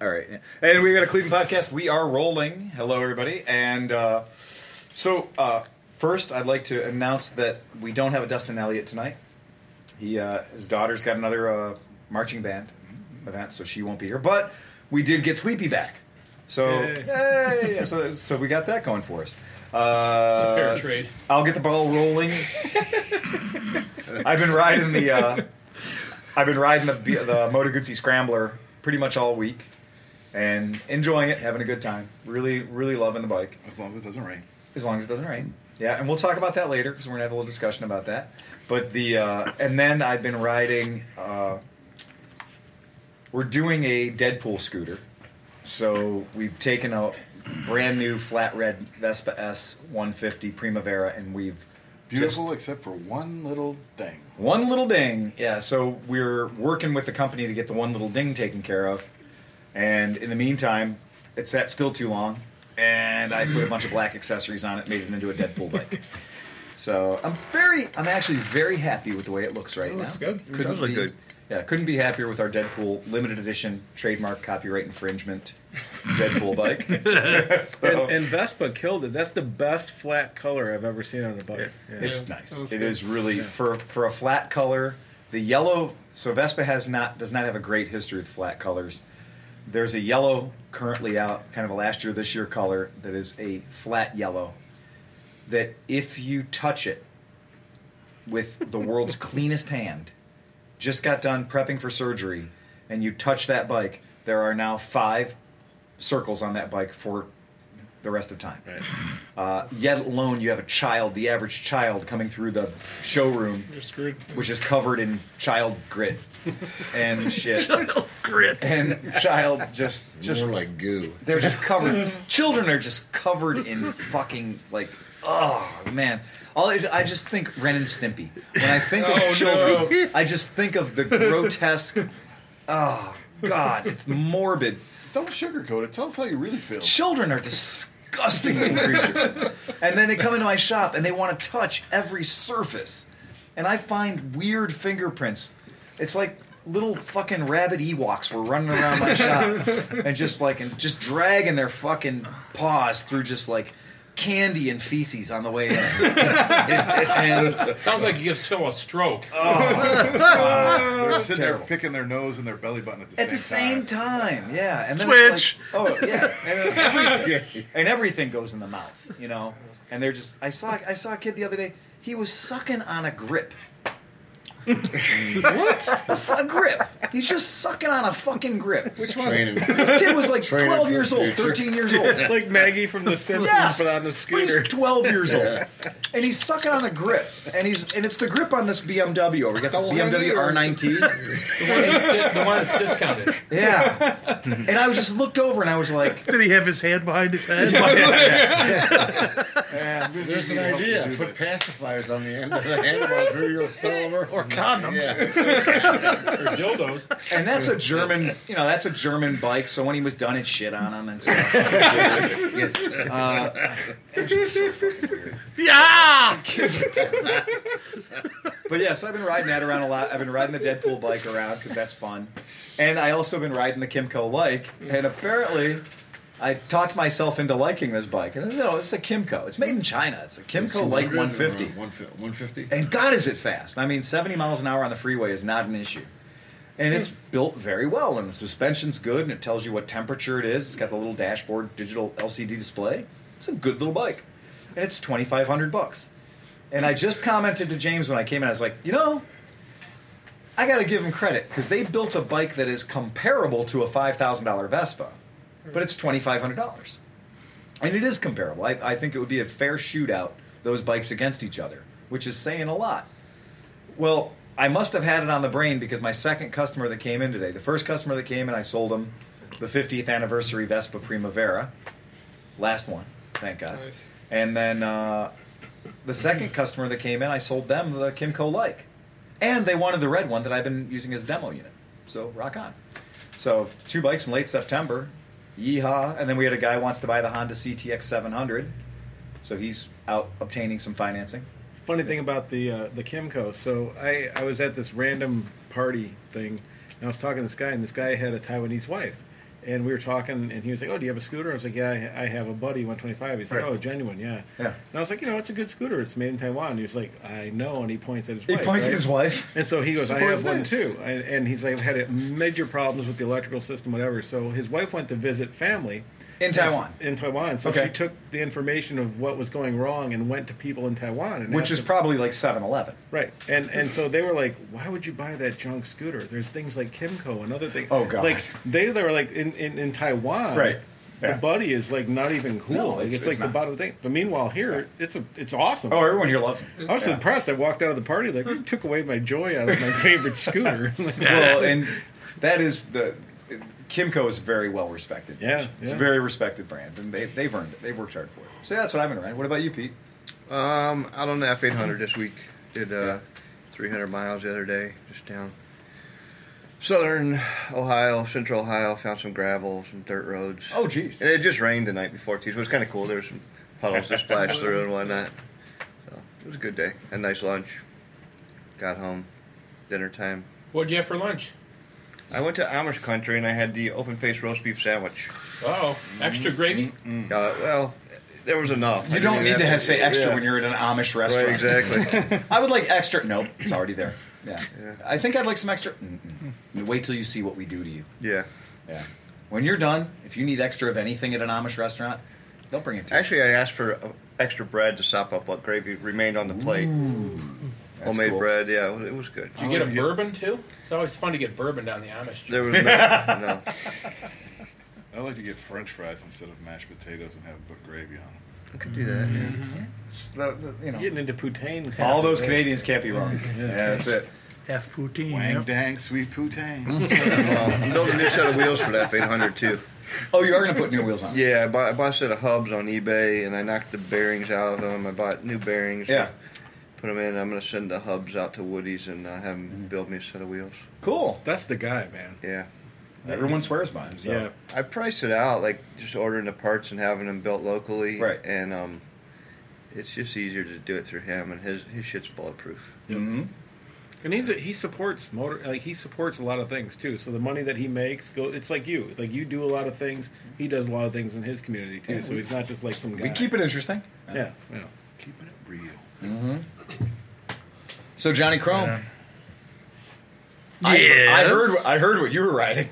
All right, yeah. and we got a Cleveland podcast. We are rolling. Hello, everybody, and uh, so uh, first, I'd like to announce that we don't have a Dustin Elliott tonight. He uh, his daughter's got another uh, marching band event, so she won't be here. But we did get Sleepy back, so Yay. yay, yeah, so, so we got that going for us. Uh, fair trade. I'll get the ball rolling. I've been riding the uh, I've been riding the the Moto Guzzi Scrambler pretty much all week, and enjoying it, having a good time. Really, really loving the bike. As long as it doesn't rain. As long as it doesn't rain. Yeah, and we'll talk about that later because we're gonna have a little discussion about that. But the uh, and then I've been riding. Uh, we're doing a Deadpool scooter, so we've taken a brand new flat red Vespa S 150 Primavera, and we've Beautiful, just- except for one little thing. one little ding. Yeah, so we're working with the company to get the one little ding taken care of. And in the meantime, it's that still too long. And I put a bunch of black accessories on it, made it into a Deadpool bike. So I'm very, I'm actually very happy with the way it looks right It now. looks good. It Couldn't does look be- good. Yeah, couldn't be happier with our Deadpool limited edition trademark copyright infringement Deadpool bike. So- And, and Vespa killed it. That's the best flat color I've ever seen on a bike. It's Yeah, nice. that was It good. is really for for a flat color. The yellow. So Vespa has not does not have a great history with flat colors. There's a yellow currently out, kind of a last year this year color that is a flat yellow. That if you touch it with the world's cleanest hand, just got done prepping for surgery, and you touch that bike, there are now five circles on that bike for the rest of time. Right. Uh, yet alone, you have a child, the average child, coming through the showroom, You're screwed. which is covered in child grit and shit, and child just just More like goo. they're just Mm. covered. Children are just covered in fucking like. Oh man! All I, I just think Ren and Stimpy. When I think Oh, of children, I just think of the grotesque. Oh God, it's morbid. Don't sugarcoat it. Tell us how you really feel. Children are disgusting creatures. And then they come into my shop and they want to touch every surface. And I find weird fingerprints. It's like little fucking rabid Ewoks were running around my shop and just like and just dragging their fucking paws through just like candy and feces on the way in. and Sounds like you give Phil a stroke. They're sitting terrible. there picking their nose and their belly button at the at the same same time. time, yeah. And then it's Switch. like, oh yeah, and, everything, and everything goes in the mouth, you know. And they're just. I saw. I saw a kid the other day. He was sucking on a grip. what? A, su- a grip. He's just sucking on a fucking grip. This Training. kid was like Training 12 for years the old, future. 13 years old. Like Maggie from The Simpsons, Yes, but on a But scooter. he's 12 years old, and he's sucking on a grip, and he's and it's the grip on this BMW. We got the BMW R9T. The one that's, di- the one that's discounted. Yeah. And I was just looked over, and I was like, Did he have his hand behind his head? There's an idea. Put pacifiers on the end of the handlebars. Maybe you'll sell them or condoms. Yeah. For dildos. And that's a German, you know, that's a German bike. So when he was done, it shit on him and stuff. uh, yeah! but yeah, so I've been riding that around a lot. I've been riding the Deadpool bike around because that's fun. And I also been riding the Kimco like. And apparently, I talked myself into liking this bike. And no, it's the Kimco. It's made in China. It's a Kimco like 150. 150. And God, is it fast? I mean, 70 miles an hour on the freeway is not an issue. And it's built very well, and the suspension's good, and it tells you what temperature it is. It's got the little dashboard digital LCD display. It's a good little bike, and it's 2,500 bucks. And I just commented to James when I came in. I was like, you know, I got to give them credit because they built a bike that is comparable to a $5,000 Vespa, but it's $2,500 and it is comparable. I, I think it would be a fair shootout those bikes against each other, which is saying a lot. Well, I must have had it on the brain because my second customer that came in today, the first customer that came in, I sold him the 50th anniversary Vespa Primavera, last one, thank God. Nice. And then uh, the second customer that came in, I sold them the Kimco Like, and they wanted the red one that I've been using as a demo unit. So rock on. So two bikes in late September, yeehaw! And then we had a guy who wants to buy the Honda CTX 700, so he's out obtaining some financing. Funny thing about the uh, the Kimco. So I, I was at this random party thing, and I was talking to this guy, and this guy had a Taiwanese wife, And we were talking, and he was like, "Oh, do you have a scooter?" I was like, "Yeah, I I have a buddy 125." He's like, Right. "Oh, genuine, yeah." Yeah. And I was like, "You know, it's a good scooter. It's made in Taiwan." He was like, "I know," and he points at his He wife. points at right? his wife. And so he goes, So I is have one this." too. And, and he's like, I've had it- major problems with the electrical system, whatever. So his wife went to visit family In Taiwan. In Taiwan. So Okay. she took the information of what was going wrong and went to people in Taiwan. And Which asked is them- probably like 7 Eleven. Right, and and so they were like, "Why would you buy that junk scooter?" There's things like Kimco and other things. Oh, God. Like they, they were like in in, in Taiwan, Right. Yeah. The buddy is like not even cool. No, like it's- it's, it's like not. the bottom thing. But meanwhile, here it's a it's awesome. Oh, everyone here loves him. I was impressed. I walked out of the party like you took away my joy out of my favorite scooter. well, and that is the Kimco is very well respected. Yeah, it's a yeah. very respected brand, and they they've earned it. They've worked hard for it. So that's what I've been around. What about you, Pete? Um, out on the F eight hundred this week. Did uh, three hundred miles the other day, just down southern Ohio, central Ohio. Found some gravel, some dirt roads. Oh, geez. And it just rained the night before too, so it was kind of cool. There were some puddles to splash through and whatnot. So it was a good day. Had a nice lunch. Got home, dinner time. What'd you have for lunch? I went to Amish country and I had the open faced roast beef sandwich. Oh, extra gravy. Mm-hmm. Uh, well, there was Hmm. enough. I You didn't don't even need to have, say extra yeah. when you're at an Amish right. restaurant. Exactly. I would like extra. Nope, it's already there. Yeah. Yeah. I think I'd like some extra. Mm-mm. Wait till you see what we do to you. yeah. Yeah. When you're done, if you need extra of anything at an Amish restaurant, they'll bring it to you. Actually, I asked for uh, extra bread to sop up what gravy remained on the plate. That's Homemade cool. bread, yeah, it was- it was good. Did you get a bourbon too? It's always fun to get bourbon down the Amish. There was no, no. I like to get French fries instead of mashed potatoes and have but gravy on them. I could do that. Yeah. It's the- the- you know, Getting into Putain. all those Canadians can't be wrong. Yeah. Yeah, that's it. Half poutine. Wang Yep. dang sweet poutine. Well, I'm building a new set of wheels for that 800 too. Oh, you are going to put new wheels on. it. Yeah, I bought, I bought a set of hubs on eBay and I knocked the bearings out of them. I bought new bearings. Yeah. Put them in. I'm gonna send the hubs out to Woody's and uh, have him build me a set of wheels. Cool. That's the guy, man. Yeah. Everyone swears by him. So. Yeah. I priced it out like just ordering the parts and having them built locally. Right. And um, it's just easier to do it through him, and his his shit's bulletproof. hmm And he's a, he supports motor like he supports a lot of things too. So the money that he makes go it's like you. It's like you do a lot of things. He does a lot of things in his community too. so he's not just like some guy. We keep it interesting. yeah, yeah. Keeping it real. So Johnny Chrome. Yeah. I, I Yes. heard. I heard what you were riding.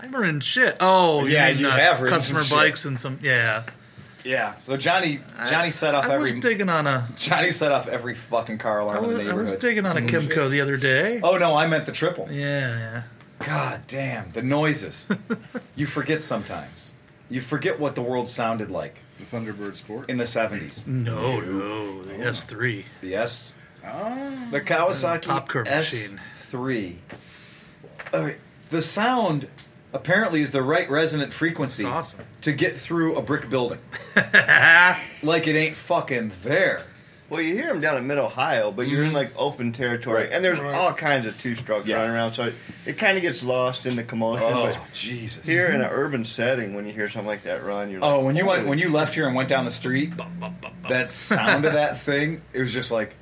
I'm running shit. Oh, Yeah, mean, you uh, have ridden customer some shit. bikes and some. Yeah, Yeah. So Johnny. Johnny set off I was every. digging on a. Johnny set off every fucking car alarm I in the was, I neighborhood. was digging on a Kimco the other day. oh no, I meant the triple. Yeah, God damn the noises. you forget sometimes. You forget what the world sounded like The Thunderbird Sport. in the seventies. yeah. No, no, the S3. The S. ah, The Kawasaki Pop curve machine. S3. Uh, the sound apparently is the right resonant frequency It's awesome. to get through a brick building. like it ain't fucking there. Well, you hear them down in Mid Ohio, but you're in like open territory, and there's all kinds of two strokes Mm-hmm. Yeah. running around, so it, it kind of gets lost in the commotion. Oh But Jesus! here in an urban setting, when you hear something like that run, you're like, Oh, when you went when you left here and went down the street, Oh. that sound of that thing, it was just like,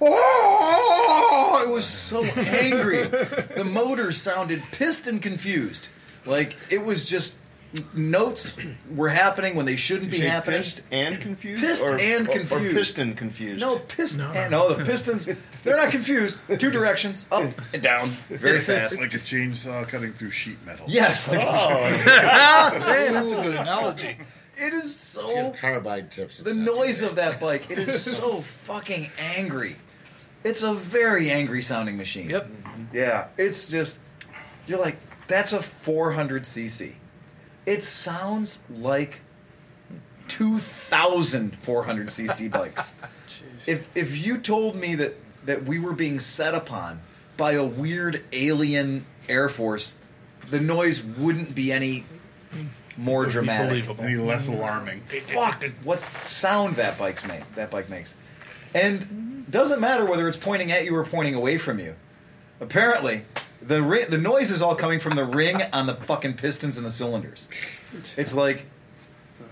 oh! It was so angry. the motor sounded pissed and confused. Like it was just notes were happening when they shouldn't be Say happening. pissed and confused, Pissed or, and or- confused. or piston confused. No, piston. No, No, no. the Pistons. They're not confused. Two directions, up and down, very fast. like a chainsaw cutting through sheet metal. yes, like it's- Oh, hey, that's a good analogy. it is so. Carbide tips. The noise of that bike. It is so fucking angry. It's a very angry sounding machine. Yep. Yeah. It's just. You're like, that's a 400 cc. It sounds like 2,400 cc bikes. if if you told me that that we were being set upon by a weird alien air force, the noise wouldn't be any more dramatic Believable. Any less alarming. fuck what sound that bike's make that bike makes. And doesn't matter whether it's pointing at you or pointing away from you. Apparently, the ri- the noise is all coming from the ring on the fucking pistons and the cylinders. It's like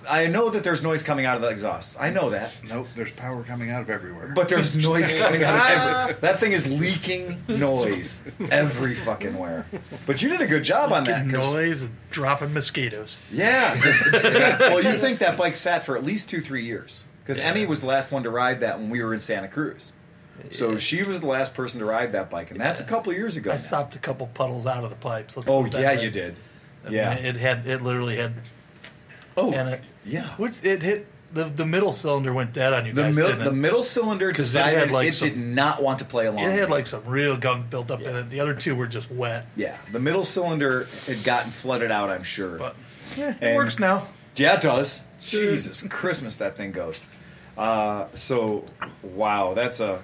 I know that there's noise coming out of the exhaust. I know that. Nope, there's power coming out of everywhere. But there's noise coming out of every. That thing is leaking noise every fucking where. But you did a good job on that. 'cause- Noise and dropping mosquitoes. Yeah. 'cause- well, you think that bike sat for at least two, three years. Because Emmy was the last one to ride that when we were in Santa Cruz. So she was the last person to ride that bike, and that's a couple of years ago. I now. stopped a couple puddles out of the pipes. Let's Oh put it that yeah, way. you did. I mean, Yeah. it had it literally had oh and it- yeah. which it hit the the middle cylinder went dead on you The guys. middle didn't it? the middle cylinder 'Cause it had, decided it, like, some- did not want to play along. It had like some real gunk built up in it. The other two were just wet. yeah, the middle cylinder had gotten flooded out. I'm sure. But yeah, it And- works now. Yeah, it does. Jesus, Christmas that thing goes. Uh, so, wow, that's a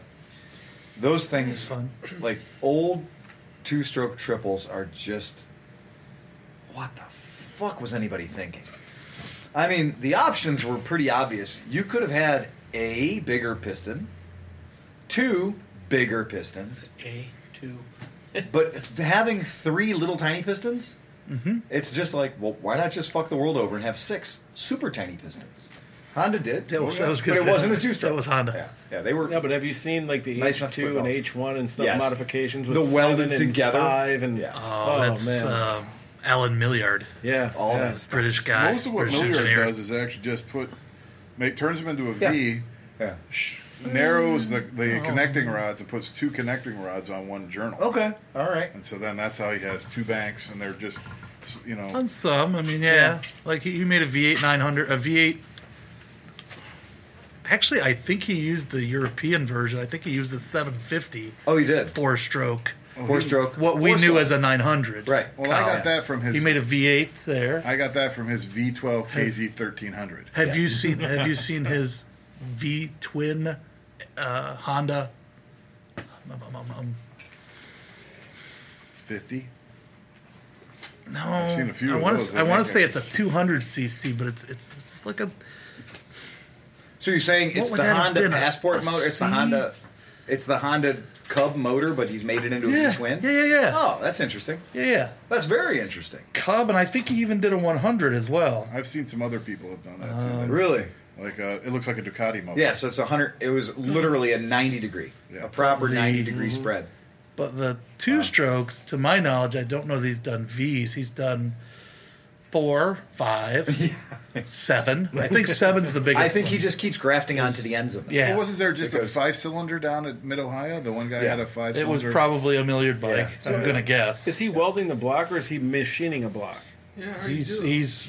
those things Fun. like old two-stroke triples are just what the fuck was anybody thinking? I mean, the options were pretty obvious. You could have had a bigger piston, two bigger pistons, A two. but having three little tiny pistons, Mm-hmm. it's just like, well, why not just fuck the world over and have six super tiny pistons? Honda did. That was- that was But good. it wasn't a two stroke. That was Honda. Yeah, yeah they were. No, but have you seen like the Nice enough to H2 put and belts. H1 and stuff Yes. modifications with The welded seven and together. five and Yeah. oh, Oh, that's man, uh, Alan Milliard, yeah, all yeah. that stuff. British guy. Most of what British Milliard engineer. does is actually just put, make turns them into a V, Yeah. Oh. narrows the, the connecting rods, and puts two connecting rods on one journal. Okay. All right. And so then that's how he has two banks, and they're just, you know, Um. On some, I mean, yeah. Like he, he made a V8 900, a V8. Actually, I think he used the European version. I think he used the 750 Oh, you did. four stroke. Four stroke. What we Four knew stroke. as a 900. Right. well, I Yeah. got that from his. He made a V8 there. I got that from his V12 KZ 1300. Have you seen Have you seen his V twin uh, Honda? Um, um, um, um, 50? No, I've seen a few I of want those. to. They I want make to say a- it's a 200 cc, but it's it's, it's like a So you're saying it's would the that have Honda been, a- Passport a motor? It's the C? Honda. It's the Honda Cub motor, but he's made it into Yeah. a twin. Yeah, yeah, yeah. Oh, that's interesting. yeah, yeah That's very interesting. Cub, and I think he even did a 100 as well. I've seen some other people have done that too. That's Uh, Really. Like uh, it looks like a Ducati motor. Yeah. So it's a hundred. It was literally a 90 degree, Yeah. a proper The- 90 degree Mm-hmm. spread. But the two strokes, to my knowledge, I don't know that he's done V's. He's done four, five, seven. I think seven's the biggest. I think one. he just keeps grafting onto the ends of them. Yeah, Well, wasn't there just Because- a five cylinder down at Mid Ohio? The one guy Yeah. had a five. it was cylinder. probably a milliard bike. Yeah. I'm gonna guess. Is he welding the block or is he machining a block? Yeah, how he's he's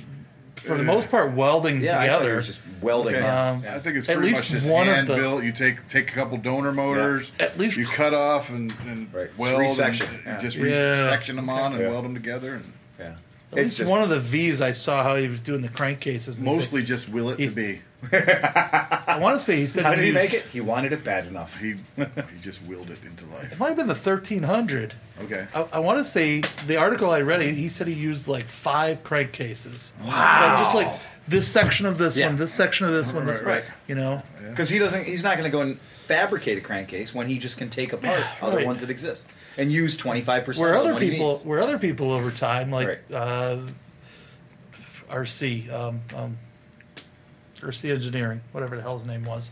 for the most part welding Yeah, I thought he together. was just welding. Okay. it. um, I think it's At pretty least much just one of hand the- built. You take take a couple donor motors. At least- you cut off and, and Right. It's weld resection. and Yeah. just Yeah. resection them on and Yeah. weld them together and yeah. At least one of the V's I saw how he was doing the crankcases. and mostly just will it to He's- be. I want to say he said How that did he was- make it? He wanted it bad enough. He he just willed it into It life. might have been the 1300. Okay. I, Oh. I want to say the article I read, he, he said he used like five crankcases. Wow. just like this section of this Yeah. one, this section of this one, this Right, right. You know, Because he doesn't. He's not going to go and fabricate a crankcase when he just can take apart other right. ones that exist and use 25 percent. where other people, where other people over time, like Right. uh, RC, um, um, RC Engineering, whatever the hell his name was,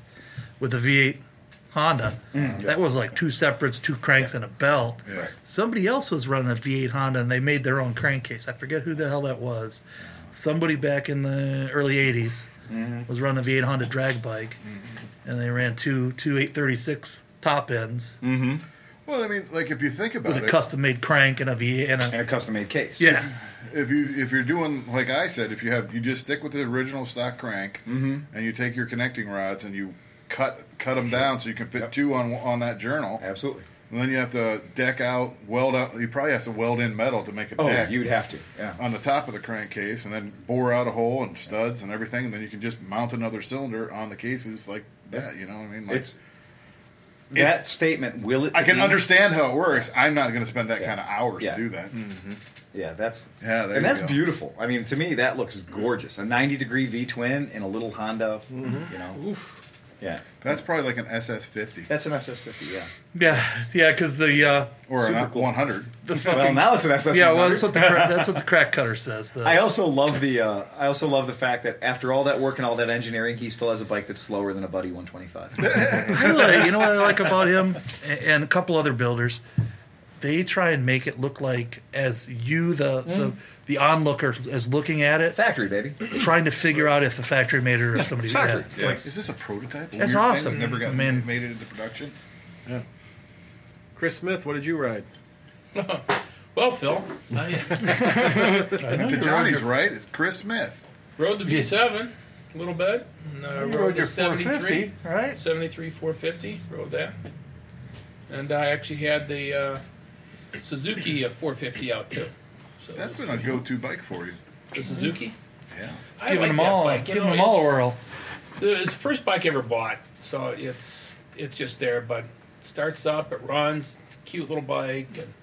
with the V8 Honda, that was like two separates, two cranks, and a belt. Mm, Yeah. Somebody else was running a V8 Honda and they made their own crankcase. I forget who the hell that was. Somebody back in the early 80s Mm-hmm. was running a V8 Honda drag bike and they ran two two 836 top ends Well, I mean, like if you think about with a Mm. it, custom made crank and a V8 and a. and a custom made case. Yeah. if you if you're doing like I said, if you have you just stick with the original stock crank, Mm-hmm. and you take your connecting rods and you cut cut them down so you can fit two on on that journal. absolutely. And then you have to deck out, weld out. You probably have to weld in metal to make a Oh, deck you'd have to. Yeah. on the top of the crankcase, and then bore out a hole and studs and everything. And then you can just mount another cylinder on the cases like that. You know what I mean? Like, It's that statement. Will it? I can be- understand how it works. I'm not going to spend that kind of hours Yeah. to do that. Yeah, that's Yeah, and there you that's go. beautiful. I Mm-hmm. mean, to me, that looks gorgeous. A 90 degree V twin in a little Honda. You know, Yeah. That's probably like an SS50 That's an SS50, yeah. Yeah, yeah, because the uh, or Super an cool. 100. the fucking Well, now it's an SS100. yeah, well, that's what the cra- that's what the crack cutter says. The, I also love the uh, I also love the fact that after all that work and all that engineering, he still has a bike that's slower than a Buddy 125. I like- you know what I like about him and, and a couple other builders, they try and make it look like as you the the, the onlooker is looking at it, Factory baby. trying to figure out if the factory made it or somebody did factory. it. It's Like, is this a prototype? A weird That's thing awesome. that never got I mean- made it into production. Chris Smith, what did you ride? Well, Phil, I uh, And to Johnny's right is Chris Smith. rode the V7 a little bit. And, uh, rode, the 73, right? 73 450, rode that. And I actually had the uh, Suzuki uh, 450 out too. So That's it been was a pretty- go-to bike for you. The Suzuki? Yeah. I Giving like them that all, bike, you giving know, them all a it's- whirl. It's the first bike I ever bought, so it's it's just there. But it starts up, it runs, it's a cute little bike, and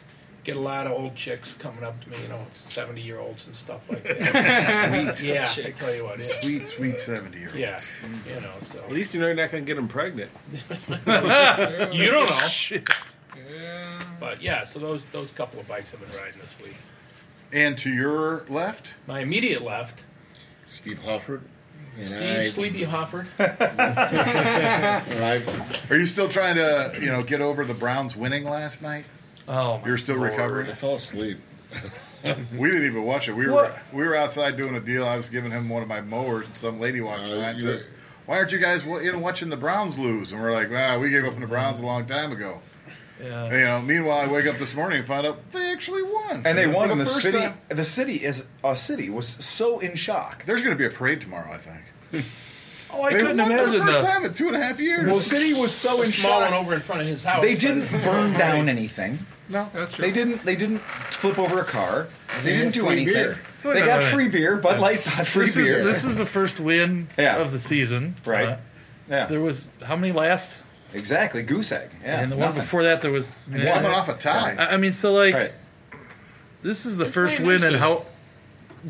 get a lot of old chicks coming up to me, you know, seventy year olds and stuff like that. yeah, I tell you what, yeah, Sweet, sweet 70 year old. yeah, you know. At So least you know you're not going to get him pregnant. you don't know, Shit. but yeah. So those those couple of bikes I've been riding this week. And to your left, My immediate left, Steve Hofford. And Steve I, Sleepy Hofford. and I, are you still trying to, you know, get over the Browns winning last night? Oh, my You're still recovering. I fell asleep. We didn't even watch it. We were What? we were outside doing a deal. I was giving him one of my mowers, and some lady walked Uh, by and you says, were- "Why aren't you guys wa- in watching the Browns lose?" And we're like, "Wow, we gave up on the Browns a long time ago." Yeah. And, you know. Meanwhile, I wake up this morning and find out they actually won, And they For won in the first city. time. The city is a city was so in shock. There's going to be a parade tomorrow, I think. Oh, I They couldn't won imagine for the first the time in two and a half years. the city was so in Small one shock. over in front of his house. They but didn't burn down anything. no, That's true. They didn't. They didn't flip over a car. They, They didn't had do free anything. beer. Wait, They no, got no, no. free beer. Bud Light got free This is beer. this is the first win Yeah. of the season, Right. Uh, yeah, there was how many last? exactly. Goose egg. Yeah, and the one nothing. before that, there was. coming I, off a tie. I mean, so like Right. this is the first playing win in nicely. how,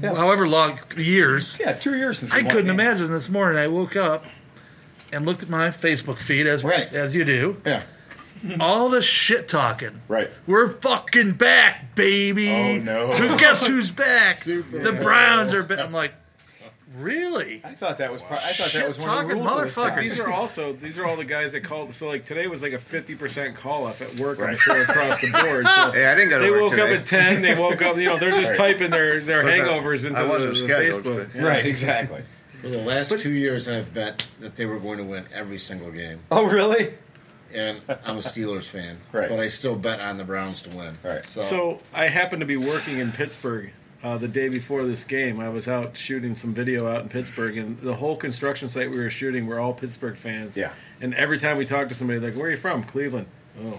Yeah. however long years. Yeah, two years since I we won couldn't the game. imagine this morning. I woke up and looked at my Facebook feed as Right. as you do. Yeah, All the shit talking. right. We're fucking back, baby. Oh, no. Who guess who's back? Super the Browns are back. I'm like, really? I thought that was. Pro- I thought that was one of the Shit-talking rules. Of this motherfucker. town. These are also these are all the guys that called. So like today was like a fifty percent call off at work. I'm Right. sure across the board. So Hey, I didn't go to they work woke today. up at ten. They woke up. You know, they're just typing their their I- hangovers into I the, wasn't the scheduled, Facebook. Right, exactly. For the last two years, I've bet that they were going to win every single game. Oh, really? And I'm a Steelers fan. Right. But I still bet on the Browns to win. Right. So, oh, So I happened to be working in Pittsburgh uh, the day before this game. I was out shooting some video out in Pittsburgh, and the whole construction site we were shooting were all Pittsburgh fans. Yeah. And every time we talked to somebody, like, "Where are you from?" Cleveland. Oh.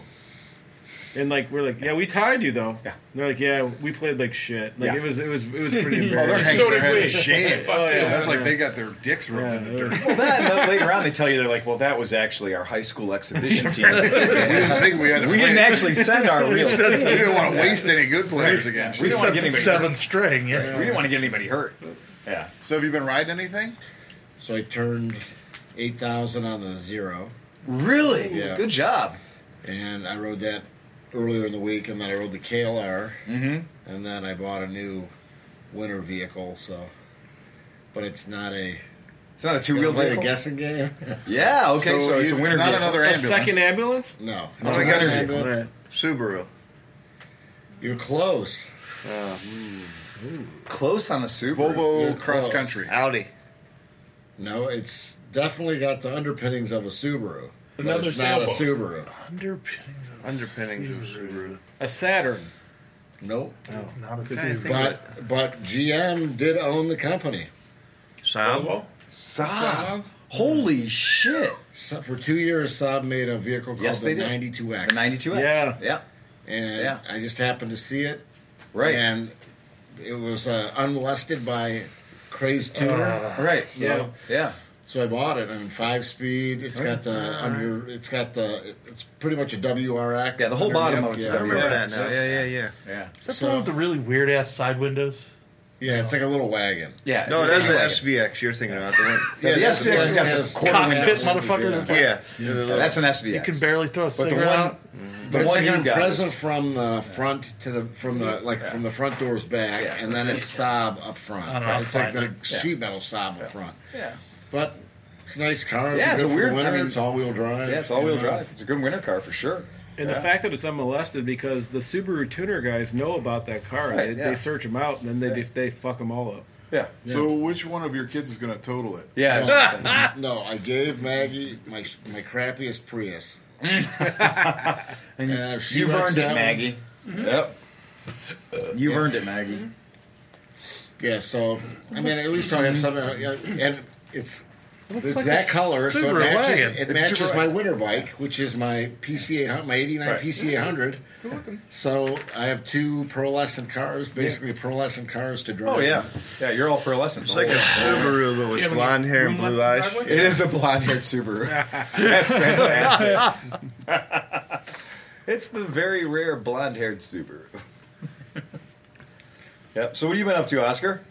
And like we're like, yeah, we tied you though. Yeah. And they're like, yeah, we played like shit. Like Yeah. it was, it was, it was pretty oh, they're embarrassing. hanging So their did head we. in shame. Oh, Fuck yeah. That's like they got their dicks rubbed Yeah, in the they're- dirt. Well, that, and then later on they tell you they're like, well, that was actually our high school exhibition team. We didn't think we had to. we play- didn't actually send our real We team. didn't want to waste any good players again. We didn't want to get anybody. Seventh string. Hurt. Yeah. We didn't want to get anybody hurt. Yeah. So have you been riding anything? so I turned 8,000 on the zero. Really? Yeah. Good job. And I rode that earlier in the week, and then I rode the KLR. Mm-hmm. And then I bought a new winter vehicle, so. But it's not a. It's not a two You wheel gonna play vehicle. a guessing game? Yeah. Okay. So, it's you- a winter not vehicle. another a ambulance. second ambulance. no. Oh, It's I a got winter you. ambulance. All right. Subaru. You're close. Uh, close on the Super. You're Volvo close. cross country. Audi. No, it's definitely got the underpinnings of a Subaru. but Another it's not a sailboat. Subaru. Underpinnings. of Underpinnings of Subaru. Subaru. A Saturn. Nope. It's not a Okay. Subaru. But but GM did own the company Saab. Volvo? Stop. Holy shit. so for two years. Saab made a vehicle called Yes, the they did. 92X, The 92X. Yeah. Yeah. and yeah. I just happened to see it, Right. and it was uh, unmolested by crazed tuner. Right. so, yeah. Yeah. So I bought it. I mean, five speed. It's got the under. It's got the. It's pretty much a WRX. Yeah, the whole bottom underneath, of it's yeah. a I remember Yeah. that now. Yeah, yeah, yeah. Yeah. Is that the So- one with the really weird ass side windows? Yeah, it's like a little wagon. Yeah. No, it's- that's the SVX you're thinking about. The one, Yeah, the that's SVX one has got that the has quarter half window. windows, Motherfucker, yeah. the yeah. yeah. the Yeah, little- that's an SVX. You can barely throw a But the cigarette one, out. But it's one like you an got present is- from the front to the from the like from the front doors back, Yeah. and then it's Saab up front. I don't know, I'll it's like the find sheet metal Saab up front. yeah. But it's a nice car. Yeah, it's good a for weird- the winter. I mean- it's all wheel drive. Yeah, it's all wheel you know. drive. It's a good winter car for sure. And the fact that it's unmolested because the Subaru tuner guys know about that car. Right, they, yeah. they search them out, and then they they fuck them all up. Yeah. So which one of your kids is going to total it? Yeah. No, I gave Maggie my my crappiest Prius. And Yeah, if she you've wrecks earned it, that one- Maggie. Yep. You've earned it, Maggie. Yeah, so I mean, at least I'll have something. You know, and it's it's like that a color, so it Subaru matches. wagon. It It's matches Subaru my wagon. winter bike, which is my PC eight hundred, my eighty nine Right. PC eight hundred. So I have two pearlescent cars, basically pearlescent cars to drive. Oh yeah. Yeah, you're all pearlescent. It's like a Subaru, but with Yeah, but blonde hair and room blue left in the eyes. driveway? It is a blonde-haired Subaru. That's fantastic. it's the very rare blonde-haired Subaru. yep. So what have you been up to, Oscar?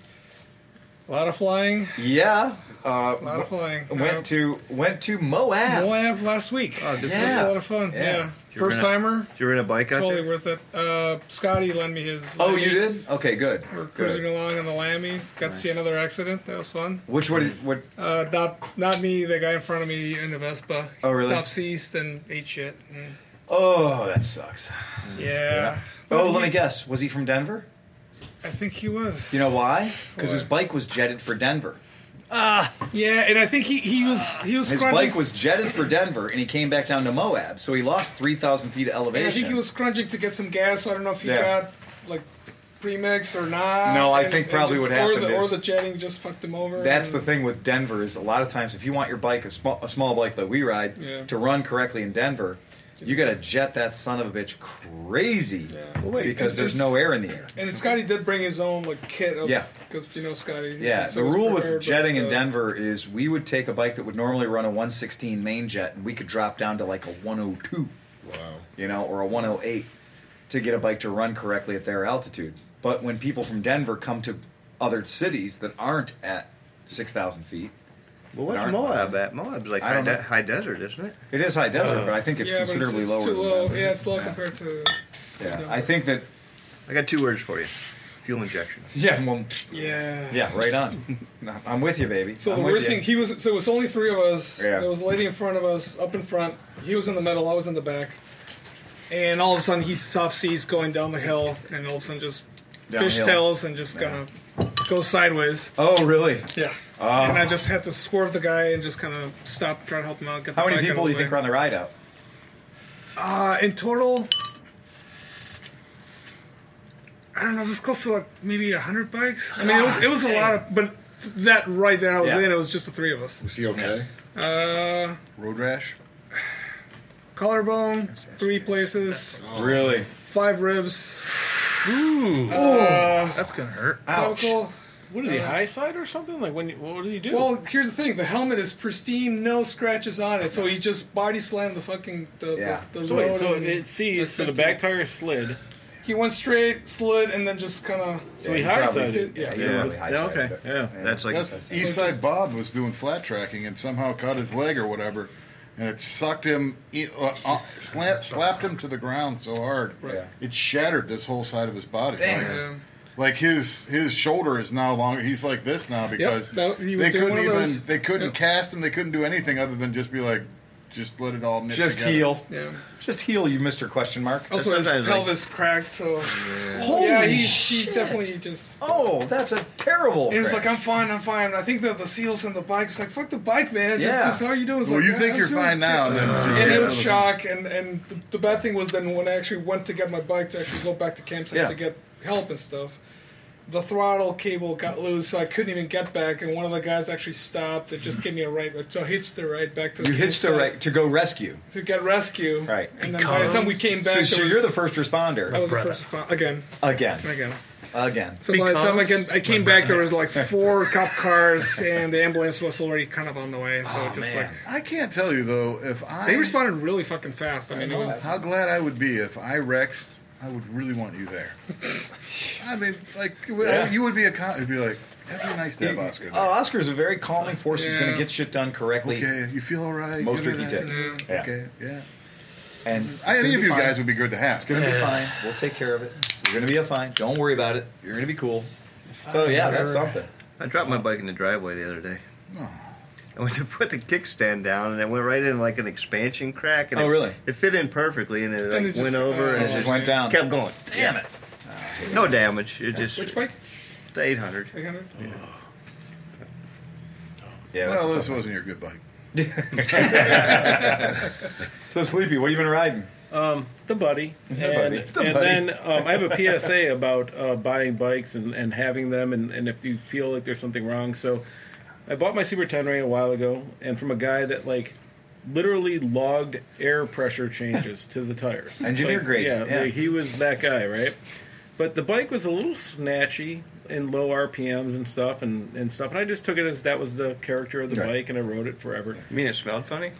A lot of flying. Yeah. A lot Uh, of flying. went to went to Moab. Moab last week. Oh, did- That was Yeah. a lot of fun. Yeah. Yeah. You were First gonna- timer. Did you rent a bike out Totally there? worth it. Uh, Scotty lent me his. Oh, Lammy. you did? Okay, good. We're cruising good. along in the Lammy. Got to see another accident. That was fun. Which what? did- What? Uh, not not me. The guy in front of me in a Vespa. Oh, really? Southeast and ate shit. And Oh, that sucks. yeah. Oh, let me guess. Was he from Denver? I think he was. You know why? Because his Why? bike was jetted for Denver. Yeah, and I think he he was he was His crunching. bike was jetted for Denver, and he came back down to Moab, so he lost three thousand feet of and elevation. I think he was crunching to get some gas. So I don't know if he Yeah. got like premix or not. No, I and- think and probably just- what or happened the, is- or the jetting just fucked him over. That's the and- thing with Denver is a lot of times if you want your bike a small, a small bike that we ride Yeah. to run correctly in Denver, you got to jet that son of a bitch crazy Yeah. Well, wait, because there's it's- no air in the air. And Scotty did bring his own like kit. Of, Yeah. Because you know Scotty. Yeah, so the was rule with prepared, jetting but, in uh, Denver is we would take a bike that would normally run a 116 main jet and we could drop down to like a 102, Wow. you know, or a 108 to get a bike to run correctly at their altitude. But when people from Denver come to other cities that aren't at 6,000 feet, Well, what's Darn. Moab at? Moab's like I high, don't de- know. high desert, isn't it? it is high desert, but I think it's yeah, but considerably it's, lower. it's Too than low. Denver. Yeah, it's low Yeah. compared to. Yeah, I think that. I got two words for you: fuel injection. Yeah, well, Yeah. yeah, right on. No, I'm with you, baby. So I'm the with weird you. thing, he was so it was only three of us. Yeah. There was a lady in front of us, up in front. He was in the middle. I was in the back. And all of a sudden, he soft seas going down the hill, and all of a sudden, just Downhill. fishtails and just kind of goes sideways. Oh, really? Yeah. Ah. And I just had to swerve the guy and just kind of stop, try to help him out. Get the How many bike out people do of you the think way. were on the ride out? Uh, in total, I don't know. It was close to like maybe hundred bikes. I mean, it was it was a lot of, but that right there I was Yeah. in, it was just the three of us. Was he okay? Uh, Road rash. collarbone, three places, Really? five ribs, Ooh, uh, that's gonna hurt. Ouch. clavicle. What are they Uh, high side or something? Like when? You, what do you do? Well, here's the thing: the helmet is pristine, no scratches on it. So he just body slammed the fucking the Yeah. the, the so, wait, load so and it seized, so the 15. back tire slid. He went straight, slid, and then just kind of. So he high probably sided. did- Yeah, he Yeah. really high sided. okay, yeah. That's like That's Eastside Bob was doing flat tracking and somehow cut his leg or whatever, and it sucked him, it, uh, uh, slap, slapped him to the ground so hard, Yeah. it shattered this whole side of his body. Like, Yeah. like his his shoulder is now longer. He's like this now because that- he was they doing couldn't one of even those- they couldn't Yep. cast him. They couldn't do anything other than just be like, just let it all knit Just together. heal. yeah. Just heal, you Mister Question Mark. Also, his sometimes, like- pelvis cracked, so Holy yeah, he, shit! he definitely just. Oh, that's a terrible. He was crash. like, "I'm fine, I'm fine." I think the the seals and the bike. It's like, "Fuck the bike, man." Just, Yeah. just how are you doing? It's Well, like, you "Yeah, think I'm you're doing fine t- now? Then just And get it out was of the- shock, and and the, the bad thing was then when I actually went to get my bike to actually go back to campsite Yeah. to get help and stuff, the throttle cable got loose, so I couldn't even get back. And one of the guys actually stopped and just gave me a right, so I hitched the right back to you hitched the campsite right to go rescue. to get rescue. Right. and then by the time we came So, back, so it was- you're the first responder I was the Brother. first respon- again, again, again. again. So by the time I, Because- get, I came back, there was like four cop cars, and the ambulance was already kind of on the way. So just Oh, man. like I can't tell you though if I they responded really fucking fast. I mean, it was, How glad I would be if I wrecked I would really want you there. I mean, like it would- I- you would be a con. It'd be like that'd be nice to have Oscar. Oh, There. Oscar's a very calming force who's going Yeah. to get shit done correctly. okay, you feel all right. Most Good tricky tick. at that? Yeah. Okay, yeah. And it's I, gonna any be of you fine. guys would be good to have. It's gonna be Yeah. fine. We'll take care of it. You're gonna be fine. Don't worry about it. You're gonna be cool. So yeah, that's something. I dropped my bike in the driveway the other day. Oh. I went to put the kickstand down, and it went right in like an expansion crack. And Oh, it, really? It fit in perfectly, and it like it just- went over, and It it oh. just just went down. kept going. Damn it. No damage. It just Which bike? the 800. 800? Yeah. Well, this That's wasn't your good bike. so sleepy. What you been riding? Um, the buddy. and, buddy. The and buddy. then um, I have a PSA about uh, buying bikes and, and having them, and, and if you feel like there's something wrong. So I bought my Super Tenere a while ago, and from a guy that, like, literally logged air pressure changes to the tires. Engineer Like, grade, Yeah, yeah. like, he was that guy, right? But the bike was a little snatchy in low RPMs and stuff, and, and stuff. And I just took it as that was the character of the Right. bike, and I rode it forever. You mean it smelled funny?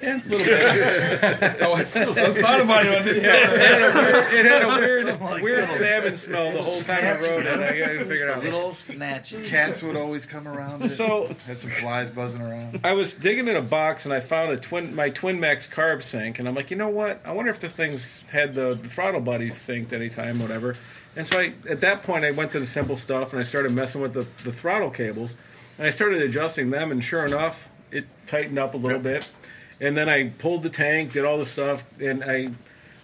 Yeah, a little bit. Oh, I thought about it. I didn't know. it had a weird, it had a weird, Oh my weird God. salmon smell the whole time I rode it. I gotta figure it out. little snatchy. Cats would always come around. It. So- had some flies buzzing around. I was digging in a box and I found a twin, my Twin Max carb sync, and I'm like, you know what? I wonder if this thing's had the, the throttle body synced anytime, whatever. And so I, at that point, I went to the simple stuff and I started messing with the, the throttle cables, and I started adjusting them, and sure enough, it tightened up a little bit. And then I pulled the tank, did all the stuff, and I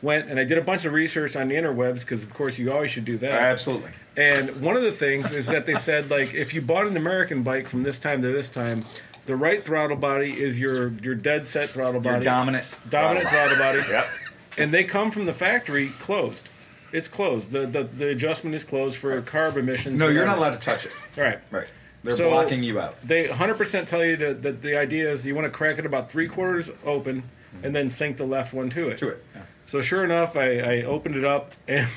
went and I did a bunch of research on the interwebs because, of course, you always should do that. Absolutely. And one of the things is that they said like if you bought an American bike from this time to this time, the right throttle body is your your dead set throttle You're body. dominant. Dominant throttle body. Yep. And they come from the factory closed. It's closed. The the, the adjustment is closed for carb emissions. No, you're not whatever. allowed to touch it. Right. Right. They're So- blocking you out. They 100% tell you to, that the idea is you want to crack it about three quarters open and then sink the left one to it. To it. So sure enough, I, I opened it up and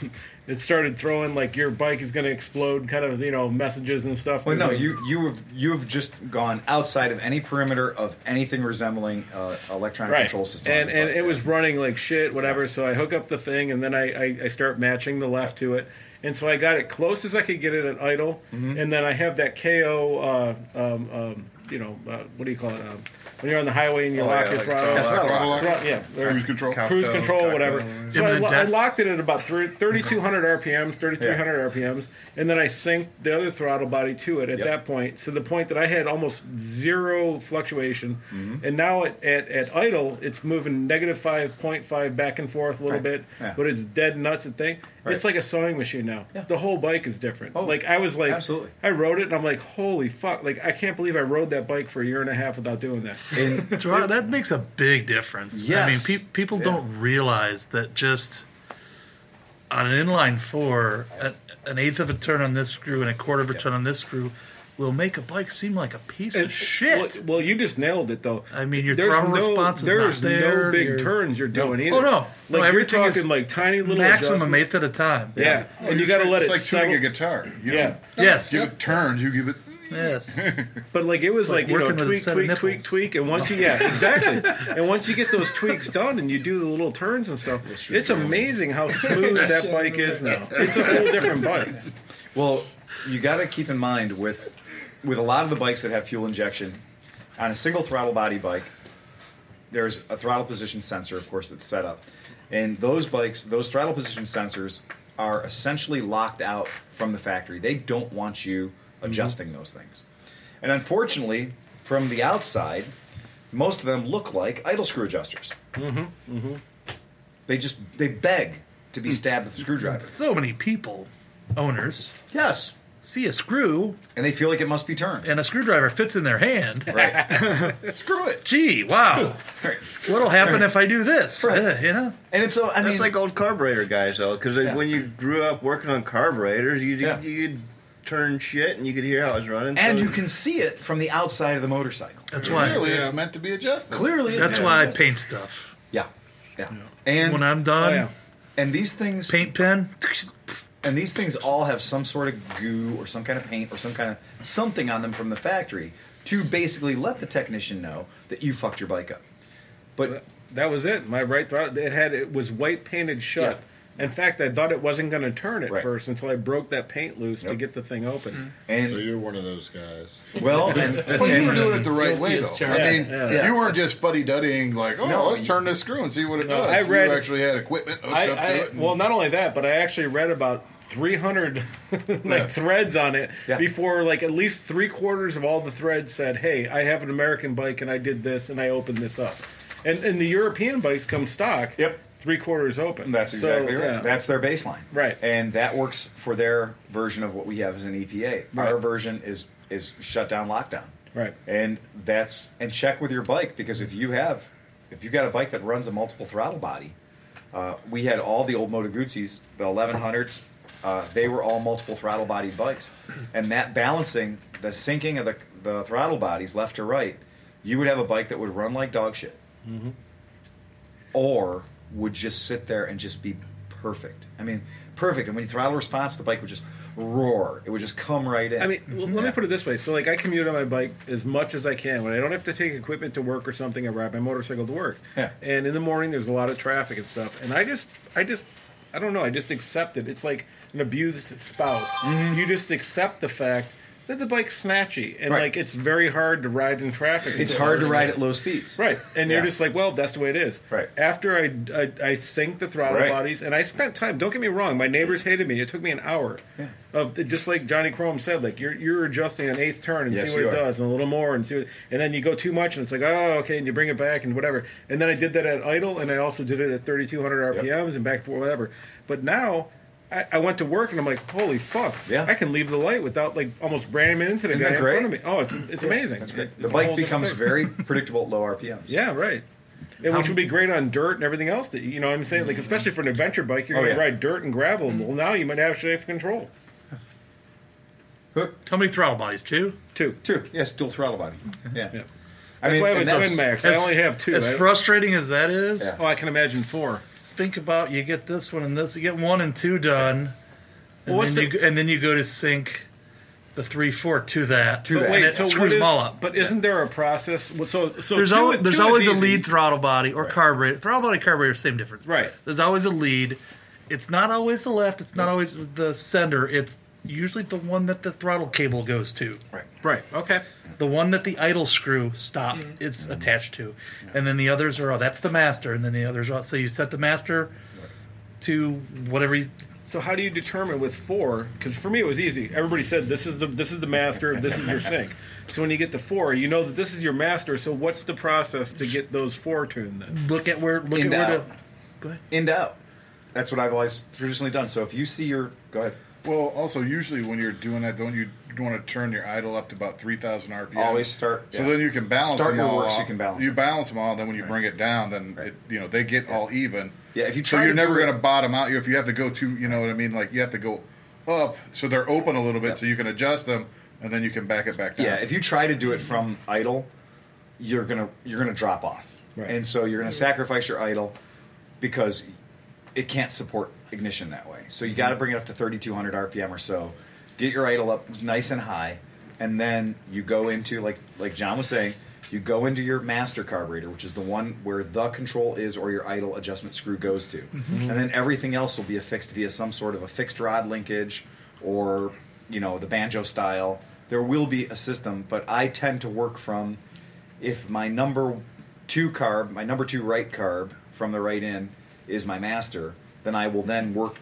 it started throwing like your bike is going to explode, kind of you know messages and stuff. Well, to no, the- you you have you have just gone outside of any perimeter of anything resembling uh, electronic right. control system. on and this and bike. it was running like shit, whatever. So I hook up the thing and then I, I I start matching the left to it, and so I got it close as I could get it at idle, Mm-hmm. and then I have that KO. Uh, um, um, you know uh, what do you call it? Um, when you're on the highway and you Oh, lock yeah, your like throttle. throttle lock. Throttle lock. Thro- yeah, or- Cruise control. Cow- cruise Go, control, go, whatever. go. So I, Imminent lo- I death. locked it at about thir- 3,200 RPMs, 3,300 RPMs, and then I synced the other throttle body to it at Yep. that point. So the point that I had almost zero fluctuation, Mm-hmm. and now at, at, at idle, it's moving negative 5.5 back and forth a little Right. bit, Yeah. but it's dead nuts and thing. Right. It's like a sewing machine now. Yeah. The whole bike is different. Oh, like I was like, absolutely. I rode it, and I'm like, holy fuck! Like I can't believe I rode that bike for a year and a half without doing that. And- Dri- that makes a big difference. I mean, Yes. pe- people Yeah. don't realize that just on an inline four, a, an eighth of a turn on this screw and a quarter of a turn on this screw will make a bike seem like a piece of shit. Well, well, you just nailed it though. I mean, your throttle response is there's not there, no big your- turns you're doing either. Oh, no. like No, you're everything is talking like tiny little Maximum adjustments. eighth at a time. Yeah, Oh, and you you're got to tuning- let it's it like settle. tuning a guitar. You Yeah. don't Yes. give it turns. You give it. Yes. But like it was Like like, you know working with a tweak, set of tweak, tweak, nipples. tweak, and once you yeah exactly, and once you get those tweaks done and you do the little turns and stuff, it's amazing how smooth that bike is now. It's a whole different bike. Well, you got to keep in mind with with a lot of the bikes that have fuel injection on a single throttle body bike, there's a throttle position sensor, of course, that's set up, and those bikes, those throttle position sensors are essentially locked out from the factory. They don't want you adjusting those things, and unfortunately, from the outside, most of them look like idle screw adjusters. Mm-hmm. Hmm. Mm-hmm. They just they beg to be stabbed with a screwdriver. so many people, owners, Yes. see a screw And they feel like it must be turned. and a screwdriver fits in their hand. Right. Screw it. Gee, wow. What'll happen if I do this? Right. Uh, you know? And it's so I mean That's like old carburetor guys, though, because Yeah. when you grew up working on carburetors, you Yeah. you could turn shit and you could hear how it was running. and so- you can see it from the outside of the motorcycle. That's Clearly, why. it's meant to be adjusted. Clearly it's That's yeah. why I paint stuff. Yeah. Yeah. And When I'm done, Oh, yeah. and these things paint pen. and these things all have some sort of goo or some kind of paint or some kind of something on them from the factory to basically let the technician know that you fucked your bike up. But That was it. My right throttle. It had it was white painted shut. Yeah. In fact, I thought it wasn't going to turn at Right. first until I broke that paint loose to Yep. get the thing open. Mm-hmm. And So you're one of those guys. well, and, But you were and- doing it the right way, though. Guilty as I charged. mean, Yeah, yeah. you weren't just fuddy duddying like, "Oh, No, let's you- turn this screw and see what it does." I read- you actually had equipment hooked up to I, I it. and- well, not only that, but I actually read about 300 like Yeah. threads on it Yeah. before like at least three quarters of all the threads said, "Hey, I have an American bike and I did this and I opened this up," and and the European bikes come stock. Yep. three quarters open. That's So, exactly right. yeah. That's their baseline. Right. And that works for their version of what we have as an EPA. Our Right. version is is shut down lockdown. Right. And that's and check with your bike because if you have if you got a bike that runs a multiple throttle body, uh, we had all the old Moto Guzzis, the 1100s, uh, they were all multiple throttle body bikes. And that balancing, the sinking of the, the throttle bodies left to right, you would have a bike that would run like dog shit. Or would just sit there and just be perfect. I mean, perfect. And when you throttle response, the bike would just roar. It would just come right in. I mean, well, let me put it this way. So, like, I commute on my bike as much as I can. When I don't have to take equipment to work or something, I ride my motorcycle to work. Yeah. And in the morning, there's a lot of traffic and stuff. And I just, I just, I don't know. I just accept it. It's like an abused spouse. Mm-hmm. You just accept the fact that the bike's snatchy and Right. like it's very hard to ride in traffic. it's hard to ride at low speeds. Right, and Yeah. you're just like, well, that's the way it is. Right. After I, I, I sank the throttle Right. bodies, and I spent time. Don't get me wrong, my neighbors hated me. It took me an hour of just like Johnny Chrome said, like you're you're adjusting an eighth turn and Yes, see what you it are. does, and a little more, and see what, and then you go too much, and it's like, oh, okay, and you bring it back and whatever. And then I did that at idle, and I also did it at 3,200 Yep. RPMs and back to whatever. But now. I, I went to work and I'm like, holy fuck! Yeah. I can leave the light without like almost ramming into the Isn't guy that in great? front of me. Oh, it's it's amazing. That's great. It's The a bike whole different becomes thing. very predictable at low RPMs. Yeah, right. And which would be great on dirt and everything else. That, you know what I'm saying? Like, especially for an adventure bike, you're Oh, going yeah. to ride dirt and gravel. Well, now you might actually have control. How many throttle bodies? Two. Two. Two. Yes, dual throttle body. Yeah. Yeah. I That's mean, why I and have a that's- twin max. I As- only have two. As I- frustrating as that is, Yeah. oh, I can imagine four. think about you get this one and this, you get one and two done, and, Well, what's then, you, the- go- and then you go to sync the three four to that. To that. and Wait, it screws what them is- all up. But isn't there a process? Well, So, so there's two- always two there's is always a easy. lead throttle body or carburetor. Throttle body carburetor, same difference. Right. There's always a lead. It's not always the left. It's not always the center. It's usually the one that the throttle cable goes to, Right. Right. Okay. the one that the idle screw stop Mm-hmm. it's Mm-hmm. attached to, and then the others are oh, that's the master, and then the others are so you set the master to whatever. You, So how do you determine with four? Because for me it was easy. Everybody said this is the this is the master, this is your sink. So when you get to four, you know that this is your master. So what's the process to get those four tuned then? look at where look In at where out. to. Go ahead. In out. That's what I've always traditionally done. So if you see your, go ahead. Well, also usually when you're doing that, don't you want to turn your idle up to about three thousand RPM? Always start- So yeah. then you can balance. Start them your all works, out. you can balance You them. balance them all. Then when you bring it down, then it, you know they get all even. Yeah, if you so try you're to never do it- going to bottom out. You if you have to go to, you know what I mean? Like you have to go up so they're open a little bit, so you can adjust them, and then you can back it back down. Yeah, if you try to do it from idle, you're gonna you're gonna drop off, Right. and so you're gonna sacrifice your idle because it can't support ignition that way. So you got to bring it up to 3,200 RPM or so, get your idle up nice and high, and then you go into like like John was saying, you go into your master carburetor, which is the one where the control is or your idle adjustment screw goes to, and then everything else will be affixed via some sort of a fixed rod linkage or you know the banjo style. There will be a system, but I tend to work from if my number two carb, my number two right carb from the right in is my master, then I will then work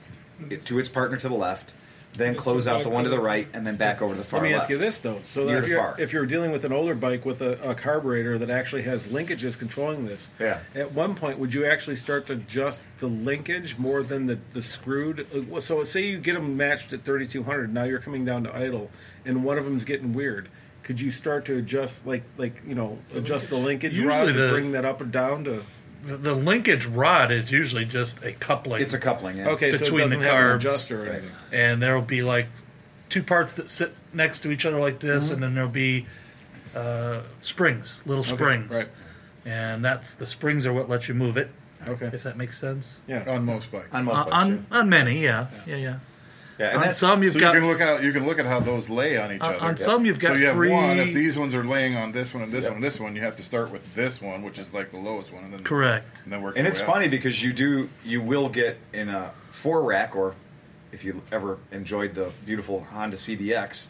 it to its partner to the left, then close out the one to the right, and then back over to the far Let me left. ask you this though. So Near if to you're, far. if you're dealing with an older bike with a, a carburetor that actually has linkages controlling this, Yeah. At one point, would you actually start to adjust the linkage more than the the screwed? uh, well, So say you get them matched at 3200. Now you're coming down to idle, and one of them's getting weird. Could you start to adjust like like you know adjust the linkage Usually rod to the- bring that up or down to? The, the linkage rod is usually just a coupling. It's a coupling. Yeah. Okay, so it Between doesn't the have an carbs. adjuster or anything. and there will be like two parts that sit next to each other like this, Mm-hmm. and then there'll be uh, springs, little springs, right. And that's the springs are what let you move it, Okay. if that makes sense. Yeah. on most bikes. On most Uh, bikes, on on many, yeah, yeah, yeah. Yeah, and on that's some you've So you got can look out. You can look at how those lay on each on, other. on some you've got so you have three. one. If these ones are laying on this one and this one and this one, you have to start with this one, which is like the lowest one, and then correct. And then work. and your it's way up. funny because you do you will get in a four rack or if you ever enjoyed the beautiful Honda CBX,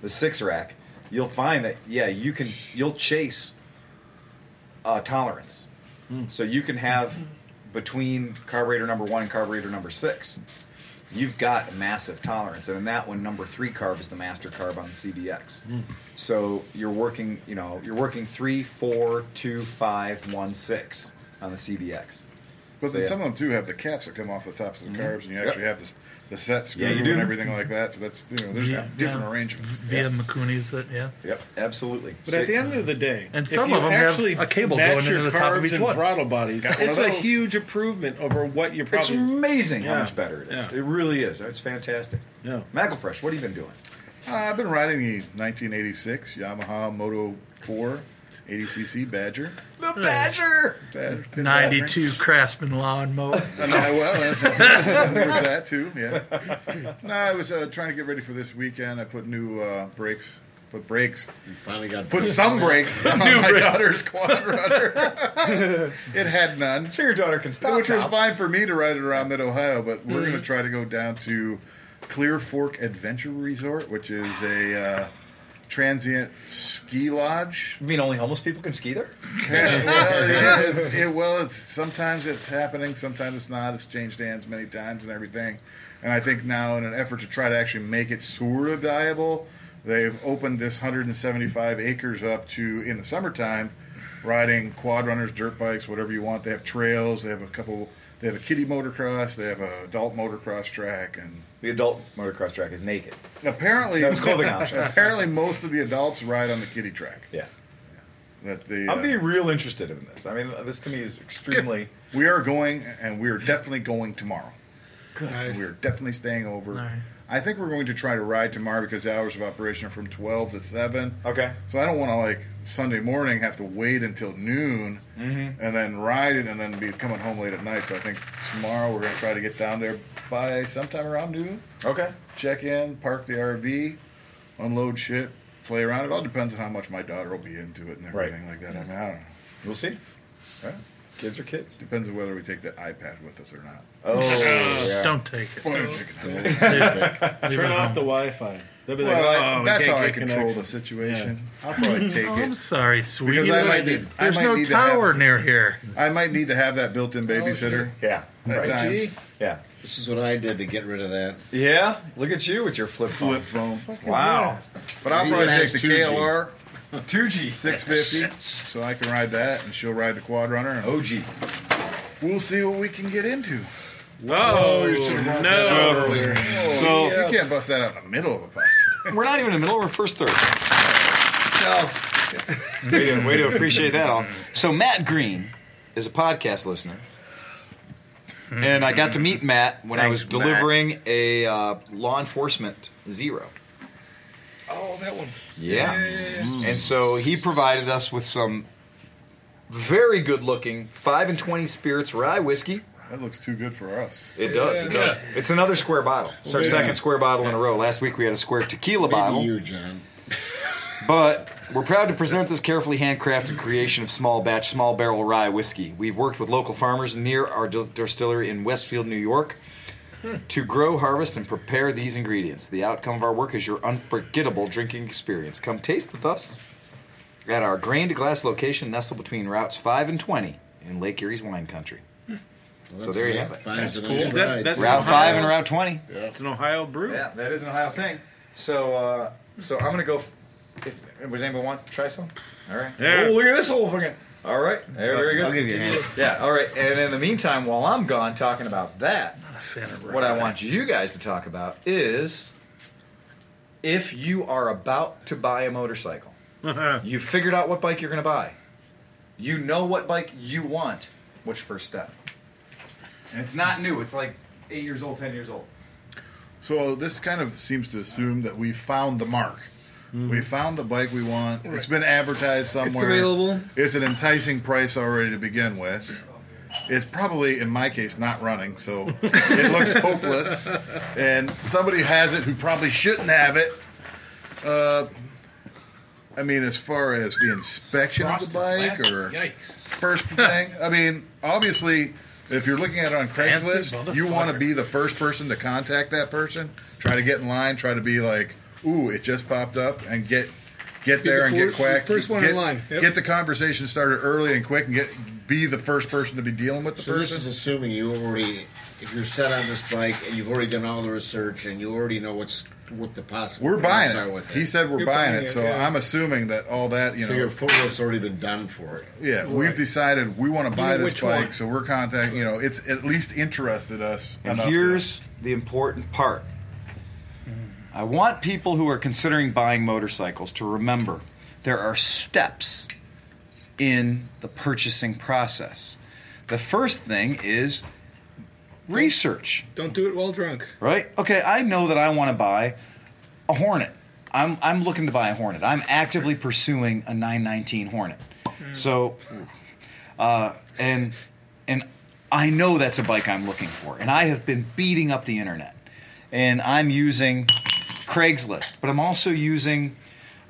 the six rack, you'll find that yeah you can you'll chase uh, tolerance, Hmm. so you can have between carburetor number one and carburetor number six. You've got a massive tolerance, and in that one, number three carb is the master carb on the CBX. So you're working, you know, you're working three, four, two, five, one, six on the CBX. But then Yeah. Mm-hmm. some of them do have the caps that come off the tops of the carbs, and you actually have the, the set screw Yeah, you do. and everything like that. So that's you know, there's Yeah. different Yeah. arrangements. Via Makuni's that yeah. Yep, absolutely. But at the end of the day, And if some you of 'em have actually a cable match going your into the top of carbs each and one. throttle bodies, Got one it's of a those. huge improvement over what you're it's probably. amazing how Yeah. much better it is. Yeah. It really is. It's fantastic. Yeah. Mackelfresh, what have you been doing? Uh, I've been riding the 1986 Yamaha Moto 4 80cc Badger. The Badger. Badger been Ninety badgering. two Craftsman lawnmower. And I- well, that's- there's that too. Yeah. No, I was uh, trying to get ready for this weekend. I put new uh, brakes. Put brakes. You finally got Put some brakes on my daughter's quad runner. it had none. So your daughter can stop. Mm. which was now. fine for me to ride it around Mid Ohio, but we're going to try to go down to Clear Fork Adventure Resort, which is a uh, transient ski lodge. You mean only homeless people can ski there? well, yeah, it- it- well, it's sometimes it's happening, sometimes it's not. It's changed hands many times and everything. And I think now, in an effort to try to actually make it sort of viable, they've opened this 175 acres up to in the summertime riding quad runners, dirt bikes, whatever you want. They have trails. They have a couple. They have a kiddie motocross. They have a adult motocross track, and The adult motocross track is naked. apparently, That was clothing option. apparently, most of the adults ride on the kiddie track. Yeah. That the I'm uh, being real interested in this. I mean, this to me is extremely. We are going, and we are definitely going tomorrow. Nice. We are definitely staying over. right. I think we're going to try to ride tomorrow because the hours of operation are from 12 to 7. Okay. So I don't want to, like, Sunday morning have to wait until noon Mm-hmm. and then ride it and then be coming home late at night. So I think tomorrow we're going to try to get down there by sometime around noon, Okay. check in, park the RV, unload shit, play around. It all depends on how much my daughter will be into it and Right. everything like that. I mean, I don't know. We'll see. Right? Kids are kids. Depends on whether we take the iPad with us or not. Oh, yeah. Don't take it. Leave Turn it off home. the Wi-Fi. They'll be like, Well, "Oh, I, we that's how can't I get control connected." the situation. I'll probably take Oh, I'm it. sorry, sweetie. Because I Look, might need- I There's might no need to have- tower near here. I might need to have that built-in babysitter Yeah. at Right. times. Yeah. This is what I did to get rid of that. Yeah. Look at you with your flip phone. Flip phone, Wow. but I'll Even probably take has the 2G. KLR Two G. 650, so I can ride that, and she'll ride the quad runner, and OG. we'll see what we can get into. Oh, no! earlier. So- you can't bust that out in the middle of a podcast. We're not even in the middle. We're first third. No. way, to, way to appreciate that all. So Matt Green is a podcast listener, and I got to meet Matt when I was Thanks, Matt. delivering a uh, law enforcement zero. Oh, that one. Yeah. And so he provided us with some very good looking 5 and 20 spirits rye whiskey. That looks too good for us. It does. It does. It's another square bottle. It's our Yeah. second square bottle in a row. Last week we had a square tequila Maybe bottle. you, John. But we're proud to present this carefully handcrafted creation of small batch, small barrel rye whiskey. We've worked with local farmers near our dis- distillery in Westfield, New York, to grow, harvest, and prepare these ingredients. The outcome of our work is your unforgettable drinking experience. Come taste with us at our grain to glass location nestled between routes 5 and 20 in Lake Erie's wine country. Well, So that's there you right. have it. Five's a That's cool. nice Is that- ride. that's- Route 5 and Route 20. It's an Ohio brew. Yeah, that is an Ohio thing. So, uh, so I'm gonna go. F- if was anybody want to try some? All right. Yeah. Oh, look at this whole fucking. All right. There, very good. I'll give you a hand. Yeah. All right. And in the meantime, while I'm gone talking about that, what I want you guys to talk about is if you are about to buy a motorcycle, you figured out what bike you're gonna buy, you know what bike you want. What's your first step? And it's not new. It's like eight years old, ten years old. So this kind of seems to assume that we found the mark. We found the bike we want. It's been advertised somewhere. It's available. It's an enticing price already to begin with. is probably, in my case, not running, so it looks hopeless. And somebody has it who probably shouldn't have it. Uh, I mean, as far as the inspection of Frosted the bike plastic, or yikes. first thing. I mean, obviously, if you're looking at it on Fancy Craigslist, you want to be the first person to contact that person. Try to get in line. Try to be like, "Ooh, it just popped up," and get get Be there the and fir- get quack. first one in get, line. Yep. Get the conversation started early and quick, and get be the first person to be dealing with the So this person. is assuming you already, if you're set on this bike and you've already done all the research and you already know what's what the possible we're buying routes are it. with it. He said we're You're buying buying it, it, so yeah. I'm assuming that all that you so know. your footwork's already been done for it. Yeah, we've decided we want to buy know this which bike, one. so we're contacting. You know, it's at least interested us. And enough to- here's the important part. I want people who are considering buying motorcycles to remember there are steps in the purchasing process. The first thing is research, Don't do it while drunk. right? Okay, I know that I want to buy a Hornet. I'm, I'm looking to buy a Hornet. I'm actively pursuing a 919 Hornet. So, uh, and and I know that's a bike I'm looking for, and I have been beating up the internet, and I'm using Craigslist, but I'm also using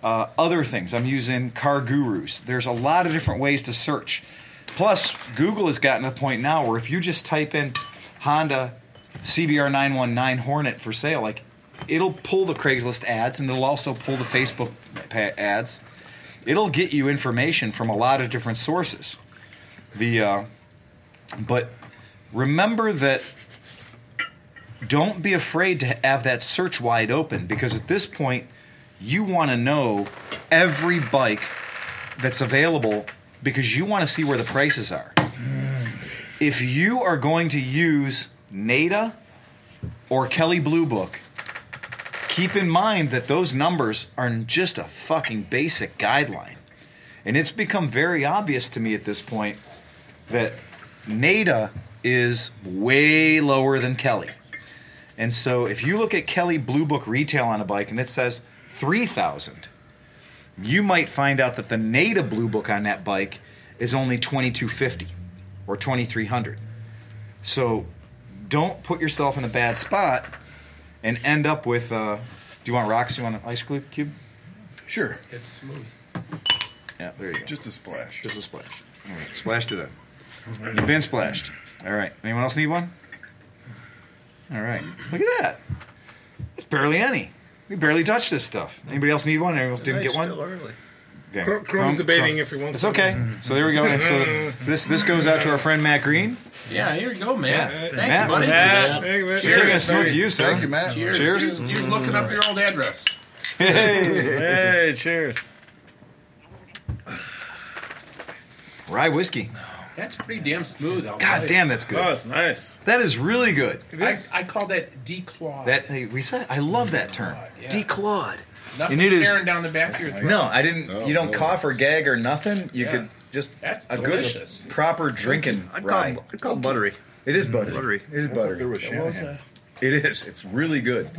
uh, other things. I'm using Car Gurus. There's a lot of different ways to search. Plus, Google has gotten to a point now where if you just type in Honda CBR 919 Hornet for sale, like it'll pull the Craigslist ads, and it'll also pull the Facebook pa- ads. It'll get you information from a lot of different sources the uh, but remember that don't be afraid to have that search wide open because at this point you want to know every bike that's available because you want to see where the prices are if you are going to use nada or kelly blue book keep in mind that those numbers are just a fucking basic guideline and it's become very obvious to me at this point that NADA is way lower than Kelly. And so if you look at Kelly Blue Book retail on a bike and it says 3,000, you might find out that the NADA Blue Book on that bike is only 2250 or 2300. So don't put yourself in a bad spot and end up with uh, do you want rocks? You want an ice cube? cube? sure, It's smooth. Yeah, there you go. just a splash. Just a splash. All right, splashed it up. You've been splashed. All right. Anyone else need one? All right. Look at that. It's barely any. We barely touched this stuff. Anybody else need one? Anyone else didn't get Still one? early. Okay. Chrome- Chrome- Chrome's debating if he wants It's to. okay. So there we go. And so this this goes out to our friend Matt Green. Yeah, here you go, man. Yeah. Thank Matt, you, buddy. Matt. Hey, man. We're taking a smoke to you, sir. Thank you, Matt. Cheers. Cheers. You- You're looking up your old address. Hey. Hey, cheers. Rye whiskey. That's pretty damn smooth. I'll tell God you. damn, that's Oh, good. it's nice. That is really good. I, I call that declawed. That hey, we said. I love that term. Yeah. Declawed. Nothing and it is- tearing down the back of your throat. No, I didn't. Oh, you don't boy. cough or gag or nothing. You Yeah. could just That's a delicious. good proper drinking I'd call, rye. it- I'd call it buttery. It is buttery. Buttery. It is That's up there buttery. with Shanahan's. It is. It's really good.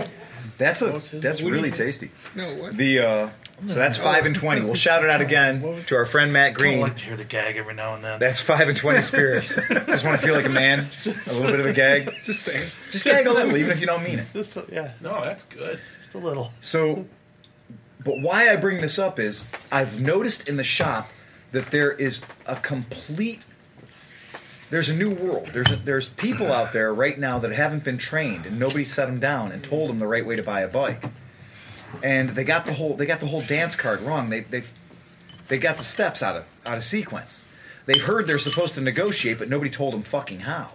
That's a that's really tasty. No, what? The uh, so that's five and twenty. We'll shout it out again to our friend Matt I Green. like to hear the gag every now and then. That's five and twenty spirits. Just want to feel like a man. A little bit of a gag. Just saying. Just gag a little, even if you don't mean it. Just a, yeah, No, that's good. just a little. So, but why I bring this up is I've noticed in the shop that there is a complete. There's a new world. There's a, there's people out there right now that haven't been trained, and nobody set them down and told them the right way to buy a bike. And they got the whole they got the whole dance card wrong. They they they got the steps out of out of sequence. They've heard they're supposed to negotiate, but nobody told them fucking how.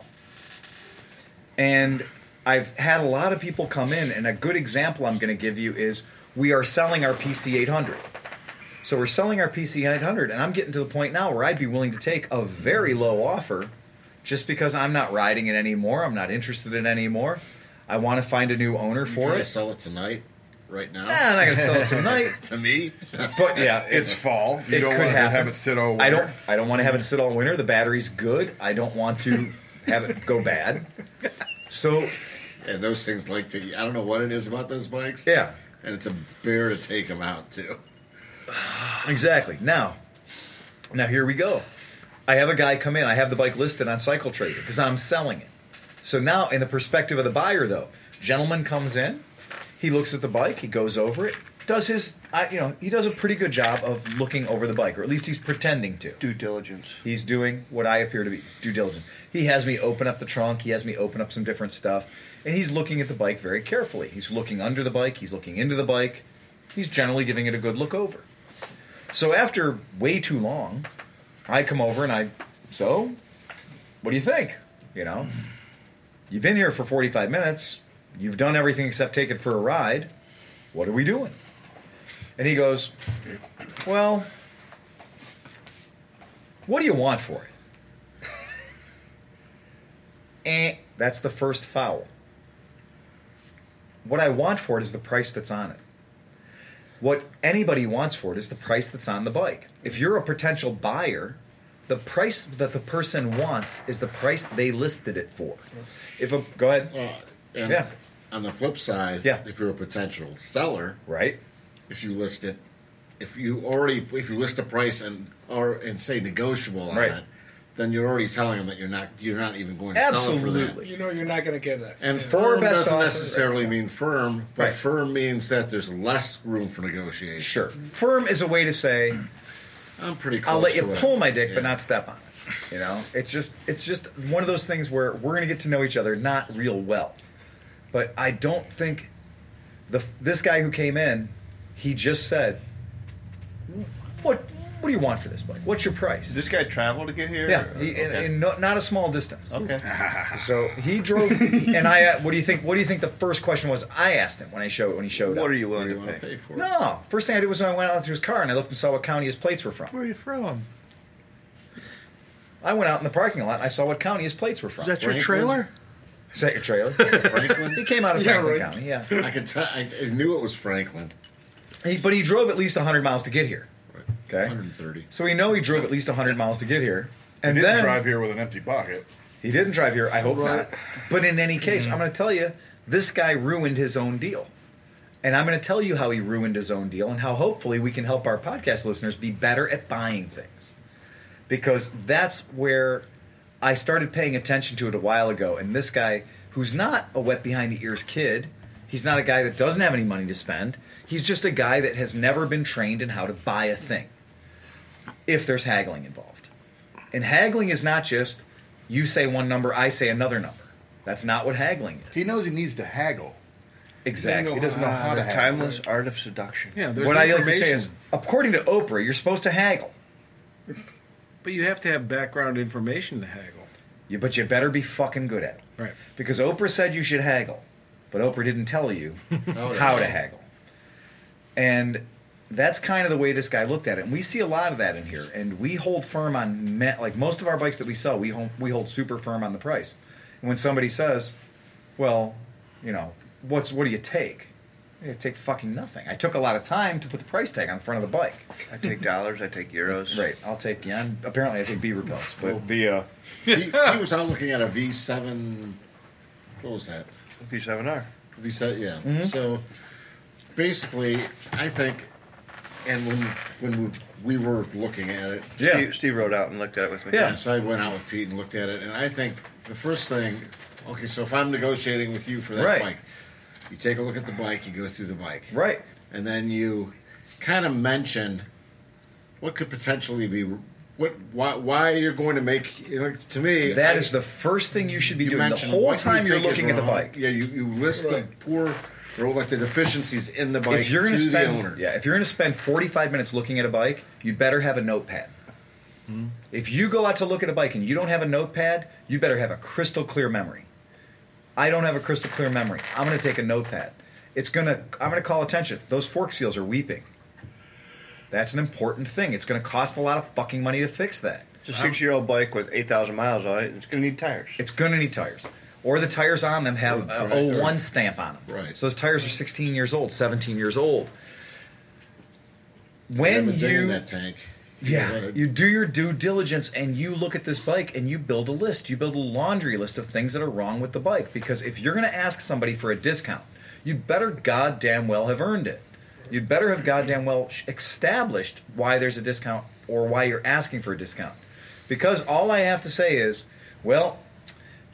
And I've had a lot of people come in, and a good example I'm going to give you is we are selling our PC 800. So we're selling our PC 800, and I'm getting to the point now where I'd be willing to take a very low offer just because I'm not riding it anymore. I'm not interested in it anymore. I want to find a new owner Try for to it. sell it tonight, right now, Nah, I'm not going to sell it tonight. to me. But yeah, It's fall. You It don't could want to happen. have it sit all winter. I don't. I don't want to have it sit all winter. The battery's good. I don't want to have it go bad. So and those things like to. I don't know what it is about those bikes. yeah, And it's a bear to take them out too. exactly. Now, now here we go. I have a guy come in. I have the bike listed on Cycle Trader because I'm selling it. So now, in the perspective of the buyer, though, gentleman comes in, he looks at the bike, he goes over it, does his, I, you know, he does a pretty good job of looking over the bike, or at least he's pretending to. Due diligence. He's doing what I appear to be due diligence. He has me open up the trunk, he has me open up some different stuff, and he's looking at the bike very carefully. He's looking under the bike, he's looking into the bike, he's generally giving it a good look over. So after way too long, I come over and I, so, what do you think? You know, you've been here for 45 minutes, you've done everything except take it for a ride, what are we doing? And he goes, well, what do you want for it? eh, that's the first foul. What I want for it is the price that's on it. What anybody wants for it is the price that's on the bike. If you're a potential buyer, the price that the person wants is the price they listed it for. If a go ahead, Uh, and Yeah. on the flip side, Yeah. if you're a potential seller, right? if you list it, if you already if you list a price and or and say negotiable on Right. it, then you're already telling them that you're not you're not even going to sell it for that. Absolutely. You know you're not going to get that. And Yeah. Or firm best doesn't offer. necessarily mean firm, but Right. firm means that there's less room for negotiation. Sure. Firm is a way to say I'm pretty close. I'll let to you what I- pull my dick, yeah. but not step on it. You know, it's just it's just one of those things where we're gonna get to know each other not real well. But I don't think the this guy who came in, he just said, "What what do you want for this bike? What's your price?" Did this guy travel to get here? yeah, Or- he, in, okay. in no, not a small distance. okay. So he drove, and I. uh, What do you think? What do you think the first question was I asked him when I showed when he showed up? What are you What willing do you to want to pay? pay for it? No, first thing I did was when I went out to his car and I looked and saw what county his plates were from. Where are you from? I went out in the parking lot and I saw what county his plates were from. Is that your Franklin? trailer? Is that your trailer? Franklin. he came out of Yeah, Franklin right. County, yeah. I could tell. I I knew it was Franklin. He, but he drove at least 100 miles to get here. Right. Okay, 130. so we know he drove at least 100 miles to get here, and He then didn't drive here with an empty pocket. he didn't drive here. I hope not. But in any case, I'm going to tell you this guy ruined his own deal, and I'm going to tell you how he ruined his own deal, and how hopefully we can help our podcast listeners be better at buying things, because that's where I started paying attention to it a while ago. And this guy, who's not a wet behind the ears kid, he's not a guy that doesn't have any money to spend. He's just a guy that has never been trained in how to buy a thing if there's haggling involved. And haggling is not just you say one number, I say another number. That's not what haggling is. He knows he needs to haggle. exactly. He doesn't know how the to haggle. timeless art of seduction. Yeah, there's What I like to say information. is, according to Oprah, you're supposed to haggle, but you have to have background information to haggle. you, but you better be fucking good at it. Right. Because Oprah said you should haggle, but Oprah didn't tell you how to haggle. And that's kind of the way this guy looked at it. And we see a lot of that in here. And we hold firm on me- like most of our bikes that we sell, we hold, we hold super firm on the price. And when somebody says, "Well, you know, what's what do you take?" You take fucking nothing. I took a lot of time to put the price tag on the front of the bike. I take dollars. I take euros. Right. I'll take yeah. I'm, apparently, I take beaver pelts, but the uh, He, he was out looking at a V7. What was that? P7R. We said, yeah. Mm-hmm. So basically, I think, and when when we, we were looking at it, yeah. Steve, Steve rode out and looked at it with me. Yeah. and so I went out with Pete and looked at it, and I think the first thing, okay, so if I'm negotiating with you for that Right. bike, you take a look at the bike, you go through the bike, Right. and then you kind of mention what could potentially be what why why you're going to make like to me That I- is the first thing you should be you doing the mention whole what you time you're think is looking at the wrong. bike. Yeah, you, you list Right. the poor or like the deficiencies in the bike If you're to going to the spend owner. yeah, if you're going to spend 45 minutes looking at a bike, you'd better have a notepad. Hmm. If you go out to look at a bike and you don't have a notepad, you better have a crystal clear memory. I don't have a crystal clear memory. I'm going to take a notepad. It's going to I'm going to call attention. Those fork seals are weeping. That's an important thing. It's going to cost a lot of fucking money to fix that. It's a six-year-old bike with eight thousand miles on it. and It's going to need tires. It's going to need tires. Or the tires on them have Right, a right. 01 stamp on them. Right. So those tires are 16 years old, 17 years old. I've When been digging you that tank. yeah, Yeah. you do your due diligence and you look at this bike and you build a list. You build a laundry list of things that are wrong with the bike because if you're going to ask somebody for a discount, you'd better goddamn well have earned it. You'd better have goddamn well sh- established why there's a discount or why you're asking for a discount. because all I have to say is, well,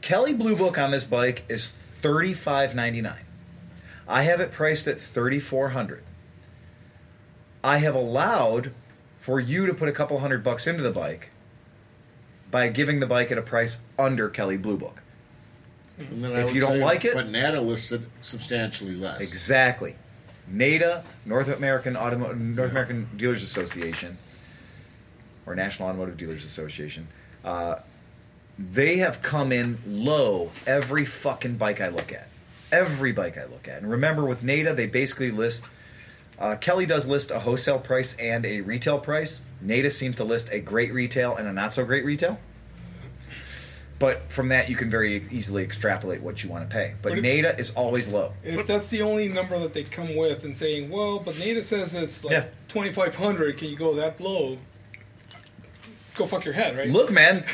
Kelly Blue Book on this bike is thirty five ninety nine. I have it priced at thirty four hundred. I have allowed for you to put a couple hundred bucks into the bike by giving the bike at a price under Kelly Blue Book. And then If would you don't say- like it- but Nata listed substantially less. Exactly. NADA, North American Automo- North American Dealers Association, or National Automotive Dealers Association, uh, they have come in low every fucking bike I look at. Every bike I look at. And remember, with NADA, they basically list. Uh, Kelly does list a wholesale price and a retail price. NADA seems to list a great retail and a not so great retail. But from that, you can very easily extrapolate what you want to pay. But What do- NADA is always low. And if that's the only number that they come with and saying, well, but NADA says it's like Yeah. 2,500, can you go that low? Go fuck your head, right? Look, man,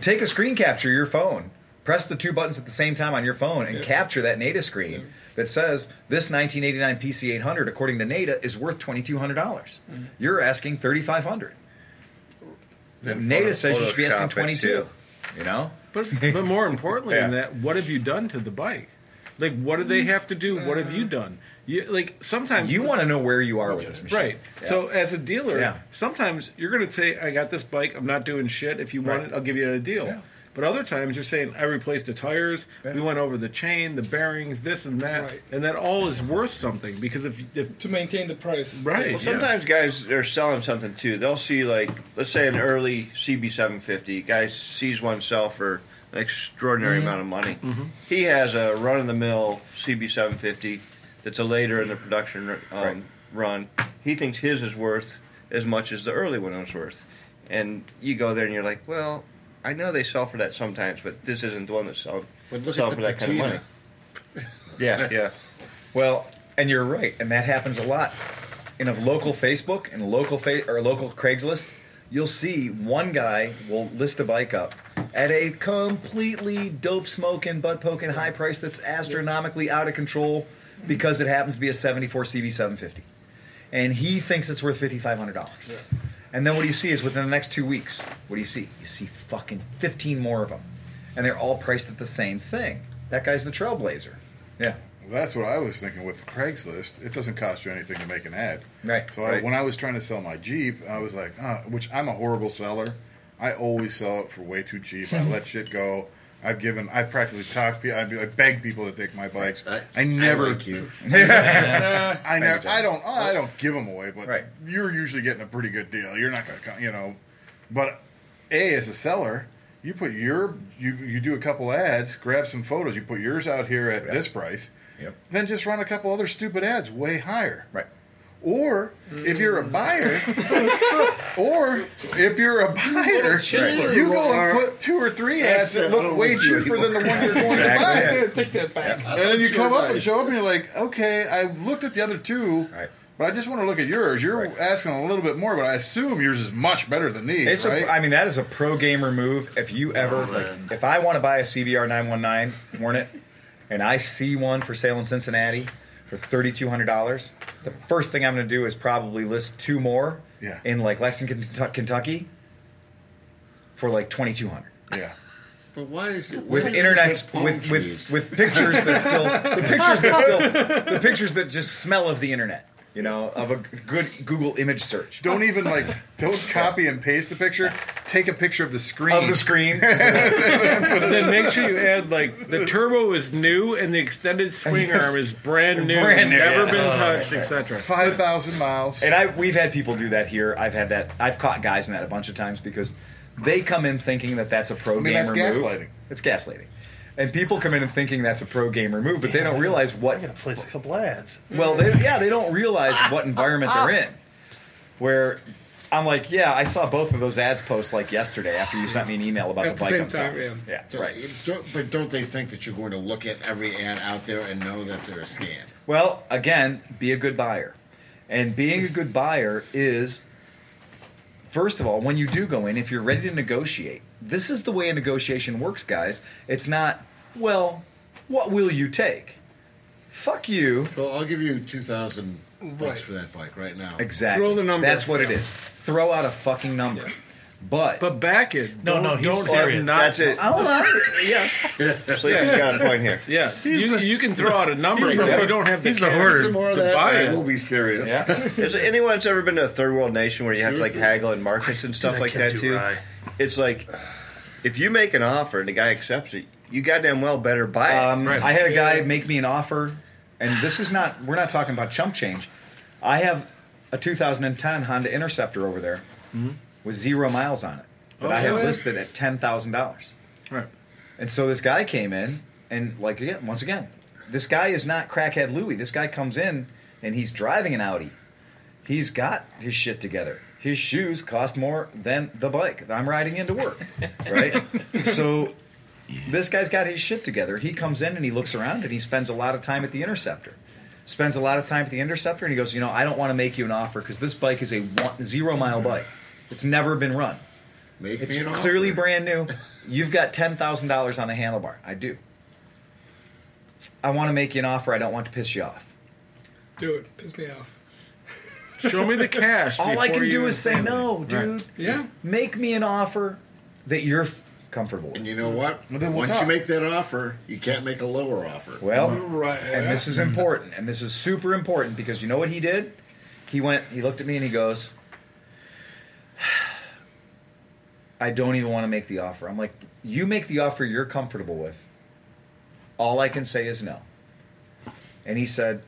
take a screen capture of your phone. Press the two buttons at the same time on your phone and Yeah. capture that NADA screen that says this 1989 PC800, according to NADA, is worth $2,200. dollars Mm-hmm. You're asking 3500 Then NADA photo- says you should be asking Photoshop it, 22 too. You know? But but more importantly than Yeah. that, what have you done to the bike? Like, what do they have to do? What have you done? You like sometimes You want to know where you are with this machine. Right. Yeah. So as a dealer, Yeah. sometimes you're going to say, "I got this bike. I'm not doing shit. If you want Right. it, I'll give you a deal." Yeah. But other times you're saying, "I replaced the tires. We went over the chain, the bearings, this and that, Right. and that all is worth something because if if To maintain the price. right, Well, yeah. sometimes guys are selling something too. They'll see like, let's say an early CB750. Guy sees one sell for an extraordinary Mm-hmm. amount of money. He has a run of the mill CB750 that's a later in the production um, Right. run. He thinks his is worth as much as the early one was worth, and you go there and you're like, well. I know they sell for that sometimes, but this isn't the one that sells But look sell at the for that kind of money. patina. Yeah, yeah. Well, and you're right, and that happens a lot. In a local Facebook and local fa- or local Craigslist, you'll see one guy will list a bike up at a completely dope smoking, butt poking high price that's astronomically out of control because it happens to be a 74 CB750, and he thinks it's worth $5,500. And then what do you see is within the next two weeks, what do you see? You see fucking 15 more of them, and they're all priced at the same thing. That guy's the trailblazer. Yeah. Well, that's what I was thinking with Craigslist. It doesn't cost you anything to make an ad. Right, So I, right. when I was trying to sell my Jeep, I was like, uh, which I'm a horrible seller. I always sell it for way too cheap. I let shit go. I've given. I practically talk. I I beg people to take my bikes. I, never. I like you. I never. I don't. I don't give them away. But Right. you're usually getting a pretty good deal. You're not gonna, come, you know. But a as a seller, you put your you you do a couple ads, grab some photos. You put yours out here at this price. Yep. Then just run a couple other stupid ads way higher. Right. Or if you're a buyer, or if you're a buyer, chiseler you go and put two or three ads That's that it. I look don't way want you cheaper than the one you're going to Exactly. buy. Yeah, Take that back. And then you Sure come up does. and show up, and you're like, okay, I looked at the other two, Right. but I just want to look at yours. You're Right. asking a little bit more, but I assume yours is much better than these, It's right? a, I mean, that is a pro gamer move. If you ever, like, if I want to buy a CBR 919 Hornet and I see one for sale in Cincinnati for $3,200, the first thing I'm going to do is probably list two more Yeah. in like Lexington, Kentu- Kentucky for like 2200 yeah. But why is it with why does it internet have palm with, with trees? with pictures that still the pictures that still the pictures that just smell of the internet you know of a good google image search Don't even like, don't copy and paste the picture. Take a picture of the screen. of the screen But then make sure you add like the turbo is new and the extended swing Yes. arm is brand new, Oh, Brand new, never yeah. been touched, etc. Five thousand miles. And I we've had people do that here. I've had that. I've caught guys in that a bunch of times because they come in thinking that that's a pro mean, that's gamer gaslighting. move. It's gaslighting. And people come in and thinking that's a pro gamer move, but they don't realize what. I gotta place a couple ads. Well, they, yeah, they don't realize what environment they're in. Where I'm like, yeah, I saw both of those ads posts like yesterday after you sent me an email about At the bike the same I'm selling. time, yeah. So, right. you don't- but don't they think that you're going to look at every ad out there and know that they're a scam? Well, again, be a good buyer. And being a good buyer is, first of all, when you do go in, if you're ready to negotiate, this is the way a negotiation works, guys. It's not, well, what will you take? Fuck you. So I'll give you two thousand bucks Right. for that bike right now. Exactly. Throw the number. That's what it is. Throw out a fucking number. But, But back it. No, Don't- no, he's don't have serious. Not, That's it. hold on. yes. Sleepy's got a point here. Yeah, you, you can throw out a number, but if you don't have the he's the cash hoarder. Some more of to that, buy and it. we'll be serious. Yeah. Is there anyone that's ever been to a third world nation where you have to like Seriously? haggle in markets and stuff Dude, I like that kept you too? right. It's like if you make an offer and the guy accepts it, you goddamn well better buy it. Um, I had a guy make me an offer, and this is not, we're not talking about chump change. I have a 2010 Honda Interceptor over there with zero miles on it that I have yeah. listed at $10,000. Right. And so this guy came in, and like again, once again, this guy is not crackhead Louie. This guy comes in and he's driving an Audi. He's got his shit together. His shoes cost more than the bike that I'm riding into work, right? so this guy's got his shit together. He comes in and he looks around and he spends a lot of time at the Interceptor. Spends a lot of time at the Interceptor and he goes, you know, I don't want to make you an offer because this bike is a one, zero mile Mm-hmm. bike. It's never been run. Make It's me an clearly offer. brand new. You've got ten thousand dollars on the handlebar. I do. I want to make you an offer. I don't want to piss you off. Do it. Piss me off. Show me the cash. All I before can do you- is say no, dude. Yeah. Make me an offer that you're f- comfortable And with. you know what? Well, then we'll Once you talk. make that offer, you can't make a lower offer. Well, Right. and this is important, and this is super important because you know what he did? He went. He looked at me and he goes, "I don't even want to make the offer." I'm like, "You make the offer you're comfortable with. All I can say is no." And he said,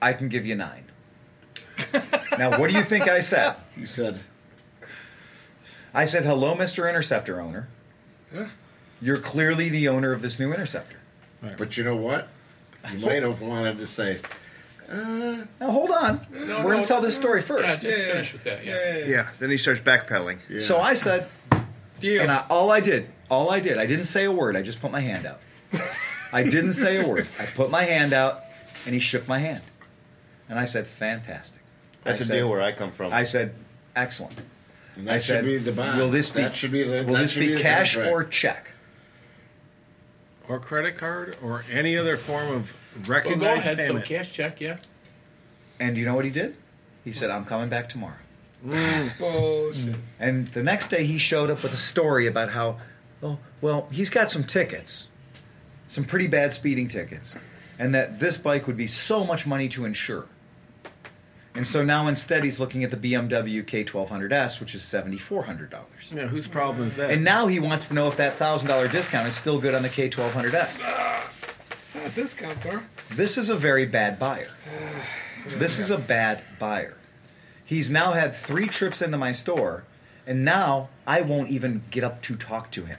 "I can give you nine. now, what do you think I said? You said I said, "Hello, Mr. Interceptor owner. Yeah. You're clearly the owner of this new Interceptor." But you know what? You might have wanted to say, uh, Now hold on. No, We're no, gonna tell this story first. Yeah, just Yeah, yeah. finish with that. Yeah. Yeah. yeah. Then he starts backpedaling. yeah. So I said, Deal. and I, all I did, all I did, I didn't say a word. I just put my hand out. I didn't say a word. I put my hand out, and he shook my hand, and I said, "Fantastic." That's I a said- deal where I come from. I said, "Excellent." And that I should said, be the bond. "Will this be? That should be the. will that this should be the cash contract. or check?" Or credit card or any other form of Well, go recognized ahead. So payment. cash check. Yeah. And you know what he did? He said, "I'm coming back tomorrow." Bullshit. Mm. And the next day he showed up with a story about how, oh, well, he's got some tickets, some pretty bad speeding tickets, and that this bike would be so much money to insure. And so now instead he's looking at the BMW K1200S, which is $7,400. yeah, whose problem is that? And now he wants to know if that $1,000 discount is still good on the K1200S. It's not a discount, bro. This is a very bad buyer. This is a bad buyer. He's now had three trips into my store, and now I won't even get up to talk to him.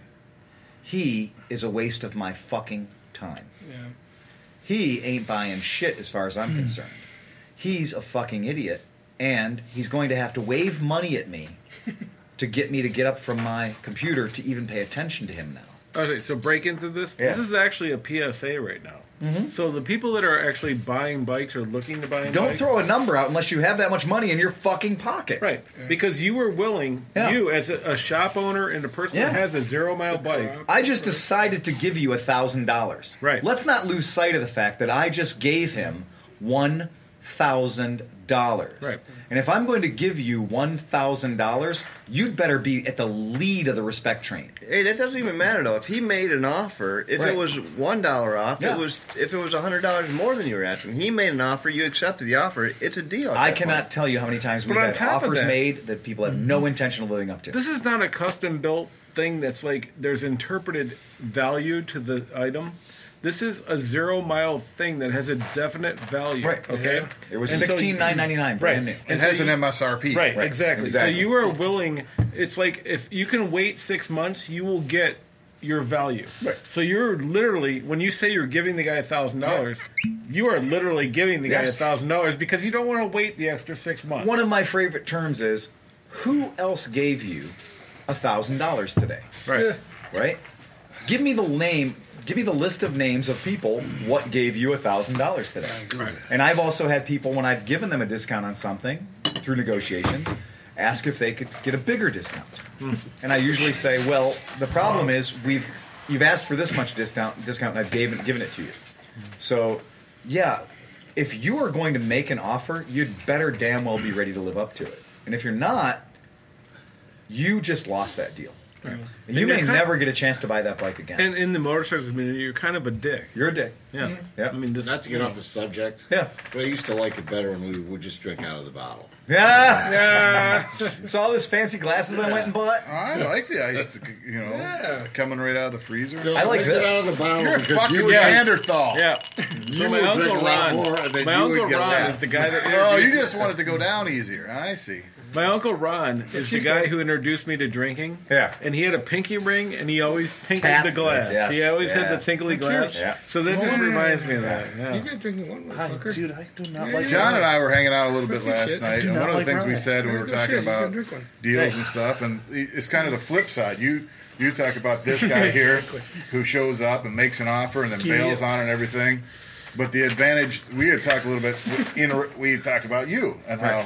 He is a waste of my fucking time. Yeah. He ain't buying shit as far as I'm concerned. He's a fucking idiot, and he's going to have to wave money at me to get me to get up from my computer to even pay attention to him now. Okay, so break into this. This Yeah. Mm-hmm. is actually a PSA right now. So the people that are actually buying bikes or looking to buy a Don't bike- throw a number out unless you have that much money in your fucking pocket. Right, because you were willing, Yeah. you as a, a shop owner and a person that Yeah. has a zero mile bike, I just decided to give you a thousand dollars. Right. Let's not lose sight of the fact that I just gave him one thousand dollars. Right. And if I'm going to give you one thousand dollars, you'd better be at the lead of the respect train. hey, that doesn't even matter though. If he made an offer, if Right. it was one dollar off, Yeah. it was if it was hundred dollars more than you were asking, he made an offer, you accepted the offer, it's a deal. at I that cannot point. tell you how many times we've But on had top of offers that- Mm-hmm. made that people have no intention of living up to. this is not a custom built thing that's like there's interpreted value to the item. This is a zero mile thing that has a definite value. Right. Okay. it was And so you- sixteen nine ninety nine brand Right. new. It has an MSRP. Right, Exactly. exactly. So you are willing. It's like if you can wait six months, you will get your value. Right. So you're literally when you say you're giving the guy a thousand dollars, you are literally giving the guy a Yes. thousand dollars because you don't want to wait the extra six months. One of my favorite terms is who else gave you a thousand dollars today? right. right? Give me the name. Give me the list of names of people what gave you a thousand dollars today. And I've also had people when I've given them a discount on something through negotiations, ask if they could get a bigger discount. Hmm. And I usually say, well, the problem is we've you've asked for this much discount discount and I've given given it to you. So, yeah, if you are going to make an offer, you'd better damn well be ready to live up to it. And if you're not, you just lost that deal. And you And may you're kind- never get a chance to buy that bike again. And in the motorcycle community, you're kind of a dick. you're a dick. Yeah. Yeah. I mean, just Not to get off the subject, Yeah. but I used to like it better when we would just drink out of the bottle. Yeah. it's all this fancy glasses I went and bought. I like the ice, you know, coming right out of the freezer. No, I like drink it this. out of the bottle You're a because fucking you would Neanderthal. Yeah. So my would uncle drink a lot Ron, more, and then my you would uncle get Ron mad. is the guy that Oh, you introduced- just wanted to go down easier. Ah, I see. my uncle Ron is the guy who introduced me to drinking. Yeah. And he had a pinky ring, and he always tinkled Tap. the glass. Yes, he always yeah. had the tinkly glass. Yeah. So that just reminds me of that. Yeah. You guys drinking one, motherfucker. dude, I do not like John and I were hanging out a little bit Fucking last shit. night, Do and not one of the like things we Ryan. said we Maybe were go talking shit, you can about drink one. deals and stuff, and it's kind of the flip side. You you talk about this guy here who shows up and makes an offer and then bails on it and everything. But the advantage we had talked a little bit, in, we had talked about you and how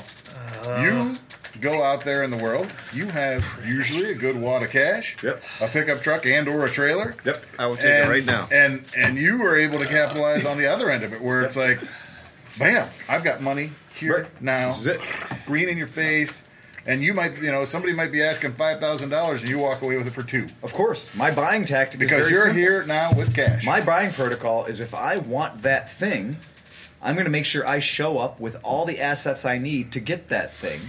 you go out there in the world. You have usually a good wad of cash, Yep. a pickup truck and or a trailer, Yep. I will take and it right now. And and you were able to capitalize on the other end of it, where it's like, bam, I've got money here Right. now, This is it. green in your face, and you might, you know, somebody might be asking five thousand dollars, and you walk away with it for two Of course, my buying tactic is because very you're simple. here now with cash. My buying protocol is if I want that thing, I'm going to make sure I show up with all the assets I need to get that thing.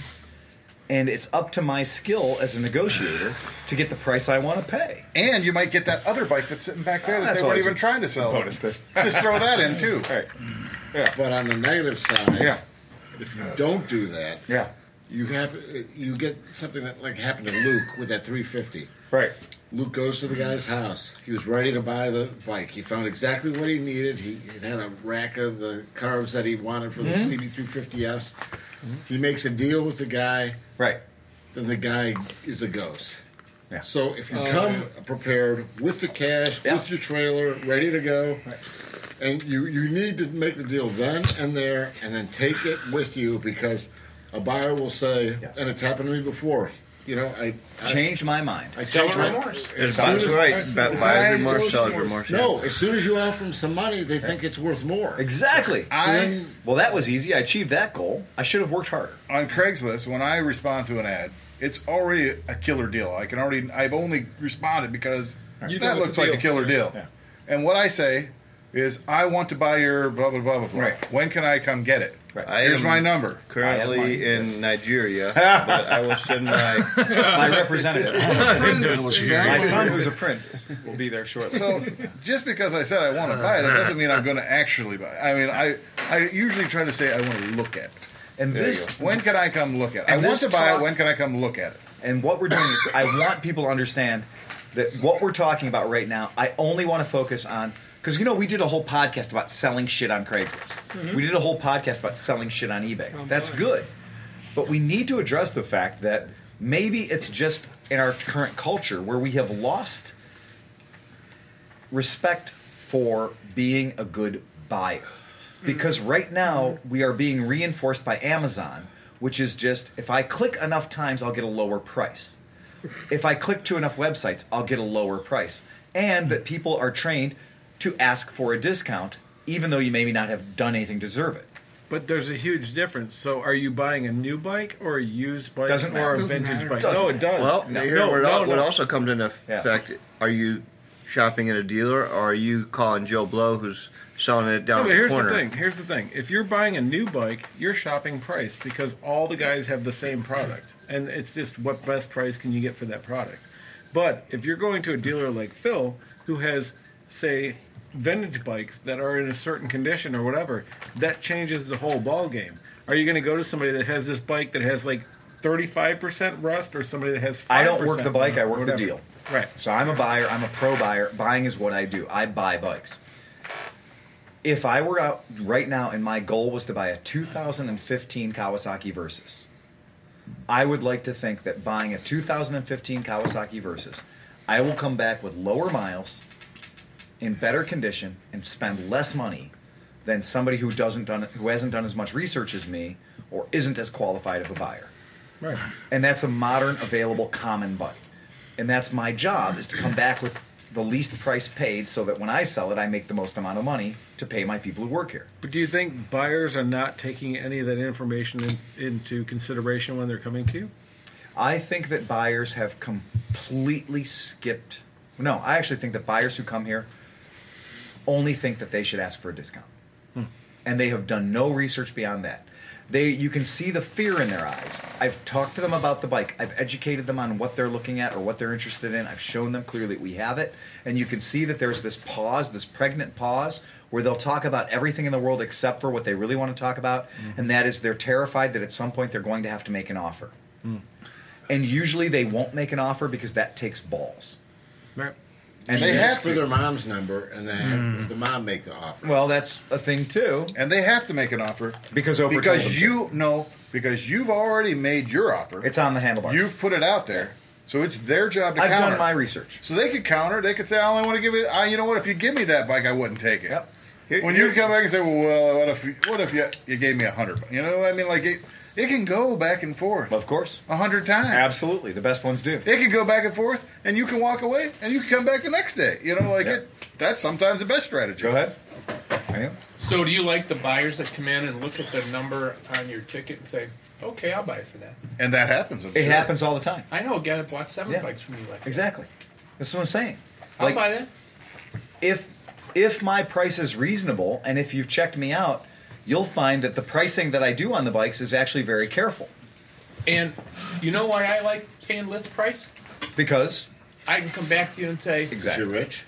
And it's up to my skill as a negotiator to get the price I want to pay. and you might get that other bike that's sitting back there that That's they weren't always even a trying to sell. bonus there. Just throw that in too. Right. But on the negative side, Yeah. if you don't do that, Yeah. you have you get something that like happened to Luke with that 350. Right. Luke goes to the guy's house. He was ready to buy the bike. He found exactly what he needed. He he had a rack of the carbs that he wanted for the CB350S. He makes a deal with the guy. Right. Then the guy is a ghost. Yeah. So if you come prepared with the cash, Yeah. with your trailer ready to go, and you you need to make the deal then and there, and then take it with you because a buyer will say, Yes. and it's happened to me before. You know, I I, Changed my mind. Uh, I changed my remorse. as soon That's as- right. But buyer's remorse, seller's remorse. no, as soon as you offer them some money, they think it's worth more. Exactly. So I then- Well, that was easy. I achieved that goal. I should have worked harder. on Craigslist when I respond to an ad, it's already a killer deal. I can already I've only responded because You know that it's looks a like deal. a killer deal. And what I say is I want to buy your blah blah blah blah blah. Right. When can I come get it? Right. I Here's am my number. Currently I have in Nigeria, but I will send my. My representative, my Exactly. son, who's a prince, will be there shortly. So just because I said I want to buy it, it doesn't mean I'm going to actually buy. It. I mean, I I usually try to say I want to look at it. And this When can I come look at it? And I want this to buy talk- it. When can I come look at it? And what we're doing is, I want people to understand that what we're talking about right now, I only want to focus on. Because, you know, we did a whole podcast about selling shit on Craigslist. We did a whole podcast about selling shit on eBay. That's good. But we need to address the fact that maybe it's just in our current culture where we have lost respect for being a good buyer. Because right now we are being reinforced by Amazon, which is just if I click enough times, I'll get a lower price. If I click to enough websites, I'll get a lower price. And that people are trained to ask for a discount, even though you maybe not have done anything to deserve it. But there's a huge difference. So, are you buying a new bike or a used bike Doesn't matter. or a Doesn't vintage matter. bike? Doesn't no, it does. Well, No. here No, what, no, al- what no. also comes into Yeah. effect: Are you shopping at a dealer, or are you calling Joe Blow, who's selling it No, down but at the here's corner? the thing. Here's the thing. If you're buying a new bike, you're shopping price because all the guys have the same product, and it's just what best price can you get for that product. But if you're going to a dealer like Phil, who has, say, vintage bikes that are in a certain condition or whatever, that changes the whole ball game. Are you going to go to somebody that has this bike that has like 35% rust, or somebody that has? 5 I don't work the bike, I rust or work the whatever? deal. Right. So I'm a buyer. I'm a pro buyer. Buying is what I do. I buy bikes. If I were out right now and my goal was to buy a 2015 Kawasaki Versus, I would like to think that buying a 2015 Kawasaki Versus, I will come back with lower miles, in better condition, and spend less money than somebody who doesn't done who hasn't done as much research as me or isn't as qualified of a buyer Right. and that's a modern available common bike and that's my job is to come back with the least price paid so that when I sell it, I make the most amount of money to pay my people who work here. But do you think buyers are not taking any of that information in, into consideration when they're coming to you? I think that buyers have completely skipped. No, I actually think that buyers who come here only think that they should ask for a discount, and they have done no research beyond that. They, you can see the fear in their eyes. I've talked to them about the bike. I've educated them on what they're looking at or what they're interested in. I've shown them clearly we have it, and you can see that there's this pause, this pregnant pause, where they'll talk about everything in the world except for what they really want to talk about, and that is they're terrified that at some point they're going to have to make an offer and usually they won't make an offer because that takes balls. Right. And they that's- ask for their mom's number, and then Hmm. have the mom make the offer. Well, that's a thing too, and they have to make an offer because over because you no because you've already made your offer. it's on the handlebars. you've put it out there, so it's their job to I've counter. done my research. so they could counter. They could say, "I only want to give it. I, you know what? If you give me that bike, I wouldn't take it." Yep. when you come back and say, "Well, what if what if you you gave me a hundred? You know, I mean, like it, it can go back and forth Of course, a hundred times. absolutely, the best ones do. It can go back and forth, and you can walk away, and you can come back the next day. You know, like Yeah. it. That's sometimes the best strategy. Go ahead. I know. So do you like the buyers that come in and look at the number on your ticket and say, okay, I'll buy it for that? And that happens. I'm It sure. happens all the time. I know a guy that bought seven Yeah. bikes from you like that. Exactly. That's what I'm saying. I'll Like- buy that. if if my price is reasonable and if you've checked me out, you'll find that the pricing that I do on the bikes is actually very careful And you know why I like paying list price? because I can come back to you and say, exactly. You're rich.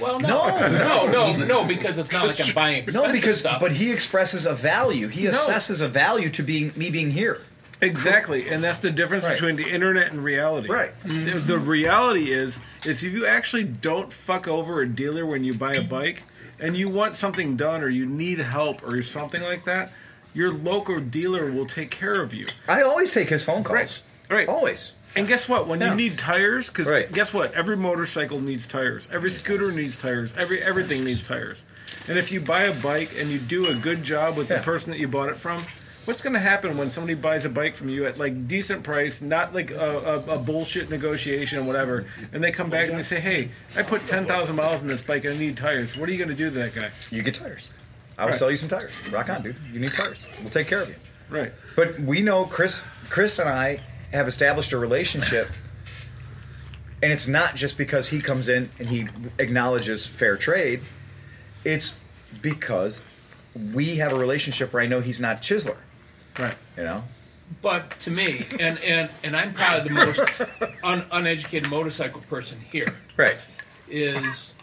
well, No, no, no, no, no, because it's not like I'm buying expensive No, because stuff. but he expresses a value. He assesses a value to being me being here. Exactly, and that's the difference Right. between the internet and reality. Right. The, the reality is, is if you actually don't fuck over a dealer when you buy a bike, and you want something done, or you need help, or something like that, your local dealer will take care of you. I always take his phone calls. Right, right. Always. And guess what? When Yeah. you need tires, because Right. guess what? Every motorcycle needs tires. Every scooter needs tires. Every everything needs tires. And if you buy a bike and you do a good job with Yeah. the person that you bought it from, what's going to happen when somebody buys a bike from you at like decent price, not like a, a, a bullshit negotiation, whatever, and they come back and they say, "Hey, I put ten thousand miles on this bike and I need tires. What are you going to do to that guy?" You get tires. I will Right. sell you some tires. Rock on, dude. You need tires. We'll take care of you. Right. But we know Chris Chris and I have established a relationship and it's not just because he comes in and he acknowledges fair trade. It's because we have a relationship where I know he's not Chisler, Right. you know? But to me, and, and, and I'm probably the most un, uneducated motorcycle person here, Right. is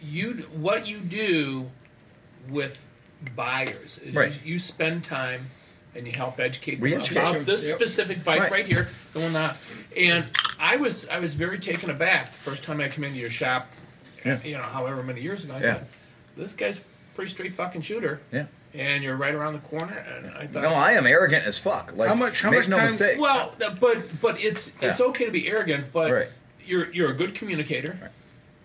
you what you do with buyers. Is Right. You, you spend time and you help educate We them educate them, about this yep. specific bike Right. right, here. The one that, and I was I was very taken aback the first time I came into your shop, Yeah. you know, however many years ago. I Yeah. thought, this guy's a pretty straight fucking shooter. Yeah. And you're right around the corner, and I thought, No, I am arrogant as fuck. Like How much- how make much no time- mistake. Well, but but it's it's Yeah. okay to be arrogant, but Right. you're you're a good communicator,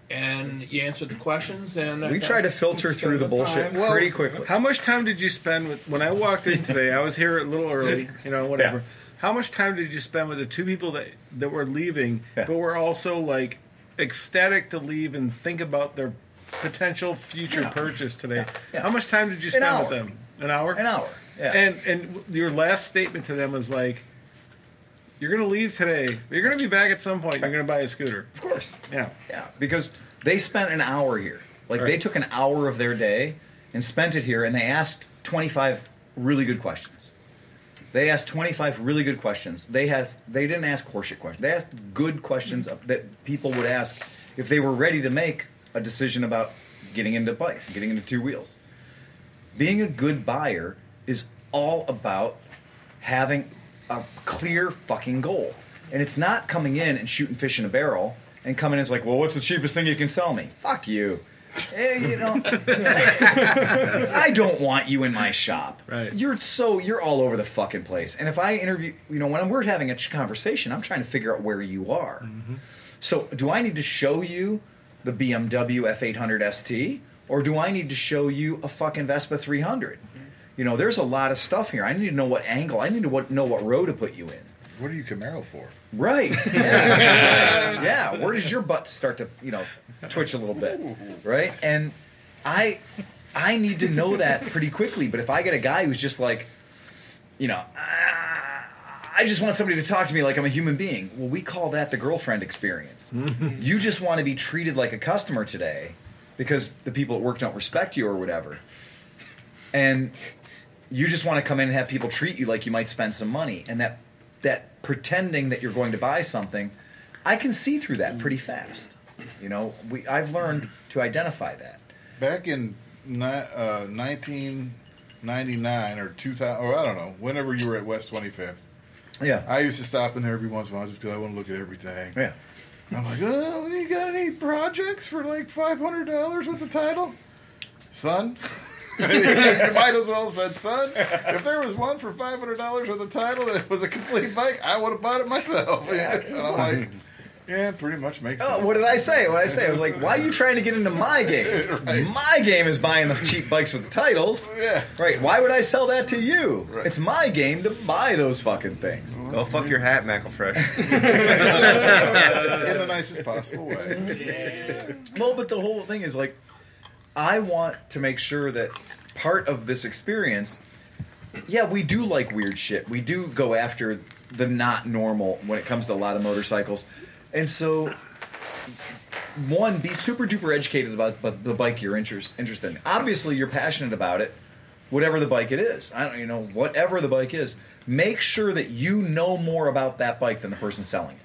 and you answered the questions. And we try to filter through the bullshit Well, pretty quickly. How much time did you spend with when I walked in today? I was here a little early, you know, whatever. Yeah. How much time did you spend with the two people that that were leaving, Yeah. but were also like ecstatic to leave and think about their potential future purchase today? Yeah. How much time did you spend hour. with them? An hour. An hour. Yeah. And and your last statement to them was like, "You're gonna leave today. You're gonna be back at some point. You're gonna buy a scooter." of course. Yeah. Yeah, because they spent an hour here. Like they Right. took an hour of their day and spent it here, and they asked 25 really good questions. They asked 25 really good questions. They has they didn't ask horseshit questions. They asked good questions of- that people would ask if they were ready to make a decision about getting into bikes, getting into two wheels. Being a good buyer is all about having a clear fucking goal. And it's not coming in and shooting fish in a barrel and coming in as like, well, what's the cheapest thing you can sell me? Fuck you. Eh, you know, I don't want you in my shop. Right. You're so you're all over the fucking place. And if I interview, you know, when we're having a ch- conversation, I'm trying to figure out where you are. So, do I need to show you the BMW F800 ST, or do I need to show you a fucking Vespa 300? You know, there's a lot of stuff here. I need to know what angle. I need to what, know what row to put you in. what are you Camaro for? Right. Yeah. yeah. Where does your butt start to, you know, twitch a little bit? Right? And I I need to know that pretty quickly, but if I get a guy who's just like, you know, "Ah, I just want somebody to talk to me like I'm a human being. Well, we call that the girlfriend experience. you just want to be treated like a customer today because the people at work don't respect you or whatever. And you just want to come in and have people treat you like you might spend some money and that that pretending that you're going to buy something i can see through that pretty fast you know we i've learned to identify that Back in ni- uh, 1999 or 2000, or I don't know, whenever you were at West 25th, yeah I used to stop in there every once in a while just because I want to look at everything. yeah I'm like, oh, you got any projects for like $500 with the title? Son? you might as well have said, son. If there was one for $500 with a title that was a complete bike, I would have bought it myself. and I'm like, yeah, pretty much makes Oh, sense. what did I say? What did I say? I was like, "Why are you trying to get into my game? Right. My game is buying the cheap bikes with the titles, Yeah. right? Why would I sell that to you? Right. It's my game to buy those fucking things." Go fuck your hat, McElfresh. In the nicest possible way. Well, but the whole thing is like, I want to make sure that part of this experience, yeah, we do like weird shit. We do go after the not normal when it comes to a lot of motorcycles. And so, one, be super duper educated about, about the bike you're interest, interested in. Obviously, you're passionate about it, whatever the bike it is. I don't, you know, whatever the bike is. Make sure that you know more about that bike than the person selling it.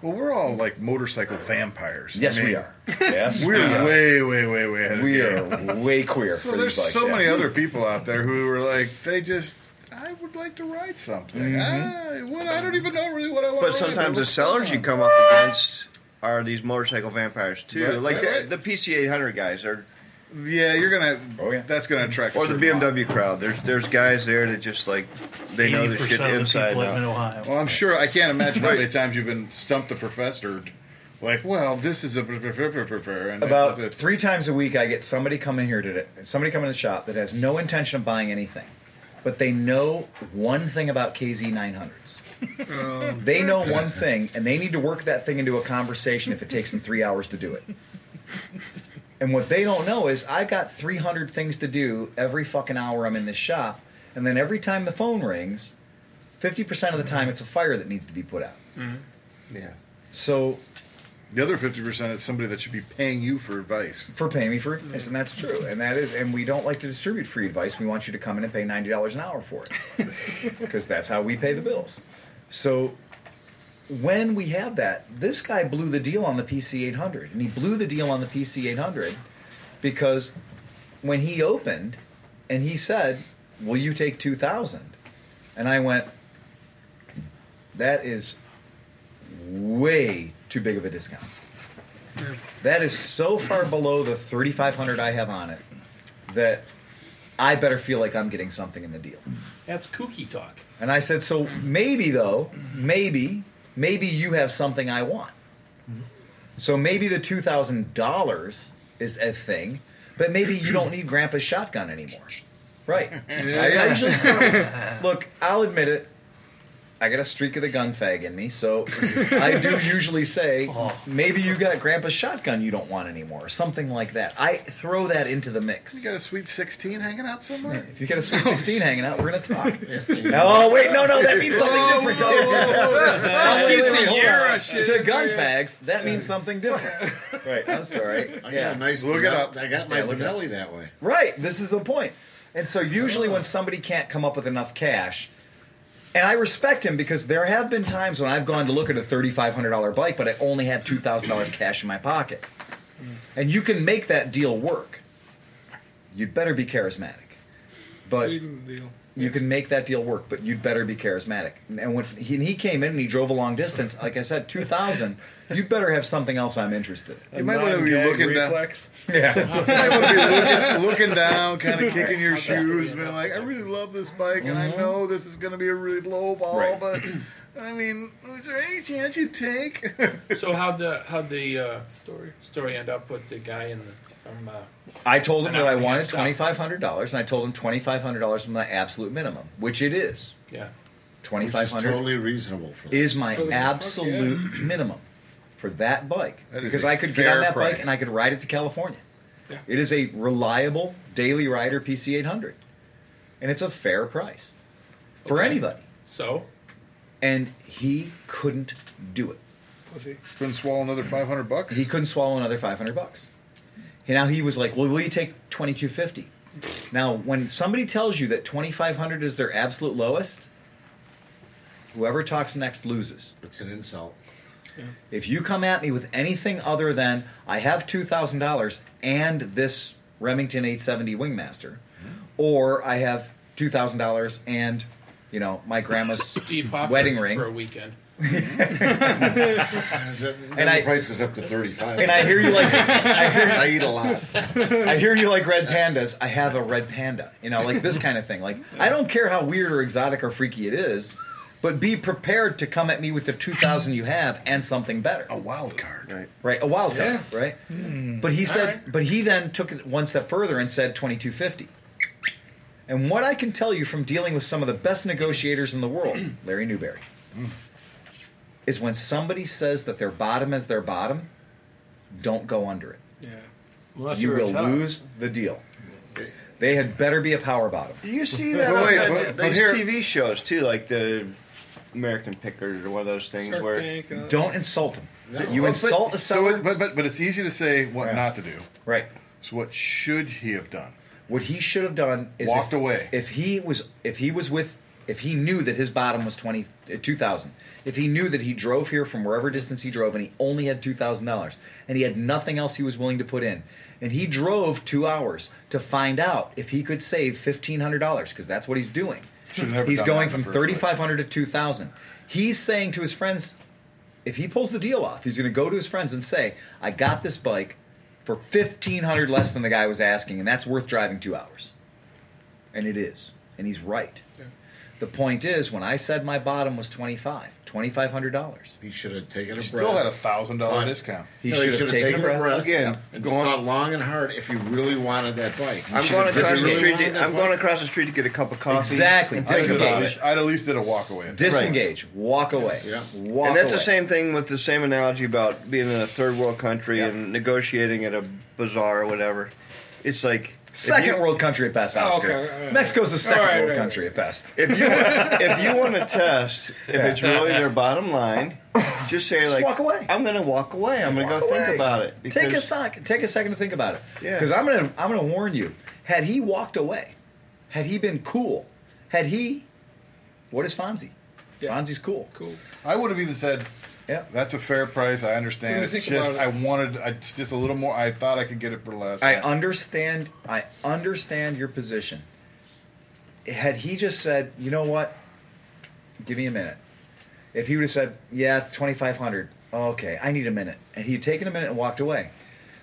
Well, we're all like motorcycle vampires. I Yes, we mean, are. Yes, We're way, way, way, way ahead of we the game. are way queer. So for there's these bikes, so yeah. many other people out there who were like, they just, I would like to ride something. Mm-hmm. I, what, I don't even know really what I want. But to ride, sometimes it the looks sellers you fun. come up against are these motorcycle vampires too, Right, like right, right. the, the PC800 guys are, Yeah, you're gonna. Oh, yeah. That's gonna attract. a or the certain BMW crowd. There's there's guys there that just like they know the 80% shit of the inside people in out. Ohio. Well, I'm sure I can't imagine how many times you've been stumped the professor, like, well, this is a br- br- br- br- br- br- and About that's it. three times a week, I get somebody come in here today, somebody come in the shop that has no intention of buying anything, but they know one thing about KZ 900s. they know one thing, and they need to work that thing into a conversation if it takes them three hours to do it. And what they don't know is I got 300 things to do every fucking hour I'm in this shop, and then every time the phone rings, 50% of the time it's a fire that needs to be put out. Yeah. So The other fifty percent is somebody that should be paying you for advice. for paying me for advice, and that's true. And that is, and we don't like to distribute free advice. We want you to come in and pay ninety dollars an hour for it, because that's how we pay the bills. So when we have that, this guy blew the deal on the PC eight hundred, and he blew the deal on the PC eight hundred because when he opened and he said, "Will you take 2000? and I went, "That is way too big of a discount." That is so far below the 3500 I have on it that I better feel like I'm getting something in the deal. That's kooky talk. And I said, so maybe though, maybe, maybe you have something I want. So maybe the two thousand dollars is a thing, but maybe you don't need Grandpa's shotgun anymore, right? I, I usually start- look. I'll admit it. I got a streak of the gun fag in me, so I do usually say, maybe you got Grandpa's shotgun you don't want anymore, or something like that. I throw that into the mix. You got a sweet sixteen hanging out somewhere. If you got a sweet sixteen hanging out, we're gonna talk. oh wait, no, no, that means something different. Oh, wait, wait, wait, hold on. To gun fags, that means something different. Right. I'm sorry. I got Yeah. a nice Look it Benelli- up. I got my Yeah, look it up. Benelli that way. Right. This is the point. And so usually when somebody can't come up with enough cash, and I respect him because there have been times when I've gone to look at a thirty-five hundred dollar bike, but I only had two thousand dollars cash in my pocket. And you can make that deal work. You'd better be charismatic. But Reading the deal. You can make that deal work, but you'd better be charismatic. And when he, and he came in and he drove a long distance, like I said, 2,000, you better have something else I'm interested in. You might wanna be looking down- reflex. Yeah. I would be looking, looking down, kind of kicking your shoes, being like, I really love this bike, and I know this is going to be a really low ball, Mm-hmm. Right. but I mean, is there any chance you take? So how the how the uh, story story end up with the guy in the from uh, I told him that I wanted Stop. $2,500, and I told him $2,500 was my absolute minimum, which it is. yeah twenty Which is five hundred totally reasonable for that. is my Oh, yeah, fuck absolute minimum for that bike That is because a I could get on fair that price. bike and I could ride it to California. Yeah. It is a reliable daily rider PC 800, and it's a fair price for Okay. anybody. So, And he couldn't do it. Pussy. Couldn't swallow another five hundred bucks. He couldn't swallow another 500 bucks. And now he was like, "Well, will you take 2250?" Now, when somebody tells you that 2500 is their absolute lowest, whoever talks next loses. It's an insult. If you come at me with anything other than I have two thousand dollars and this Remington 870 Wingmaster, or I have two thousand dollars and you know my grandma's Steve Hoffa wedding ring, for a weekend. And, then I- the price goes up to thirty-five. and I hear you like I hear I eat a lot. I hear you like red pandas. I have a red panda. You know, like this kind of thing. Like I don't care how weird or exotic or freaky it is, but be prepared to come at me with the two thousand you have and something better. Oh, a wild card. right. right? A wild card, right? Hmm. But he said, Alright. but he then took it one step further and said twenty two fifty. And what I can tell you from dealing with some of the best negotiators in the world, Larry Newberry, Hmm. is when somebody says that their bottom is their bottom, don't go under it. Yeah. Unless you you're a will top. lose the deal. They had better be a power bottom. Do you see that But on wait, that- but- but these here- TV shows too, like the American Pickers or one of those things Shark where Tank and all- Don't insult them. You Well, insult a but, seller, so it- but, but but it's easy to say what Yeah. not to do. right? So what should he have done? What he should have done is Walked if, away. If he was, if he was with, if he knew that his bottom was twenty uh, two thousand, if he knew that he drove here from wherever distance he drove, and he only had two thousand dollars, and he had nothing else he was willing to put in, and he drove two hours to find out if he could save fifteen hundred dollars because that's what he's doing. Should've never he's done going that in from the first place. thirty five hundred to two thousand. He's saying to his friends, if he pulls the deal off, he's going to go to his friends and say, "I got this bike for fifteen hundred less than the guy was asking, and that's worth driving two hours." And it is, and he's right. The point is, when I said my bottom was twenty five, twenty five hundred dollars, He should have taken a He breath. still had a thousand dollar Fine. discount. he No, should have taken, a breath. Again, and going- thought long and hard if he really wanted that bike. He I'm should going have across just the really street. wanted To, that I'm bike. going across the street to get a cup of coffee. Exactly. I should have at Disengage. least, I'd at least did a walk away. Disengage. Walk away. Yeah. Walk and that's the away. same thing with the same analogy about being in a third world country and negotiating at a bazaar or whatever. It's like if you- Second world country at best, Oh, Oscar. okay, all right. Mexico's a second All right, world right, country at best. If you if you want to test if it's really their bottom line, just say Just like walk away. I'm gonna walk away. I'm gonna Walk go away. think about it. Take a because- stock. Take a second to think about it. Yeah. Because I'm gonna I'm gonna warn you. Had he walked away, had he been cool, had he, what is Fonzie? Yeah. Fonzie's cool. Cool. I would have even said, Yeah. that's a fair price. I understand. Let me It's think just about it. I wanted I, it's just a little more. I thought I could get it for less. I understand. I understand your position. Had he just said, you know what, give me a minute. If he would have said, yeah, twenty five hundred. Okay, I need a minute, and he had taken a minute and walked away.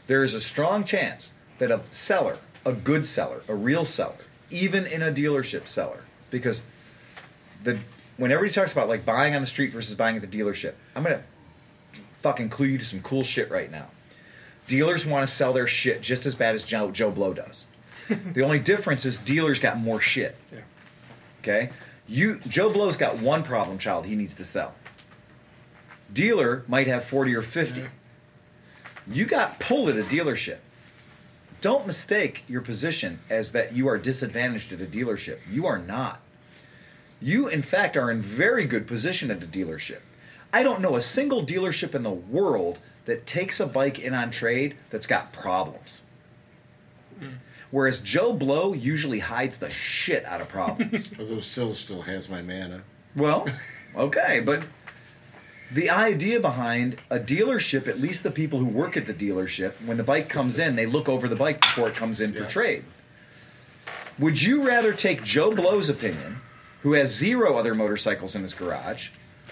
There is a strong chance that a seller, a good seller, a real seller, even in a dealership seller, because the when everybody talks about like buying on the street versus buying at the dealership, I'm gonna fucking clue you to some cool shit right now dealers want to sell their shit just as bad as Joe, Joe Blow does. the only difference is dealers got more shit. Yeah. Okay? You Joe Blow's got one problem child he needs to sell. Dealer might have 40 or 50. You got pulled at a dealership. Don't mistake your position as that you are disadvantaged at a dealership. You are not. You, in fact, are in very good position at a dealership. I don't know a single dealership in the world that takes a bike in on trade that's got problems. Whereas Joe Blow usually hides the shit out of problems. Although Sill still has my mana. well, okay, but the idea behind a dealership, at least the people who work at the dealership, when the bike comes in, they look over the bike before it comes in for Yeah. trade. Would you rather take Joe Blow's opinion, who has zero other motorcycles in his garage,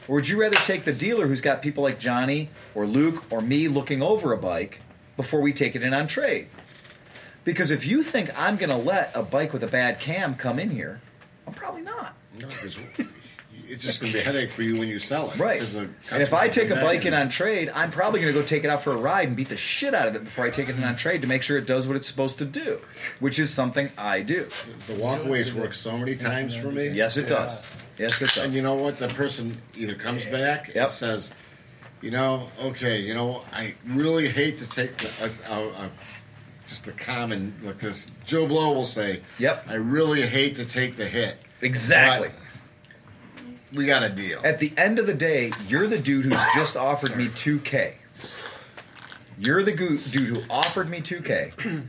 or would you rather take the dealer who's got people like Johnny or Luke or me looking over a bike before we take it in on trade? Because if you think I'm going to let a bike with a bad cam come in here, I'm probably not. No, 'cause it's just going to be a headache for you when you sell it. Right. 'cause the And if I customer take a come back bike in and- on trade, I'm probably going to go take it out for a ride and beat the shit out of it before I take it in on trade to make sure it does what it's supposed to do, which is something I do. the walkways work so many times for me. Yes, it does. Yes, it And does. you know what? The person either comes back Yep. and says, you know, okay, you know, I really hate to take the, a, a, a, just a common like this. Joe Blow will say, Yep. I really hate to take the hit. Exactly. But we got a deal. At the end of the day, you're the dude who's just offered me 2K. You're the goo- dude who offered me 2K.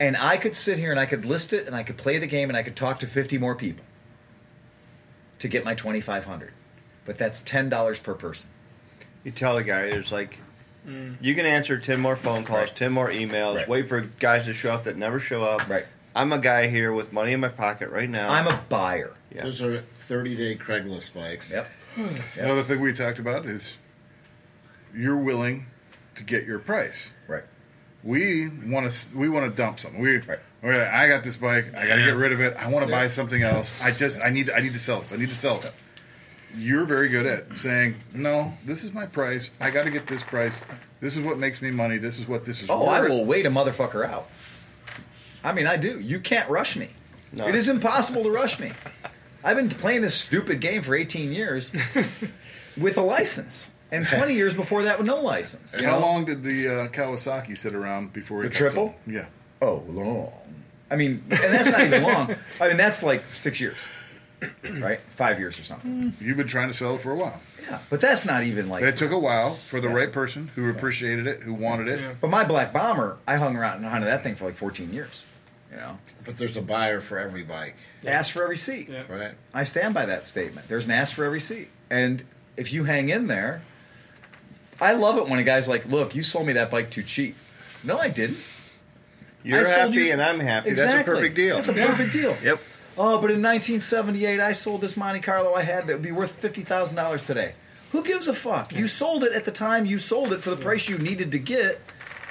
And I could sit here and I could list it and I could play the game and I could talk to 50 more people to get my 2500. But that's $10 per person. You tell the guy it's like you can answer ten more phone calls, Mm. Right. ten more emails, Right. wait for guys to show up that never show up. Right. I'm a guy here with money in my pocket right now. I'm a buyer. Yeah. Those are 30 day Craigslist bikes. Yep. Another thing we talked about is you're willing to get your price. Right. We want to we want to dump something. We Right. we're like, I got this bike. I got to get rid of it. I want to buy something else. I just I need I need to sell this. I need to sell it. You're very good at saying no. This is my price. I got to get this price. This is what makes me money. This is what this is. Oh, I worth." will wait a motherfucker out. I mean, I do. You can't rush me. No. It is impossible to rush me. I've been playing this stupid game for 18 years with a license, and 20 years before that with no license. And you how know? long did the uh, Kawasaki sit around before The it got triple? sold? Yeah, Oh, long. I mean, and that's not even long. I mean, that's like six years, right? Five years or something. you've been trying to sell it for a while. Yeah, but Mm. that's not even like. But it took a while for the right person who appreciated it, who wanted it. Yeah. but my black bomber, I hung around and hunted that thing for like 14 years. You know, But there's a buyer for every bike, ask for every seat. Yeah. right? I stand by that statement. There's an ask for every seat. And if you hang in there, I love it when a guy's like, look, you sold me that bike too cheap. No, I didn't. You're I sold happy you- and I'm happy. That's a Exactly. perfect deal. That's a Yeah. perfect deal. yep. Oh, but in 1978, I sold this Monte Carlo I had that would be worth $50,000 today. Who gives a fuck? You sold it at the time you sold it for the price you needed to get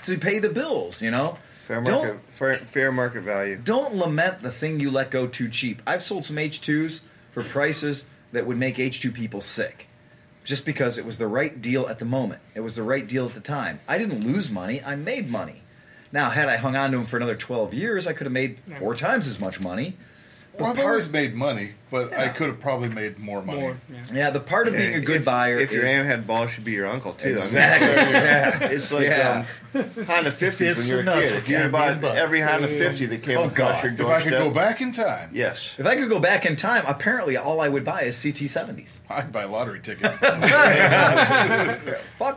to pay the bills, you know? Fair Don't- market fair, fair market value. don't lament the thing you let go too cheap. I've sold some H2s for prices that would make H2 people sick just because it was the right deal at the moment. It was the right deal at the time. I didn't lose money, I made money. Now, had I hung on to them for another 12 years, I could have made four times as much money. Well, I've part- always made money, but I Yeah. could have probably made more money. More. Yeah. Yeah, the part of being a good if, buyer If your is aunt had balls, she'd be your uncle too. I mean, Exactly. yeah. It's like Yeah. um, Honda 50s when It's you were a nuts. kid. If you were to buy every Honda 50 that came Oh, across God. your If I doorstep, could go back in time, yes. If I could go back in time, apparently all I would buy is CT70s. I'd buy lottery tickets. Fuck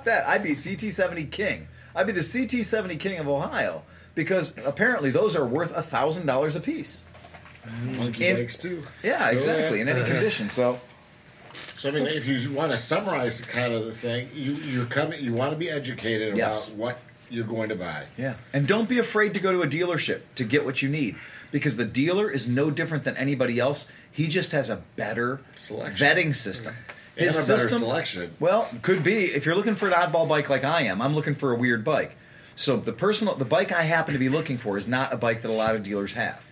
that. I'd be CT70 king. I'd be the CT70 king of Ohio because apparently those are worth a thousand dollars a piece. Mm-hmm. Monkey In- bikes, too. Yeah, exactly. In any condition. So So I mean, if you want to summarize the kind of the thing, you you come you want to be educated Yes. about what you're going to buy. yeah, and don't be afraid to go to a dealership to get what you need because the dealer is no different than anybody else. He just has a better Selection. vetting system. And His a better system- selection. Well, could be. If you're looking for an oddball bike like I am, I'm looking for a weird bike. So the personal, the bike I happen to be looking for is not a bike that a lot of dealers have.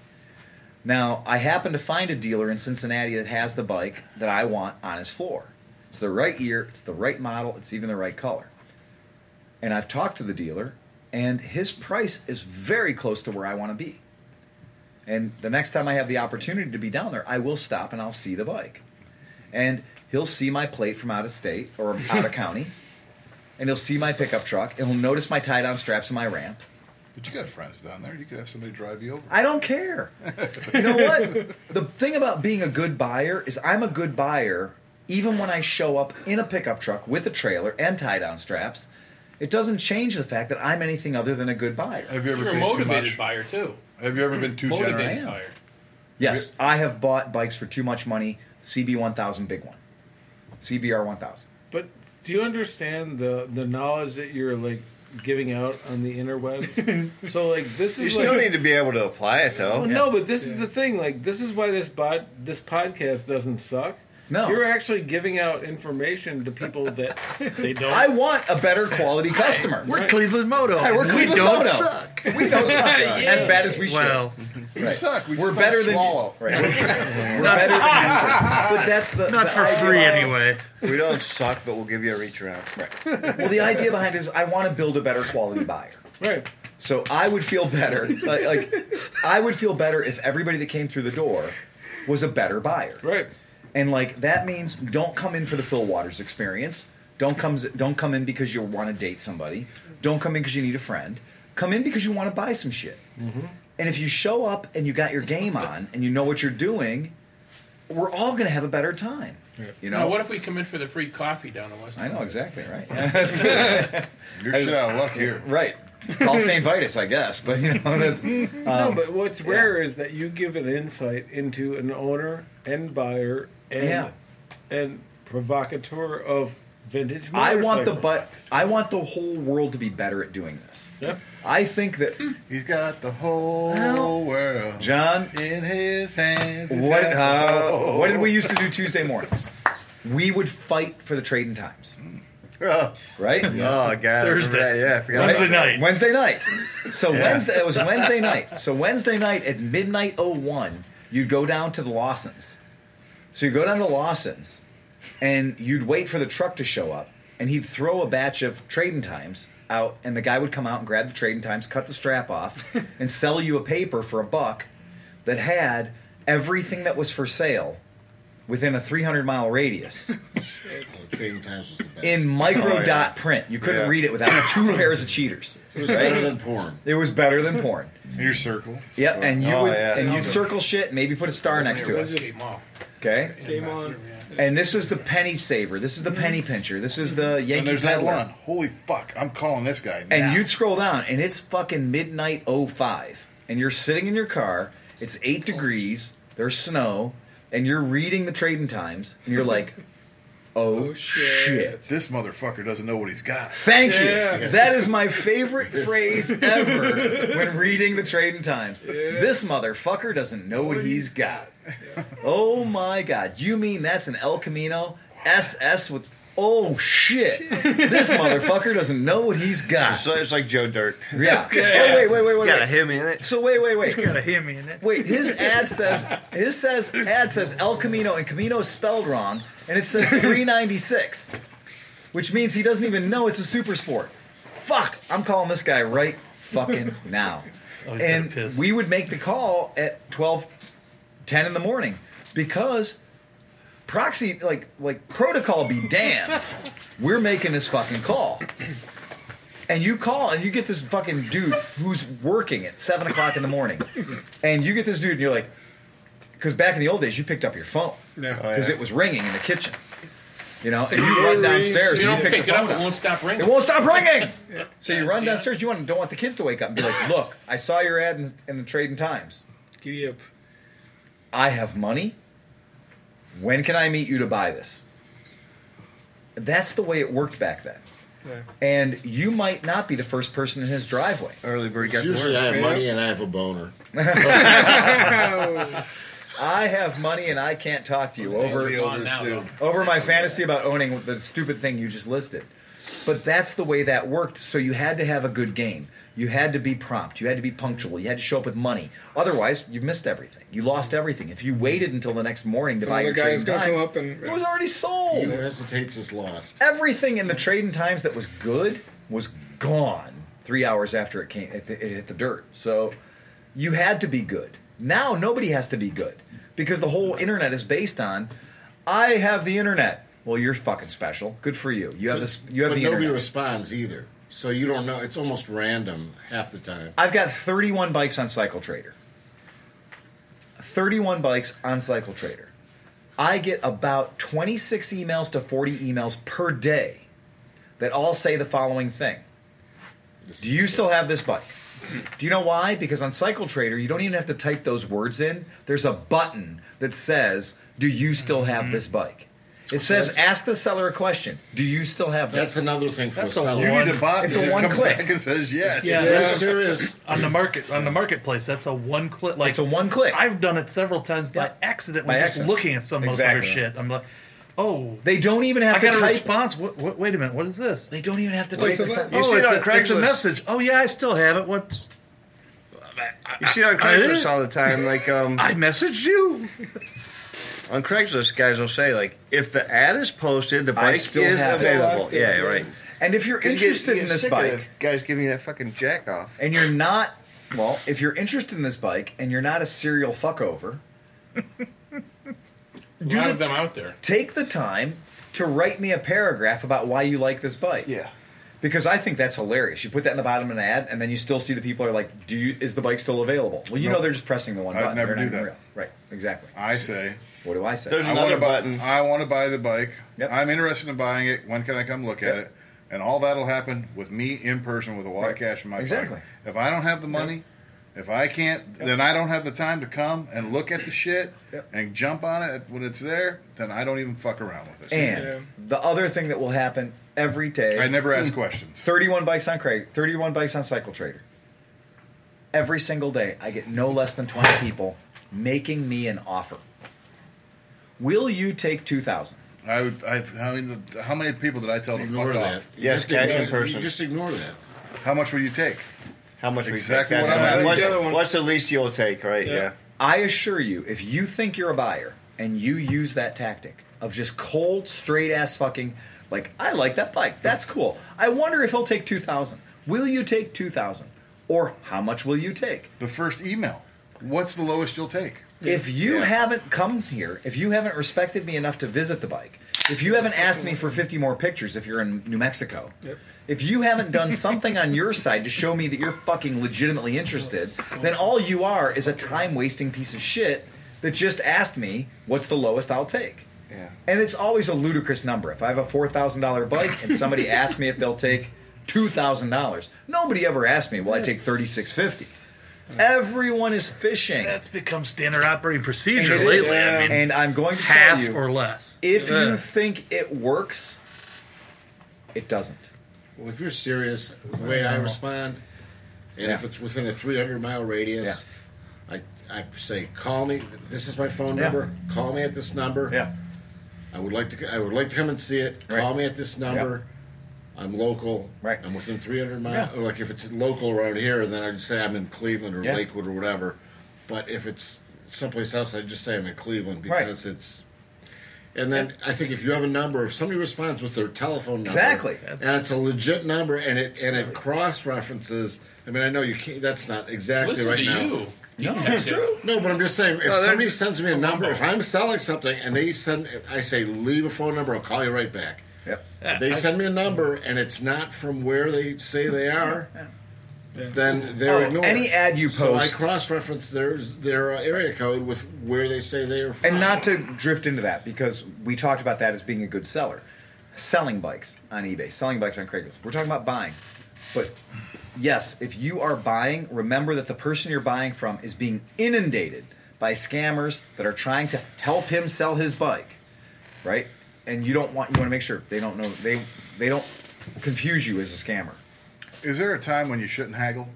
Now, I happen to find a dealer in Cincinnati that has the bike that I want on his floor. It's the right year, it's the right model, it's even the right color. And I've talked to the dealer, and his price is very close to where I want to be. And the next time I have the opportunity to be down there, I will stop and I'll see the bike. And he'll see my plate from out of state or out of county. And he'll see my pickup truck. And he'll notice my tie down straps and my ramp. but you got friends down there. You could have somebody drive you over. I don't care. You know what? The thing about being a good buyer is I'm a good buyer even when I show up in a pickup truck with a trailer and tie down straps. It doesn't change the fact that I'm anything other than a good buyer. Have you ever You're a paid too motivated much? buyer too. Have you ever been too generous? Motivated am. buyer. Yes, I have bought bikes for too much money. CB 1000, big one. CBR 1000. But do you understand the the knowledge that you're like giving out on the interwebs? so like this You is still like need to be able to apply it Well, though. Oh, no, but this is the thing. Like, this is why this bod, this podcast doesn't suck. No. you're actually giving out information to people that they don't. I want a better quality customer. We're Cleveland Moto. Hey, we're and Cleveland we don't Moto. suck. We don't suck as bad as we should. Well, We suck. We We're just better don't than swallow. Right. We're better than you should. But that's the not the for idea free behind- anyway. We don't suck, but we'll give you a reach around. Right. Well, the idea behind it is I want to build a better quality buyer. right. So I would feel better. Like, like I would feel better if everybody that came through the door was a better buyer. Right. And like that means don't come in for the Phil Waters experience. Don't come don't come in because you want to date somebody. Don't come in because you need a friend. Come in because you want to buy some shit. Mm-hmm. And if you show up and you got your game on and you know what you're doing, we're all gonna have a better time. You know Now, what if we come in for the free coffee down in West? I know exactly right. That's- You're shit out of luck here. right. Call St. Vitus, I guess, but you know that's no, but what's rare is that you give an insight into an owner and buyer and Yeah. and provocateur of vintage. I want the motorcycles. but I want the whole world to be better at doing this. Yep. I think that He's got the whole Well, world John, in his hands. He's what got Oh. the uh, whole- what did we used to do Tuesday mornings? We would fight for the trade in times, Oh, right? God. Thursday. Right, yeah, I forgot. Wednesday night. Wednesday night. So Wednesday it was Wednesday night. So Wednesday night at midnight 01, you'd go down to the Lawsons. So you go down to Lawson's and you'd wait for the truck to show up and he'd throw a batch of trading times out and the guy would come out and grab the trading times, cut the strap off, and sell you a paper for a buck that had everything that was for sale within a 300 mile radius Oh, Trading Times was the best. in micro Oh, yeah. dot print. You couldn't Yeah. read it without two pairs of cheaters. it was better than porn. It was better than porn. Your circle. Yep, and you Oh, would, yeah. and you circle shit, maybe put a star next to it. Okay, Game on. and this is the penny saver. This is the penny pincher. This is the Yankee And there's that peddler. one. Holy fuck! I'm calling this guy. Now. And you'd scroll down, and it's fucking midnight 05. and you're sitting in your car. It's eight degrees. There's snow, and you're reading the trading times, and you're like, "Oh, Oh, shit. shit. This motherfucker doesn't know what he's got. Thank you. Yeah. That is my favorite phrase ever when reading the Trading Times. This motherfucker doesn't know what he's got. Oh my god. You mean that's an El Camino? SS with. Oh shit. This motherfucker doesn't know what he's got. So it's like Joe Dirt. Yeah. Oh, wait, wait, wait, wait. Got a wait. him in it. So wait, wait, wait. Got a hemi in it. Wait, his ad says his says ad says El Camino and Camino's spelled wrong, and it says 396, which means he doesn't even know it's a super sport. Fuck, I'm calling this guy right fucking now. Oh, he's gonna and piss. we would make the call at 12, 10 in the morning because proxy like like protocol be damned. We're making this fucking call. And you call and you get this fucking dude who's working at seven o'clock in the morning. And you get this dude and you're like, because back in the old days, you picked up your phone Yeah. because it was ringing in the kitchen. You know, and you run downstairs You and don't you pick, pick it the phone up; it won't stop It ringing. won't stop ringing. So you run downstairs. You want, don't want the kids to wake up and be like, "Look, I saw your ad in, in the Trading Times. Giddy up. I have money. When can I meet you to buy this?" That's the way it worked back then. Yeah. And you might not be the first person in his driveway. Early bird gets Usually I worm. have money and I have a boner. I have money and I can't talk to you over The on oldest now, dude. though. over my fantasy about owning the stupid thing you just listed. But that's the way that worked. So you had to have a good game. You had to be prompt. You had to be punctual. You had to show up with money. Otherwise, you missed everything. You lost everything. If you waited until the next morning to Some buy other your guy trading is gonna times, come up and- it was already Who sold. hesitates is lost. Everything in the trading times that was good was gone three hours after it came. It, it hit the dirt. So you had to be good. Now nobody has to be good because the whole internet is based on I have the internet. Well, you're fucking special. Good for you. You have this. You have but the nobody internet. responds either. So you don't know. It's almost random half the time. I've got 31 bikes on Cycle Trader. 31 bikes on Cycle Trader. I get about 26 emails to 40 emails per day that all say the following thing Do you still have this bike? Do you know why? Because on Cycle Trader, you don't even have to type those words in. There's a button that says, Do you still have Mm-hmm. this bike? It says, that's- Ask the seller a question Do you still have this? That's another thing for That's a a seller. You need a bot It's that a just one comes click. back and says yes. Yeah. There- That's- there is. On the market, on the marketplace, that's a one click. Like It's a one click. I've done it several times by Yeah. accident By when just accident. looking at some Exactly. motherfucker shit. I'm like, oh, They don't even have I got to a type. response. What, what, wait a minute, what is this? They don't even have to type. Wait, so a sentence. what- see oh, it it's on a, it's a Craigslist. message. Oh yeah, I still have it. What's You see it on I- Craigslist all the time. Like um, I messaged you? on Craigslist, guys will say like, if the ad is posted, the I bike still is have it. available. Still Yeah, active, right. And if you're interested You get- you in get this sick of bike, guys, give me that fucking jack off. and you're not, well, if you're interested in this bike and you're not a serial fuckover, a do lot the- of them out there. take the time to write me a paragraph about why you like this bike. Yeah. Because I think that's hilarious. You put that in the bottom of an ad, and then you still see the people are like, "Do you, is the bike still available?" Well, you know Nope. they're just pressing the one I'd button. never They're not do even that. real. Right. Exactly. I say, What do I say? There's I another want to buy. button. I want to buy the bike. Yep. I'm interested in buying it. When can I come look at Yep. it? And all that'll happen with me in person with a lot Right. of cash in my Exactly. pocket. If I don't have the money, if I can't, then I don't have the time to come and look at the shit Yep. and jump on it when it's there. Then I don't even fuck around with it. and Yeah. the other thing that will happen every day. I never ask questions. 31 bikes on Craig, 31 bikes on Cycle Trader. Every single day, I get no less than 20 people making me an offer. Will you take 2,000? I would. I, how, many, how many people did I tell to Ignore fuck that. off? You Yes, just cash ignore- in person. You just ignore that. How much will you take? How much we Exactly take? what I'm That's- asking. what's, The other one. what's the least you'll take, right? Yeah. I assure you, if you think you're a buyer and you use that tactic of just cold, straight ass fucking, like, I like that bike. That's cool. I wonder if he'll take 2,000. Will you take 2,000? Or how much will you take? The first email. What's the lowest you'll take? If you Yeah. haven't come here, if you haven't respected me enough to visit the bike, if you haven't asked me for 50 more pictures if you're in New Mexico, if you haven't done something on your side to show me that you're fucking legitimately interested, then all you are is a time wasting piece of shit that just asked me what's the lowest I'll take. Yeah. And it's always a ludicrous number. If I have a $4,000 bike and somebody asks me if they'll take $2,000, nobody ever asked me, will I take 3650 Everyone is fishing. That's become standard operating And procedure it lately. is. I mean, and I'm going to tell half you, or less. if you Ugh. think it works, it doesn't. Well, if you're serious, the way I respond, and if Yeah. it's within a 300 mile radius, I, I say, call me. This is my phone Yeah. number. Call me at this number. I would like to. I would like to come and see it. Call Right. me at this number. I'm local. Right. I'm within 300 miles. Yeah. Like if it's local around here, then I just say I'm in Cleveland or Yeah. Lakewood or whatever. But if it's someplace else, I just say I'm in Cleveland because it's. And then I think if you have a number, if somebody responds with their telephone number, Exactly. and it's a legit number, and it and it cross references. I mean, I know you can't. That's not exactly Listen right to now. you. No, it's detective. true. No, but I'm just saying, if No, they're- somebody sends me a number, if I'm selling something and they send, I say, leave a phone number, I'll call you right back. Yep. If they send me a number and it's not from where they say they are, then they're Oh, ignored. any ad you So I post- cross-reference their their uh, area code with where they say they are from. And not to drift into that because we talked about that as being a good seller. Selling bikes on eBay, selling bikes on Craigslist. We're talking about buying. But yes, if you are buying, remember that the person you're buying from is being inundated by scammers that are trying to help him sell his bike. Right? And you don't want you want to make sure they don't know they they don't confuse you as a scammer. Is there a time when you shouldn't haggle?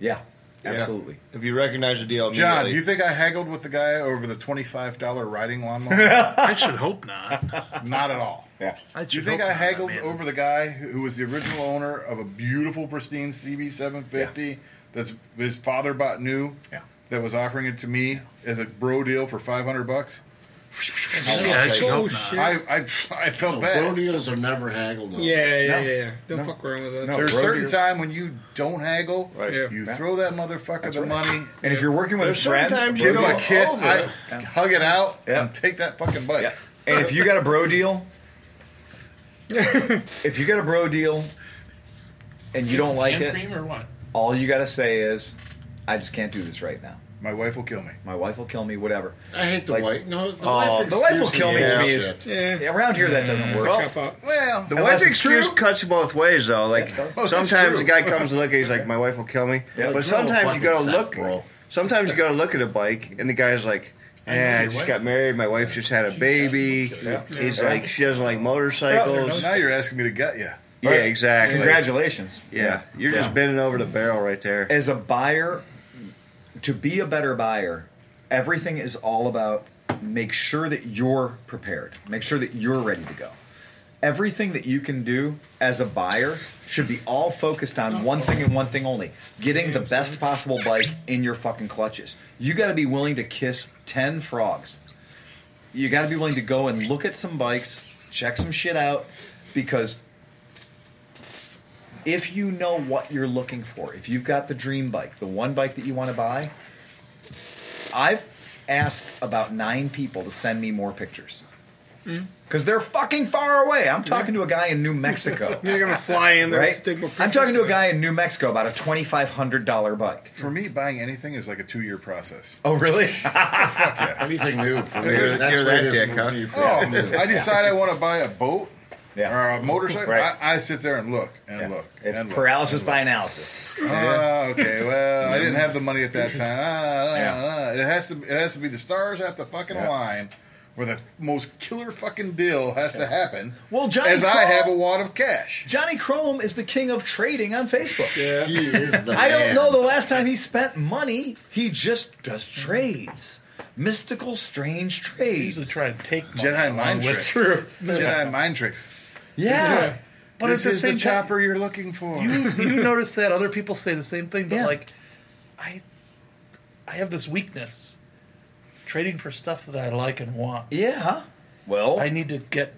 Yeah. Yeah. Absolutely. If you recognize the deal, John, immediately. do you think I haggled with the guy over the twenty-five dollar riding lawnmower? I should hope not. Not at all. Yeah. I Do you should think hope I not, haggled man. over the guy who who was the original owner of a beautiful, pristine CB750 that's his father bought new? Yeah. That was offering it to me as a bro deal for five hundred bucks. Yeah, I should Oh hope not. shit! I, I I felt No, bad. bro deals are never haggled. over. yeah, yeah, No. yeah, yeah. Don't No. fuck around with that. No. There's a bro certain deal. time when you don't haggle. Right. Yeah. You Yeah. throw that motherfucker the right. money. And if you're working with There's a friend, sometimes bro you Give him deal- a Go kiss. over I it. hug it out Yeah. and take that fucking bike. Yeah. And if you got a bro deal, if you got a bro deal and you don't like Hand it, cream or what? all you got to say is, I just can't do this right now. My wife will kill me. My wife will kill me, whatever. I hate the Like- wife. No, the Oh, wife. the wife will excuses kill me to me is- bullshit. Yeah. Yeah, around here, that doesn't work. Cop out. Well, The Unless wife it's excuse true. cuts you both ways, though. Like it does. Oh, that's sometimes true. the guy comes to look at, you, he's like, "My wife will kill me." Yeah. But Like, you're all sometimes you gotta fucking look. set, bro. Sometimes you gotta look at a bike, and the guy's like, know "Yeah, I your just wife. got married. My wife just had a baby." He's like, "She doesn't like motorcycles." now you're asking me to gut you. Yeah, exactly. Congratulations. Yeah, you're Yeah. just bending over the barrel right there. As a buyer, to be a better buyer, everything is all about make sure that you're prepared, make sure that you're ready to go. Everything that you can do as a buyer should be all focused on one thing and one thing only getting the best possible bike in your fucking clutches. You got to be willing to kiss 10 frogs. You got to be willing to go and look at some bikes, check some shit out, because if you know what you're looking for, if you've got the dream bike, the one bike that you want to buy, I've asked about nine people to send me more pictures. Hmm? Because they're fucking far away. I'm talking to a guy in New Mexico. You're gonna fly in there. right? I'm talking to a guy in New Mexico about a $2,500 bike. For me, buying anything is like a two-year process. Oh, really? Anything new for me? You're- That's you're what that it is dick, for huh? me. For Oh, me. I decide I want to buy a boat Yeah. or a motorcycle. Right. I, I sit there and look and look. It's and look, paralysis and look. by analysis. Ah, okay. Well, I didn't have the money at that time. Ah, ah, Yeah. ah. It has to. It has to be the stars have to fucking Yeah. align, where the most killer fucking deal has to happen. Well, Johnny as I Crawl- have a wad of cash. Johnny Chrome is the king of trading on Facebook. He is the I don't man. know the last time he spent money. He just does trades. Mystical, strange trades. usually try to take money Jedi along mind with- tricks. Jedi mind tricks. Yeah. But But this at the is the same time- chopper you're looking for. You you notice that other people say the same thing, but Yeah. like, I I have this weakness, trading for stuff that I like and want. Yeah. Well, I need to get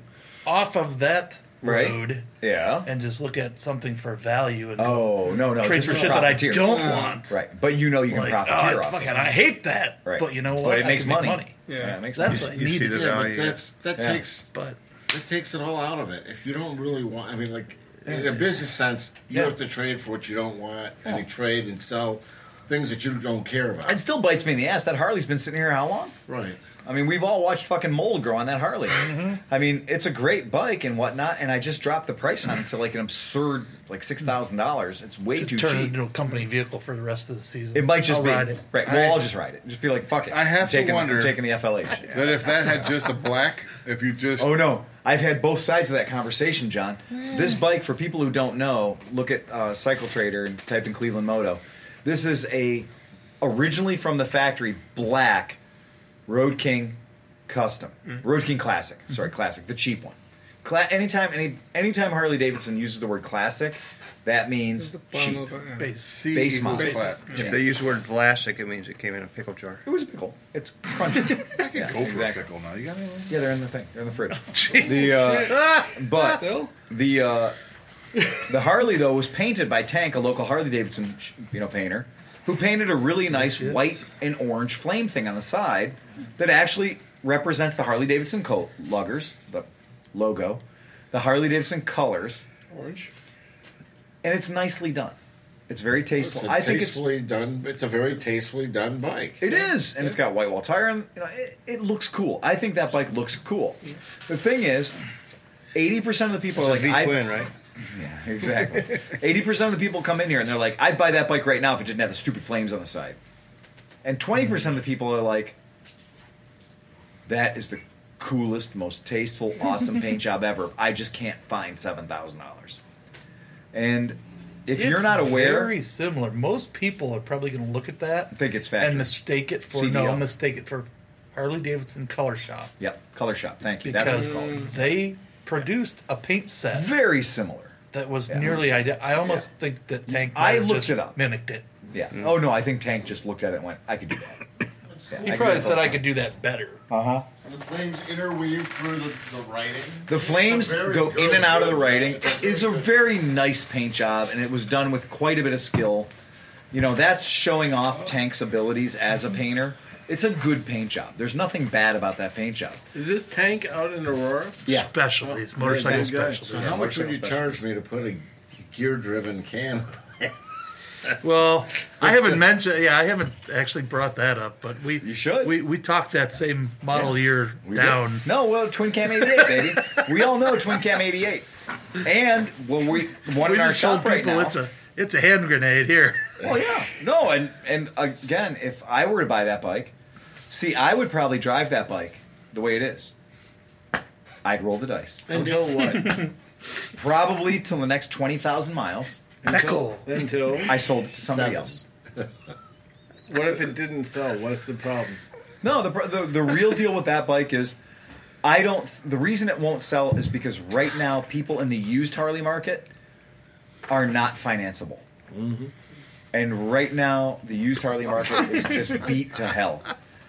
off of that Right. road yeah. and just look at something for value and Oh, no, no. trade just for to shit that I profiteer. don't want. Right. But you know you can Like, profiteer oh, off. fuck it. it, I hate that. Right. But you know what? But it I makes can make money. Yeah. Yeah, it makes That's money. what I You need. see the Yeah, value. but that's that Yeah. takes But that takes it all out of it. If you don't really want, I mean, like in a business sense, you Yeah. have to trade for what you don't want, and you trade and sell things that you don't care about. It still bites me in the ass. That Harley's been sitting here how long? right. I mean, we've all watched fucking mold grow on that Harley. Mm-hmm. I mean, it's a great bike and whatnot, and I just dropped the price on it to like an absurd, like six thousand dollars. It's way should too turn it cheap. into a company vehicle for the rest of the season. It might just I'll be ride it. right. I- We'll all just ride it. Just be like, fuck it. I have I'm to taking, wonder- I'm taking the FLH. That if that had just a black, if you just Oh no, I've had both sides of that conversation, John. This bike, for people who don't know, look at uh, Cycle Trader and type in Cleveland Moto. This is a originally from the factory black Road King Custom, Road King Classic. Sorry, Classic, the cheap one. Cla- anytime any anytime Harley Davidson uses the word classic, that means cheap. Base. see base equals model. flat. If they use the word plastic, it means it came in a pickle jar. It was a pickle. It's crunchy. I can go for a pickle now. You got anything? yeah, they're in the thing. They're in the fridge. the uh, but Still? The uh, the Harley though was painted by Tank, a local Harley Davidson you know painter, who painted a really nice white and orange flame thing on the side that actually represents the Harley Davidson co- luggers, the logo, the Harley Davidson colors, Orange. and it's nicely done. It's very It's tasteful. a I think it's tastefully done. It's a very tastefully done bike. it is, and it's got white wall tire, and you know it, it looks cool. I think that bike looks cool. The thing is, eighty percent of the people are like, V I, twin, right? Exactly. Eighty percent of the people come in here and they're like, "I'd buy that bike right now if it didn't have the stupid flames on the side," and twenty percent of the people are like, "That is the coolest, most tasteful, awesome paint job ever. I just can't find seven thousand dollars." And if you're It's not aware, very similar. Most people are probably going to look at that think it's factory. and mistake it for no, CDL. mistake it for Harley Davidson Color Shop yep, color shop. Thank you. That's what it's because called. they produced a paint set Very similar. that was nearly ident- I almost think that Tank I might have looked just it up. mimicked it. Yeah. Mm. Oh no, I think Tank just looked at it and went, "I could do that." Yeah, He I could probably do that said all the I time. could do that better. The flames interweave through the, the writing. The flames It's a very go in good and out of the job. writing. It's a very It's a good very nice paint job, and it was done with quite a bit of skill. You know, that's showing off Tank's abilities as a painter. It's a good paint job. There's nothing bad about that paint job. Is this tank out in Aurora? Yeah. Specialties, Yeah, motorcycle good guy. specialties. So how much would you charge me to put a gear-driven cam? Well, I haven't mentioned. Yeah, I haven't actually brought that up, but we You should. We we talked that same model year We did- down. No, well, Twin Cam 88, baby. We all know Twin Cam 88s. And well, we one We in our just told shop right people now. it's a it's a hand grenade here. Well, Oh, yeah. No, and and again, if I were to buy that bike, see, I would probably drive that bike the way it is. I'd roll the dice. Until what? probably till the next 20,000 miles. Heckle. Until I sold it to somebody Seven. else. what if it didn't sell? What's the problem? No, the, pro- the the real deal with that bike is I don't the reason it won't sell is because right now people in the used Harley market are not financeable. And right now the used Harley market is just beat to hell.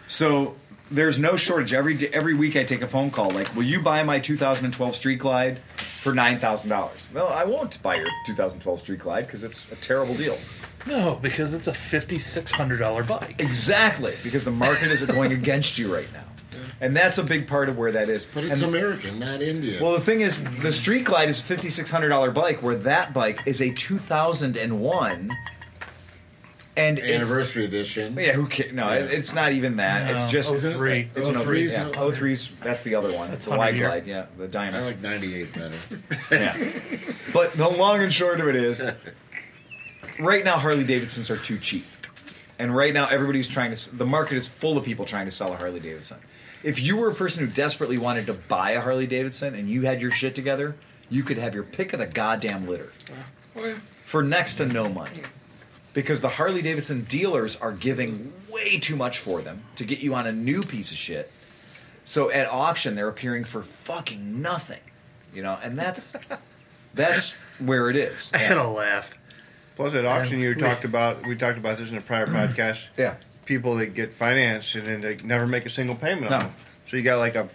So there's no shortage. Every day, every week I take a phone call like, "Will you buy my 2012 Street Glide for nine thousand dollars?" No, I won't buy your 2012 Street Glide because it's a terrible deal. No, because it's a fifty-six hundred dollar bike. Exactly, because the market is going against you right now, and that's a big part of where that is. But it's And- American, not Indian. well, the thing is, the Street Glide is a fifty-six hundred dollar bike, where that bike is a two thousand and one, and it's Anniversary edition. yeah. Who cares? No, it- it's not even that. It's No, just oh, three. It's an 03. 03's. Yeah, 03's, That's the other one. That's the wide 100 year. glide. Yeah, the I diamond. like 98 better. Yeah. but the long and short of it is, right now Harley Davidsons are too cheap, and right now everybody's trying to. s- The market is full of people trying to sell a Harley Davidson. If you were a person who desperately wanted to buy a Harley Davidson and you had your shit together, you could have your pick of the goddamn litter Oh, yeah. for next to no money. Because the Harley Davidson dealers are giving way too much for them to get you on a new piece of shit. So at auction they're appearing for fucking nothing. You know, and that's that's where it is. I had a laugh. Plus, at auction, you talked about we talked about this in a prior podcast. Yeah. people that get financed and then they never make a single payment on No. them. So you got like a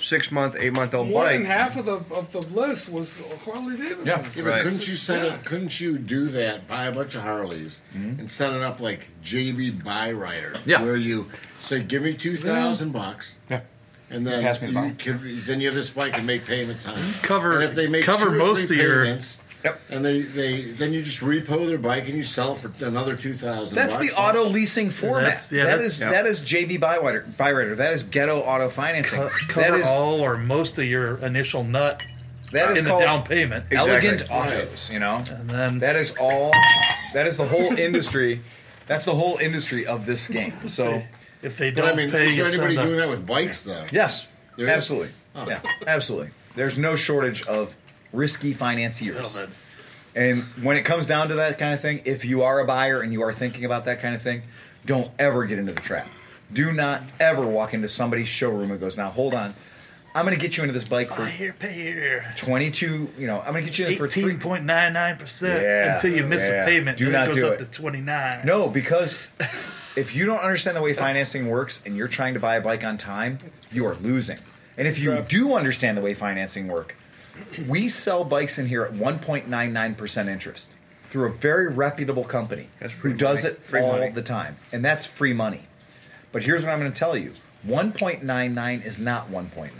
six month, eight month old More than bike. half of the of the list was Harley Davidson. Yeah. Yeah, but Right. couldn't you set it? Couldn't you do that? Buy a bunch of Harleys and set it up like JB Buy Rider, Hmm? Yeah. where you say, "Give me two thousand bucks," Yeah. and then Pass me the you bike. can, then you have this bike and make payments on. it. Cover- and if they make cover two or most three of your- payments, Yep. and they they then you just repo their bike and you sell it for another two thousand. That's the auto leasing format. That's- yeah, that that's- is that is JB Byrider. Byrider. That is ghetto auto financing. Co- that cover is all or most of your initial nut that is in the called down payment, elegant Exactly. autos. You know, and then That is all. That is the whole industry. That's the whole industry of this game. So if they But don't I mean, pay, is there you anybody send a- doing that with bikes though? yes, There is? absolutely, Oh. yeah, absolutely. There's no shortage of risky Oh, financiers. Gentlemen, And when it comes down to that kind of thing, if you are a buyer and you are thinking about that kind of thing, don't ever get into the trap. Do not ever walk into somebody's showroom and goes, "Now hold on, I'm going to get you into this bike Buy for here, pay here. 22. You know, I'm going to get you in it for three Eighteen point nine nine percent Yeah. until you miss Yeah. a payment. Do then not it goes do up it. to twenty nine. No, because if you don't understand the way financing works and you're trying to buy a bike on time, you are losing. And if you do understand the way financing work, we sell bikes in here at 1.99% interest through a very reputable company That's free who does money. it Free all money. the time. And that's free money. But here's what I'm going to tell you 1.99 is not 1.99.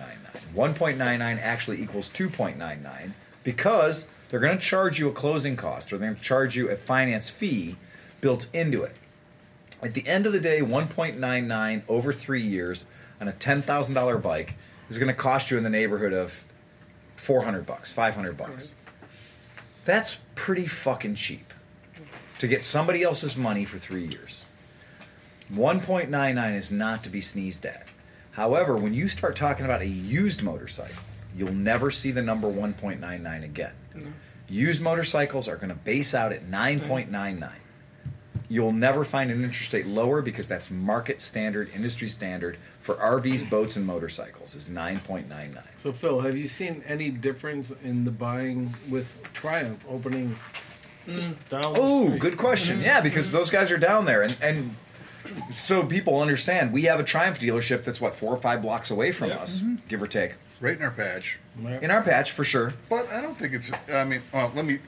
1.99 actually equals 2.99 because they're going to charge you a closing cost or they're going to charge you a finance fee built into it. At the end of the day, 1.99 over three years on a $10,000 bike is going to cost you in the neighborhood of 400 bucks, 500 bucks. That's pretty fucking cheap to get somebody else's money for three years. 1.99 is not to be sneezed at. However, when you start talking about a used motorcycle, you'll never see the number 1.99 again. Used motorcycles are going to base out at 9.99. You'll never find an interest rate lower because that's market standard, industry standard for RVs, boats, and motorcycles is 9.99. So Phil, have you seen any difference in the buying with Triumph opening? Mm. just down the Oh, street? good question. Yeah, because those guys are down there, and and so people understand we have a Triumph dealership that's what four or five blocks away from Yeah. us, give or take, Right in our badge. in our patch for sure. But I don't think it's. I mean, well, let me.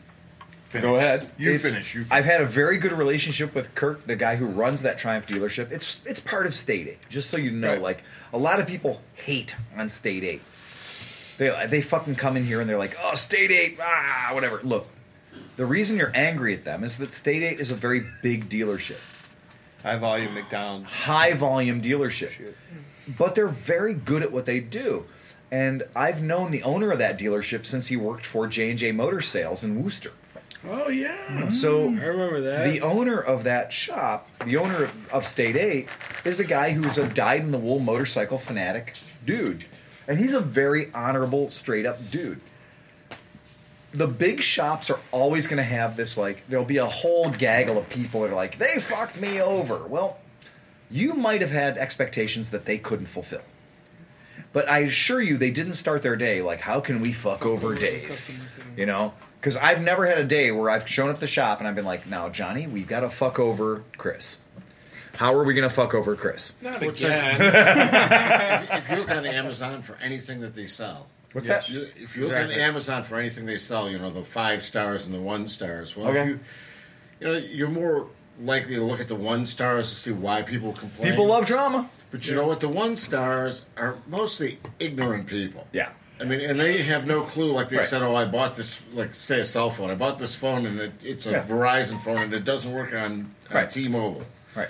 Finish. Go ahead. You It's- finish. You. I've had a very good relationship with Kirk, the guy who runs that Triumph dealership. It's it's part of State Eight, just so you know. Right. Like a lot of people hate on State Eight. They they fucking come in here and they're like, oh, State Eight, ah, whatever. Look, the reason you're angry at them is that State Eight is a very big dealership. High volume McDonald's. high volume dealership. But they're very good at what they do. And I've known the owner of that dealership since he worked for J&J Motor Sales in Worcester. Oh yeah, Mm. So I remember that. the owner of that shop, the owner of State 8, is a guy who's a dyed in the wool motorcycle fanatic dude. And he's a very honorable, straight up dude. The big shops are always going to have this, like, there'll be a whole gaggle of people that are like, they fucked me over. Well, you might have had expectations that they couldn't fulfill. But I assure you, they didn't start their day like, how can we fuck over Dave? You know? Because I've never had a day where I've shown up at the shop and I've been like, now, Johnny, we've got to fuck over Chris. How are we going to fuck over Chris? Not What's again. if, if you look on Amazon for anything that they sell, What's that? You- If you look on Exactly. Amazon for anything they sell, you know the five stars and the one stars. Well, Okay. if you you know, you're more likely to look at the one stars to see why people complain. People love drama. But you know what? The one stars are mostly ignorant people. Yeah. I mean, and they have no clue. Like they Right. said, oh, I bought this, like say a cell phone. I bought this phone, and it, it's a Yeah. Verizon phone, and it doesn't work on, on Right. T-Mobile.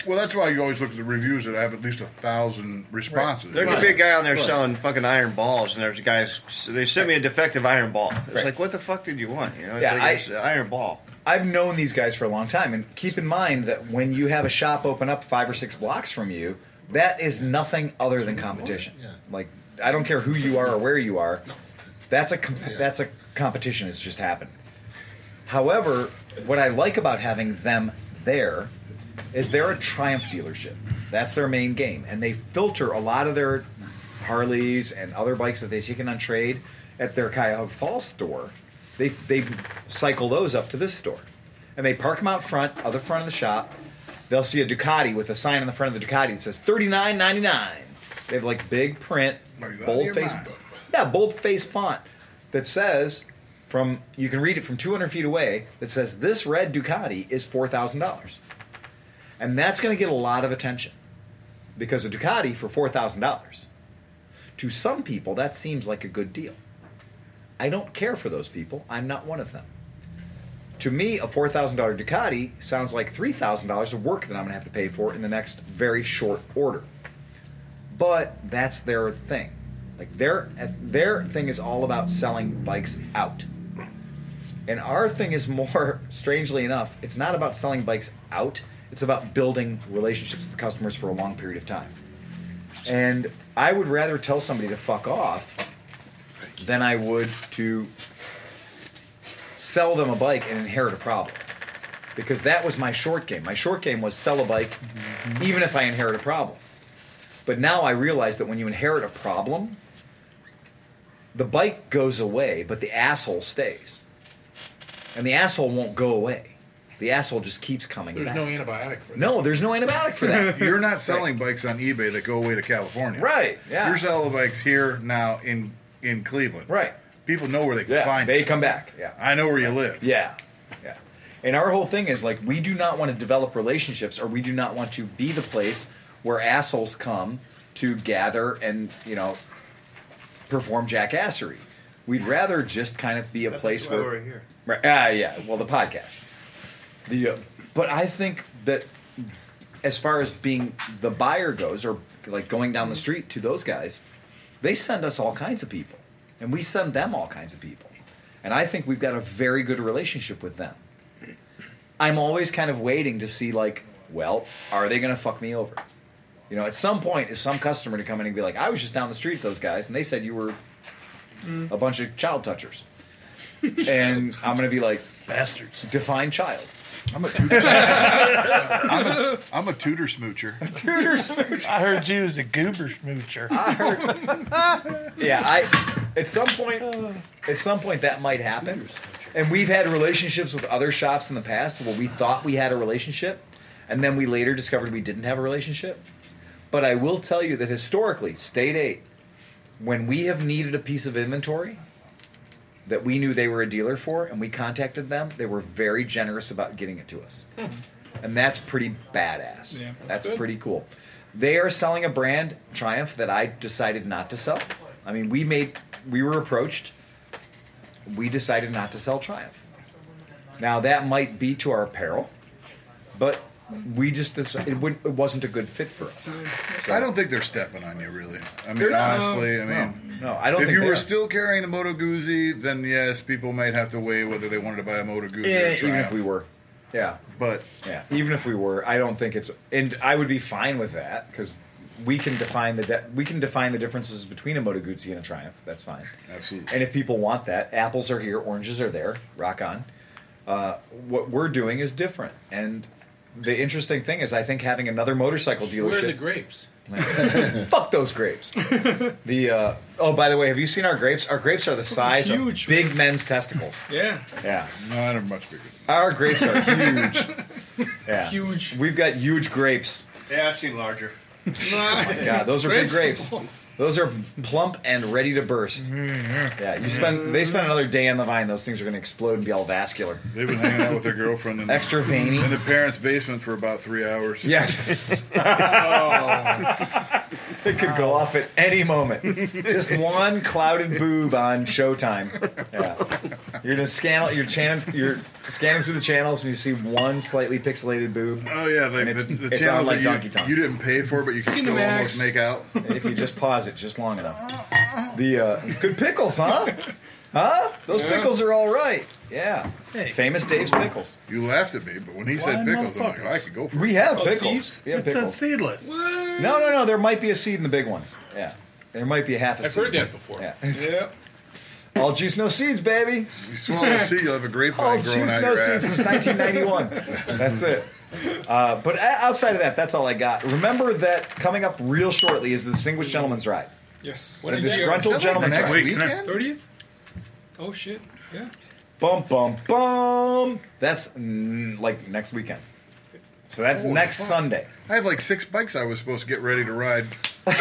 Well, that's why you always look at the reviews that have at least a thousand responses. There could Right. be a guy on there Right. selling fucking iron balls, and there's guys. So they sent me a defective iron ball. It's Right. like, what the fuck did you want? You know, it's Yeah, like, I- it's an iron ball. I've known these guys for a long time, and keep in mind that when you have a shop open up five or six blocks from you, that is nothing other than competition. Yeah. Like I don't care who you are or where you are, that's a comp- that's a competition that's just happened. However, what I like about having them there is they're a Triumph dealership. That's their main game, and they filter a lot of their Harleys and other bikes that they've taken on trade at their Cuyahoga Falls store. They they cycle those up to this store, and they park them out front, other front of the shop. They'll see a Ducati with a sign on the front of the Ducati that says thirty nine ninety nine. They have like big print, Are you out of bold your face, mind? yeah, bold face font that says from you can read it from 200 feet away that says this red Ducati is four thousand dollars, and that's going to get a lot of attention because a Ducati for four thousand dollars to some people that seems like a good deal. I don't care for those people. I'm not one of them. To me, a four thousand dollar Ducati sounds like three thousand dollars of work that I'm going to have to pay for in the next very short order but that's their thing. Like their their thing is all about selling bikes out. And our thing is more strangely enough, it's not about selling bikes out. It's about building relationships with customers for a long period of time. And I would rather tell somebody to fuck off than I would to sell them a bike and inherit a problem. Because that was my short game. My short game was sell a bike Mm-hmm. even if I inherit a problem. But now I realize that when you inherit a problem, the bike goes away, but the asshole stays. And the asshole won't go away. The asshole just keeps coming There's back. no antibiotic for that. no, there's no antibiotic for that. You're not selling bikes on eBay that go away to California. right. Yeah. You're selling bikes here now in in Cleveland. Right. People know where they can Yeah. find they it. come back. Yeah. I know where you live. Yeah. Yeah. And our whole thing is like we do not want to develop relationships or we do not want to be the place where assholes come to gather and, you know, perform jackassery. We'd rather just kind of be a place where we're here. Right. Ah, yeah. Well, the podcast. The, uh, but I think that as far as being the buyer goes, or like going down the street to those guys, they send us all kinds of people, and we send them all kinds of people, and I think we've got a very good relationship with them. I'm always kind of waiting to see like, well, are they going to fuck me over? You know, at some point, is some customer to come in and be like, I was just down the street with those guys, and they said you were a bunch of child touchers. and I'm going to be like, Bastards. define child. I'm a tutor. I'm, a, I'm a tutor smoocher. I heard you was a goober smoocher. Yeah, I. At some point, at some point that might happen. And we've had relationships with other shops in the past where we thought we had a relationship, and then we later discovered we didn't have a relationship. But I will tell you that historically, state eight, when we have needed a piece of inventory that we knew they were a dealer for, and we contacted them, they were very generous about getting it to us. and that's pretty badass. Yeah. that's Good. pretty cool. They are selling a brand Triumph that I decided not to sell. I mean, we made we were approached. We decided not to sell Triumph. Now that might be to our apparel, but we just decided it, wouldn't- it wasn't a good fit for us. I don't think they're stepping on you, really. I mean, They're not. honestly, I mean, No, I don't. if think you they were are. still carrying a Moto Guzzi, then yes, people might have to weigh whether they wanted to buy a Moto Guzzi. or Eh, a even if Triumph. we were, yeah, but yeah, even if we were, I don't think it's. And I would be fine with that because we can define the de- we can define the differences between a Moto Guzzi and a Triumph. That's fine. absolutely, And if people want that, apples are here, oranges are there. Rock on. Uh, what we're doing is different. And the interesting thing is, I think having another motorcycle Where are the dealership. grapes? fuck those grapes. the uh, oh, by the way, have you seen our grapes? Our grapes are the size Huge, of big men's testicles. Yeah. Yeah, no, they're much bigger. our grapes are huge. Yeah, Huge. We've got huge grapes. Yeah, I've seen larger. Nah. Yeah, those are big grapes. balls. Those are plump and ready to burst. Yeah, you spend they spend another day on the vine. Those things are going to explode and be all vascular, They've been hanging out with their girlfriend in, extra veiny. in the parents' basement for about three hours. Yes. It could go off at any moment. Just one clouded boob on Showtime. Yeah. You're gonna scan you're chan, you're scanning through the channels and you see one slightly pixelated boob. Oh yeah, like And it's- the, the it's channels on like that you, Donkey Kong. you didn't pay for, but you can still Max. almost make out. If you just pause it just long enough. The uh, good pickles, huh? Huh? Those pickles are all right. Yeah. Hey. Famous Dave's pickles. You laughed at me, but when he said Why pickles, I'm like, motherfuckers? oh, I could go for it. We have Oh, pickles. seeds? We have it says pickles. seedless. No, no, no. There might be a seed in the big ones. Yeah. There might be a half a I've seed. heard that before. Yeah. Yeah. All juice, no seeds, baby. You swallow a seed, you'll have a grapevine Oh, growing juice out no your seeds ass. since 1991. that's it. Uh, but o- outside of that, that's all I got. Remember that coming up real shortly is the Distinguished Gentleman's Ride. Yes. When A is that? disgruntled Is that like gentleman. next Ride. week, isn't it? weekend? Thirtieth. Oh shit. Yeah. Bum bum bum. That's mm, like next weekend. So that's Holy next fuck. Sunday. I have like six bikes I was supposed to get ready to ride.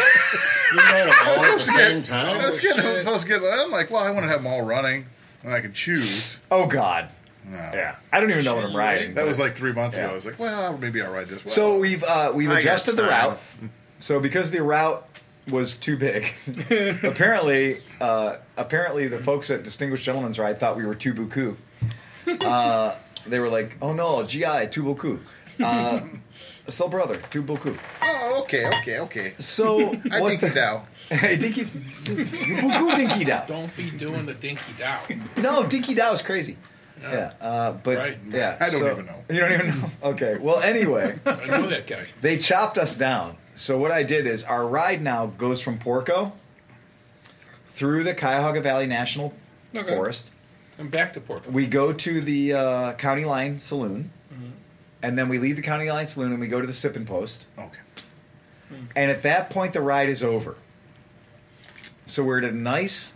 You ride 'em all at the supposed to get- same I time. was getting, I shit. was supposed to get. I'm like, well, I want to have them all running, and I can choose. Oh God. No. Yeah. I don't even know what I'm riding. That but- was like three months Yeah. ago. I was like, well, maybe I'll ride this one. So we've uh, we've I got adjusted the time. route. So because the route was too big, apparently uh, apparently the folks at Distinguished Gentlemen's Ride thought we were too buku. Uh, they were like, "Oh no, GI too buku, uh, still brother too buku." oh, okay, okay, okay. So I what think the- now. Hey, dinky, you buku dinky dao. Don't be doing the dinky dow. No, dinky dao is crazy. Yeah, uh, but Right. yeah, I don't so- even know. You don't even know. Okay. Well, anyway. I know that guy. they chopped us down. So what I did is our ride now goes from Porco through the Cuyahoga Valley National Okay. Forest. I'm back to Portland. We go to the uh, County Line Saloon, Mm-hmm. and then we leave the County Line Saloon and we go to the Sippin' Post. Okay. And at that point, the ride is over. So we're at a nice,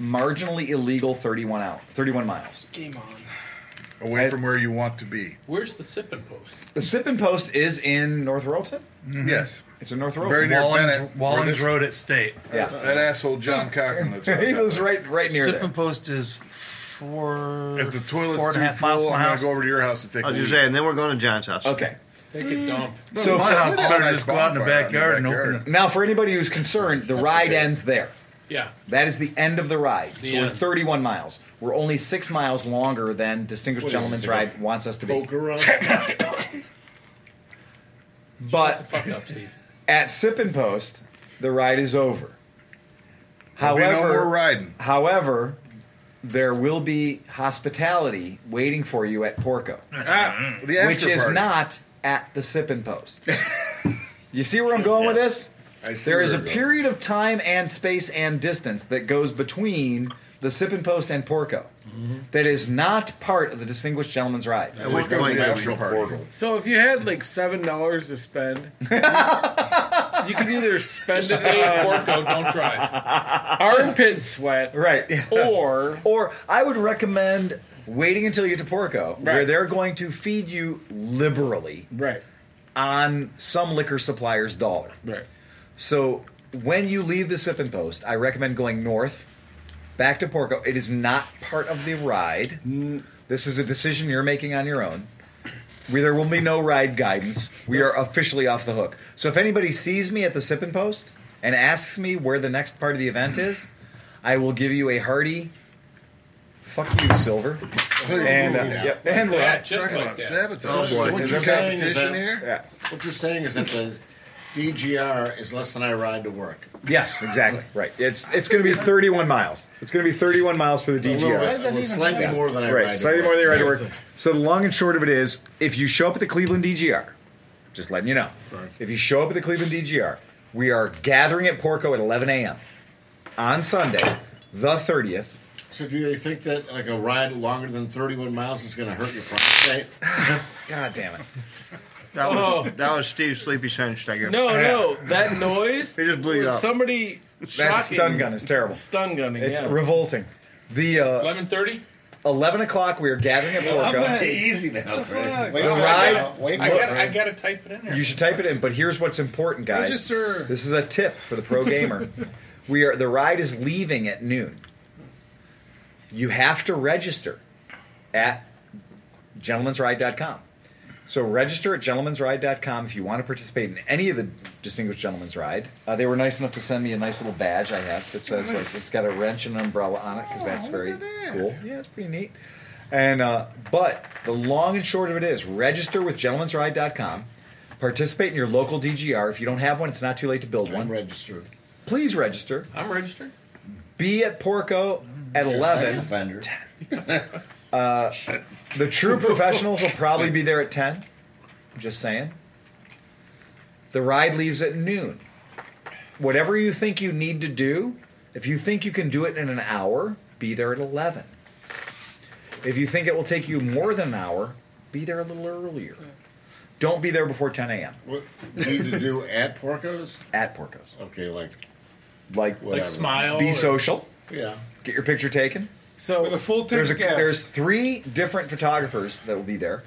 marginally illegal 31 out, 31 miles. Game on. Away I- from where you want to be. Where's the sipping post? The Sippin' Post is in North Royalton. Yes. It's in North Royalton. Very near Wallings, Bennett. where Wallings this- Road at State. Yeah, That asshole John Cochran. That's he lives right, right near Sip there. and Post is four. If the four toilet's and a too half miles full, from I'm my going house. to go over to your house and take I a was just leak. saying, then we're going to John's house. Okay. Take Mm. a dump. So my for- house Look at better that just nice go out in the bonfire in the backyard and open backyard. it. Now, for anybody who's concerned, the ride ends there. Yeah. That is the end of the ride. The so we're end. 31 miles. We're only six miles longer than Distinguished What is Gentleman's this, Ride like a wants us to be. Poke around. But Fuck up, Steve. at Sippin' Post, the ride is over. There'll be no more However, riding. however, there will be hospitality waiting for you at Porco, The after which is party. not at the Sippin' Post. you see where I'm going with this? I see There is a where you're going. period of time and space and distance that goes between the Sippin' Post and Porco that is not part of the Distinguished Gentleman's Ride. At which Just go to point the after you'll be party. portal. So if you had like seven dollars to spend, you could either spend it Stay at on Porco, don't drive. armpit sweat Right. or or I would recommend waiting until you get to Porco, where Right. they're going to feed you liberally right, on some liquor supplier's dollar. right. So when you leave the Sippin' Post, I recommend going north, back to Porco. It is not part of the ride. Mm. This is a decision you're making on your own. We, there will be no ride guidance. We are officially off the hook. So if anybody sees me at the Sippin' Post and asks me where the next part of the event Mm. is, I will give you a hearty "fuck you, Silver." And, uh, yep, and Yeah, that. just Talk like about that. sabotage. Oh, boy. Is What you're there saying is competition that- here? Yeah. What you're saying is that the DGR is less than I ride to work. Yes, exactly. Right. It's it's going to be 31 miles. It's going to be 31 miles for the A DGR. little bit, well, slightly more than I ride Right, to slightly work. more than you ride to work. Seriously. So the long and short of it is, if you show up at the Cleveland DGR, just letting you know, if you show up at the Cleveland DGR, we are gathering at Porco at 11 a.m. on Sunday, the 30th. So do they think that like a ride longer than 31 miles is going to hurt your prostate? God damn it! That was, that was Steve's sleepy Sennsteiger. No, no, that noise. He just blew it was up. Somebody That shocking. stun gun is terrible. Stun gunning. It's yeah. revolting. The uh, Eleven thirty. 11 o'clock, we are gathering at Borgo. Easy now, Chris. Wait, All wait, right. wait, I wait, got I Chris. got to type it in there. You should type it in, but here's what's important, guys. Register. This is a tip for the pro gamer. we are the ride is leaving at noon. You have to register at gentleman'sride.com. So register at gentleman'sride.com if you want to participate in any of the Distinguished Gentleman's Ride. Uh, they were nice enough to send me a nice little badge I have that says like it's got a wrench and an umbrella on it because that's very cool. Yeah, it's pretty neat. And uh, but the long and short of it is, register with gentleman'sride.com. Participate in your local DGR. If you don't have one, it's not too late to build I'm one. registered. Please register. I'm registered. Be at Porco at Sex 11. offender. The true professionals will probably be there at 10. Just saying. The ride leaves at noon. Whatever you think you need to do, if you think you can do it in an hour, be there at 11. If you think it will take you more than an hour, be there a little earlier. Don't be there before 10 a.m. What need to do at Porco's? at Porco's. Okay, like Like, whatever. Like smile. be or- social, Yeah. get your picture taken. With a So full There's, tank a, of gas. there's three different photographers that will be there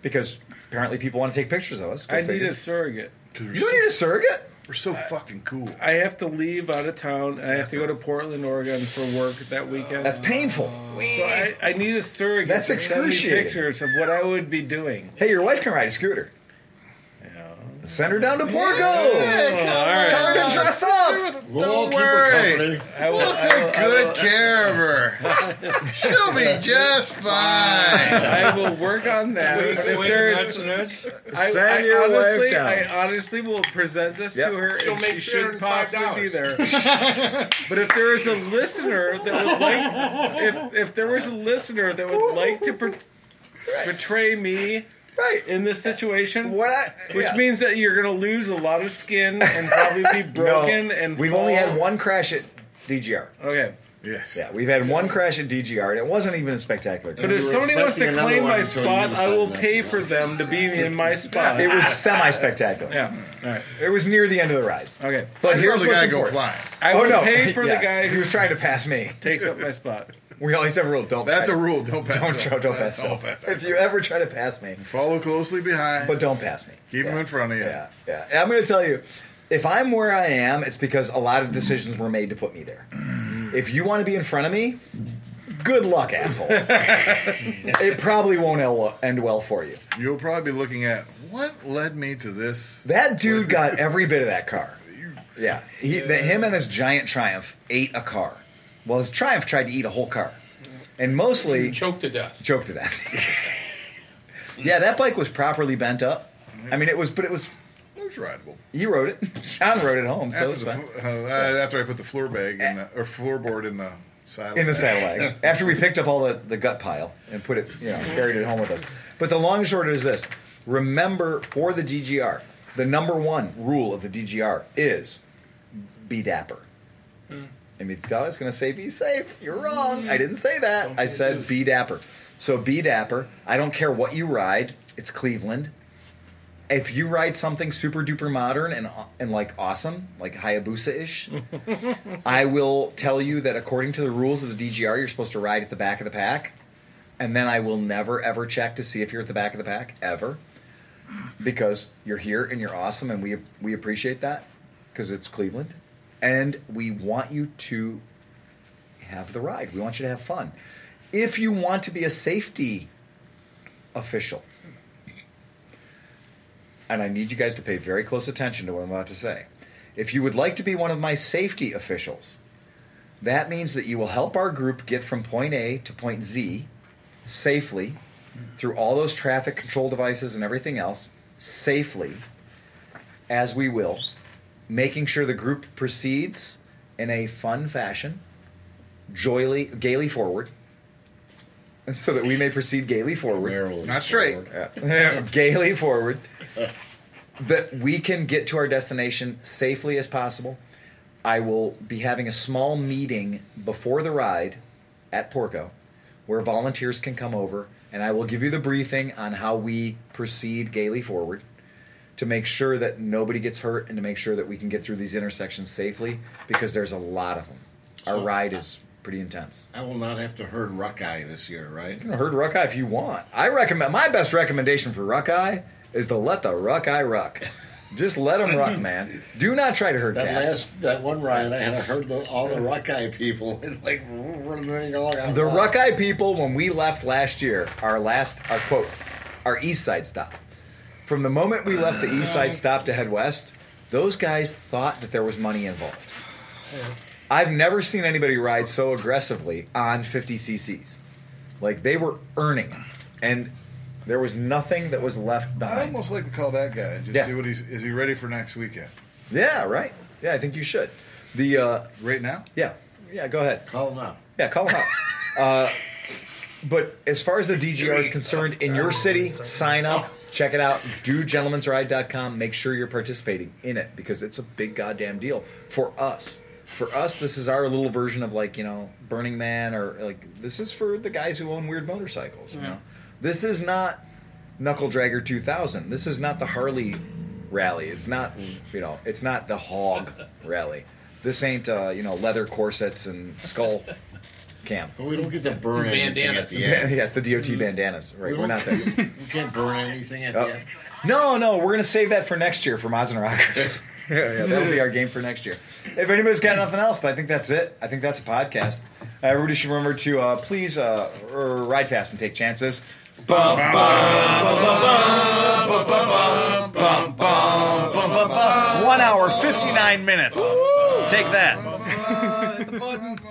because apparently people want to take pictures of us. Go I need figure. a surrogate. You don't need a surrogate. We're so fucking cool. I have to leave out of town, and I have to go to Portland, Oregon for work that weekend. That's painful. so I, I need a surrogate. That's to send me excruciating. Pictures of what I would be doing. Hey, your wife can ride a scooter. Send her down to Porco. Tell her to dress up. We'll all Don't keep worry. her company. I will, We'll take good care of her. She'll be just fine. I will work on that. if there's, I, Send I your wife honestly, down. I honestly will present this Yep. to her, She'll and make she should possibly be $305. there. but if there is a listener that would like, if if there was a listener that would like to per- portray me Right. in this situation, What I, which yeah. means that you're gonna lose a lot of skin and probably be broken. No, and we've only fall. had one crash at DGR. Okay, Yes. Yeah, we've had one crash at DGR, and it wasn't even a spectacular. but crash. if we were somebody wants to expecting another claim one my until you spot, I will decided pay not to. for them to be in my spot. It was semi-spectacular. yeah. All right. It was near the end of the ride. Okay. But I here's saw the what's guy go important. flying. I Oh will no! pay for Yeah, the guy he who was trying to pass me. takes up my spot. We always have a rule: don't. That's try a to- rule. Don't pass. Don't go. don't, don't pass. Don't Don't pass. If you ever try to pass me, Follow closely behind. but don't pass me. keep him in front of you. Yeah, yeah. And I'm going to tell you, if I'm where I am, it's because a lot of decisions were made to put me there. If you want to be in front of me, good luck, asshole. it probably won't el- end well for you. You'll probably be looking at what led me to this. That dude got every bit of that car. Yeah, he, The, him and his giant Triumph ate a car. Well, his Triumph tried to eat a whole car, and mostly Choked to death. choked to death. yeah, that bike was properly bent up. I mean, it was, but it was. It was rideable. You rode it. John rode it home, so After, it's the, fine. fl- uh, uh, after I put the floor bag in the, or floorboard in the saddle. in the satellite after we picked up all the, the gut pile and put it, you know, carried it home with us. But the long and short is this remember for the DGR, the number one rule of the DGR is be dapper. And we thought I was going to say be safe. You're wrong. I didn't say that. I said be dapper. So be dapper. I don't care what you ride, it's Cleveland. If you ride something super duper modern and and like awesome, like Hayabusa ish, I will tell you that according to the rules of the DGR, you're supposed to ride at the back of the pack, and then I will never ever check to see if you're at the back of the pack ever, because you're here and you're awesome, and we we appreciate that because it's Cleveland, and we want you to have the ride. We want you to have fun. If you want to be a safety official, and I need you guys to pay very close attention to what I'm about to say. If you would like to be one of my safety officials, that means that you will help our group get from point A to point Z safely through all those traffic control devices and everything else safely as we will, making sure the group proceeds in a fun fashion, joyly, gaily forward, so that we may proceed gaily forward Merrily Not straight. forward. gaily forward that we can get to our destination safely as possible. I will be having a small meeting before the ride at Porco where volunteers can come over and I will give you the briefing on how we proceed gaily forward to make sure that nobody gets hurt and to make sure that we can get through these intersections safely because there's a lot of them. Our ride is pretty intense. I will not have to herd Ruckeye this year, right? You can herd Ruckeye if you want. I recommend my best recommendation for Ruckeye is to let the Ruckeye ruck. Just let him ruck, man. Do not try to herd That cats. last, that one ride, I had to herd the, all the Ruckeye people and like running along. I The lost. Ruckeye people, when we left last year, our last, our quote, our East Side stop. From the moment we left the East Side stop to head west, those guys thought that there was money involved. I've never seen anybody ride so aggressively on 50 cc's. Like they were earning it, and there was nothing that was left I'd behind. almost like to call that guy and just Yeah. see what he's is he ready for next weekend. Yeah, right. Yeah, I think you should. The uh, Right now, yeah, yeah. Go ahead. Call him out. Yeah, call him up. uh, but as far as the DGR is concerned, in your city, sign up, check it out, do gentleman'sride.com. Make sure you're participating in it because it's a big goddamn deal for us. For us, this is our little version of like, you know, Burning Man or like, this is for the guys who own weird motorcycles, you know? This is not Knuckle Dragger 2000. This is not the Harley rally. It's not, you know, it's not the hog rally. This ain't, uh, you know, leather corsets and skull camp. But we don't get to burn anything Bandanas. at the Yeah, end. yes, the DOT bandanas. Right, We we're don't- not there. We can't burn anything at Oh. the end. No, no, we're gonna save that for next year for Mods and Rockers. yeah, yeah, that'll be our game for next year. If anybody's got nothing else, I think that's it. I think that's a podcast. Uh, everybody should remember to uh, please uh, r- ride fast and take chances. Bum, bum, bum, bum, bum, bum, bum, bum, bum, bum, bum. One hour, fifty nine minutes. Take that. Uh, hit the button.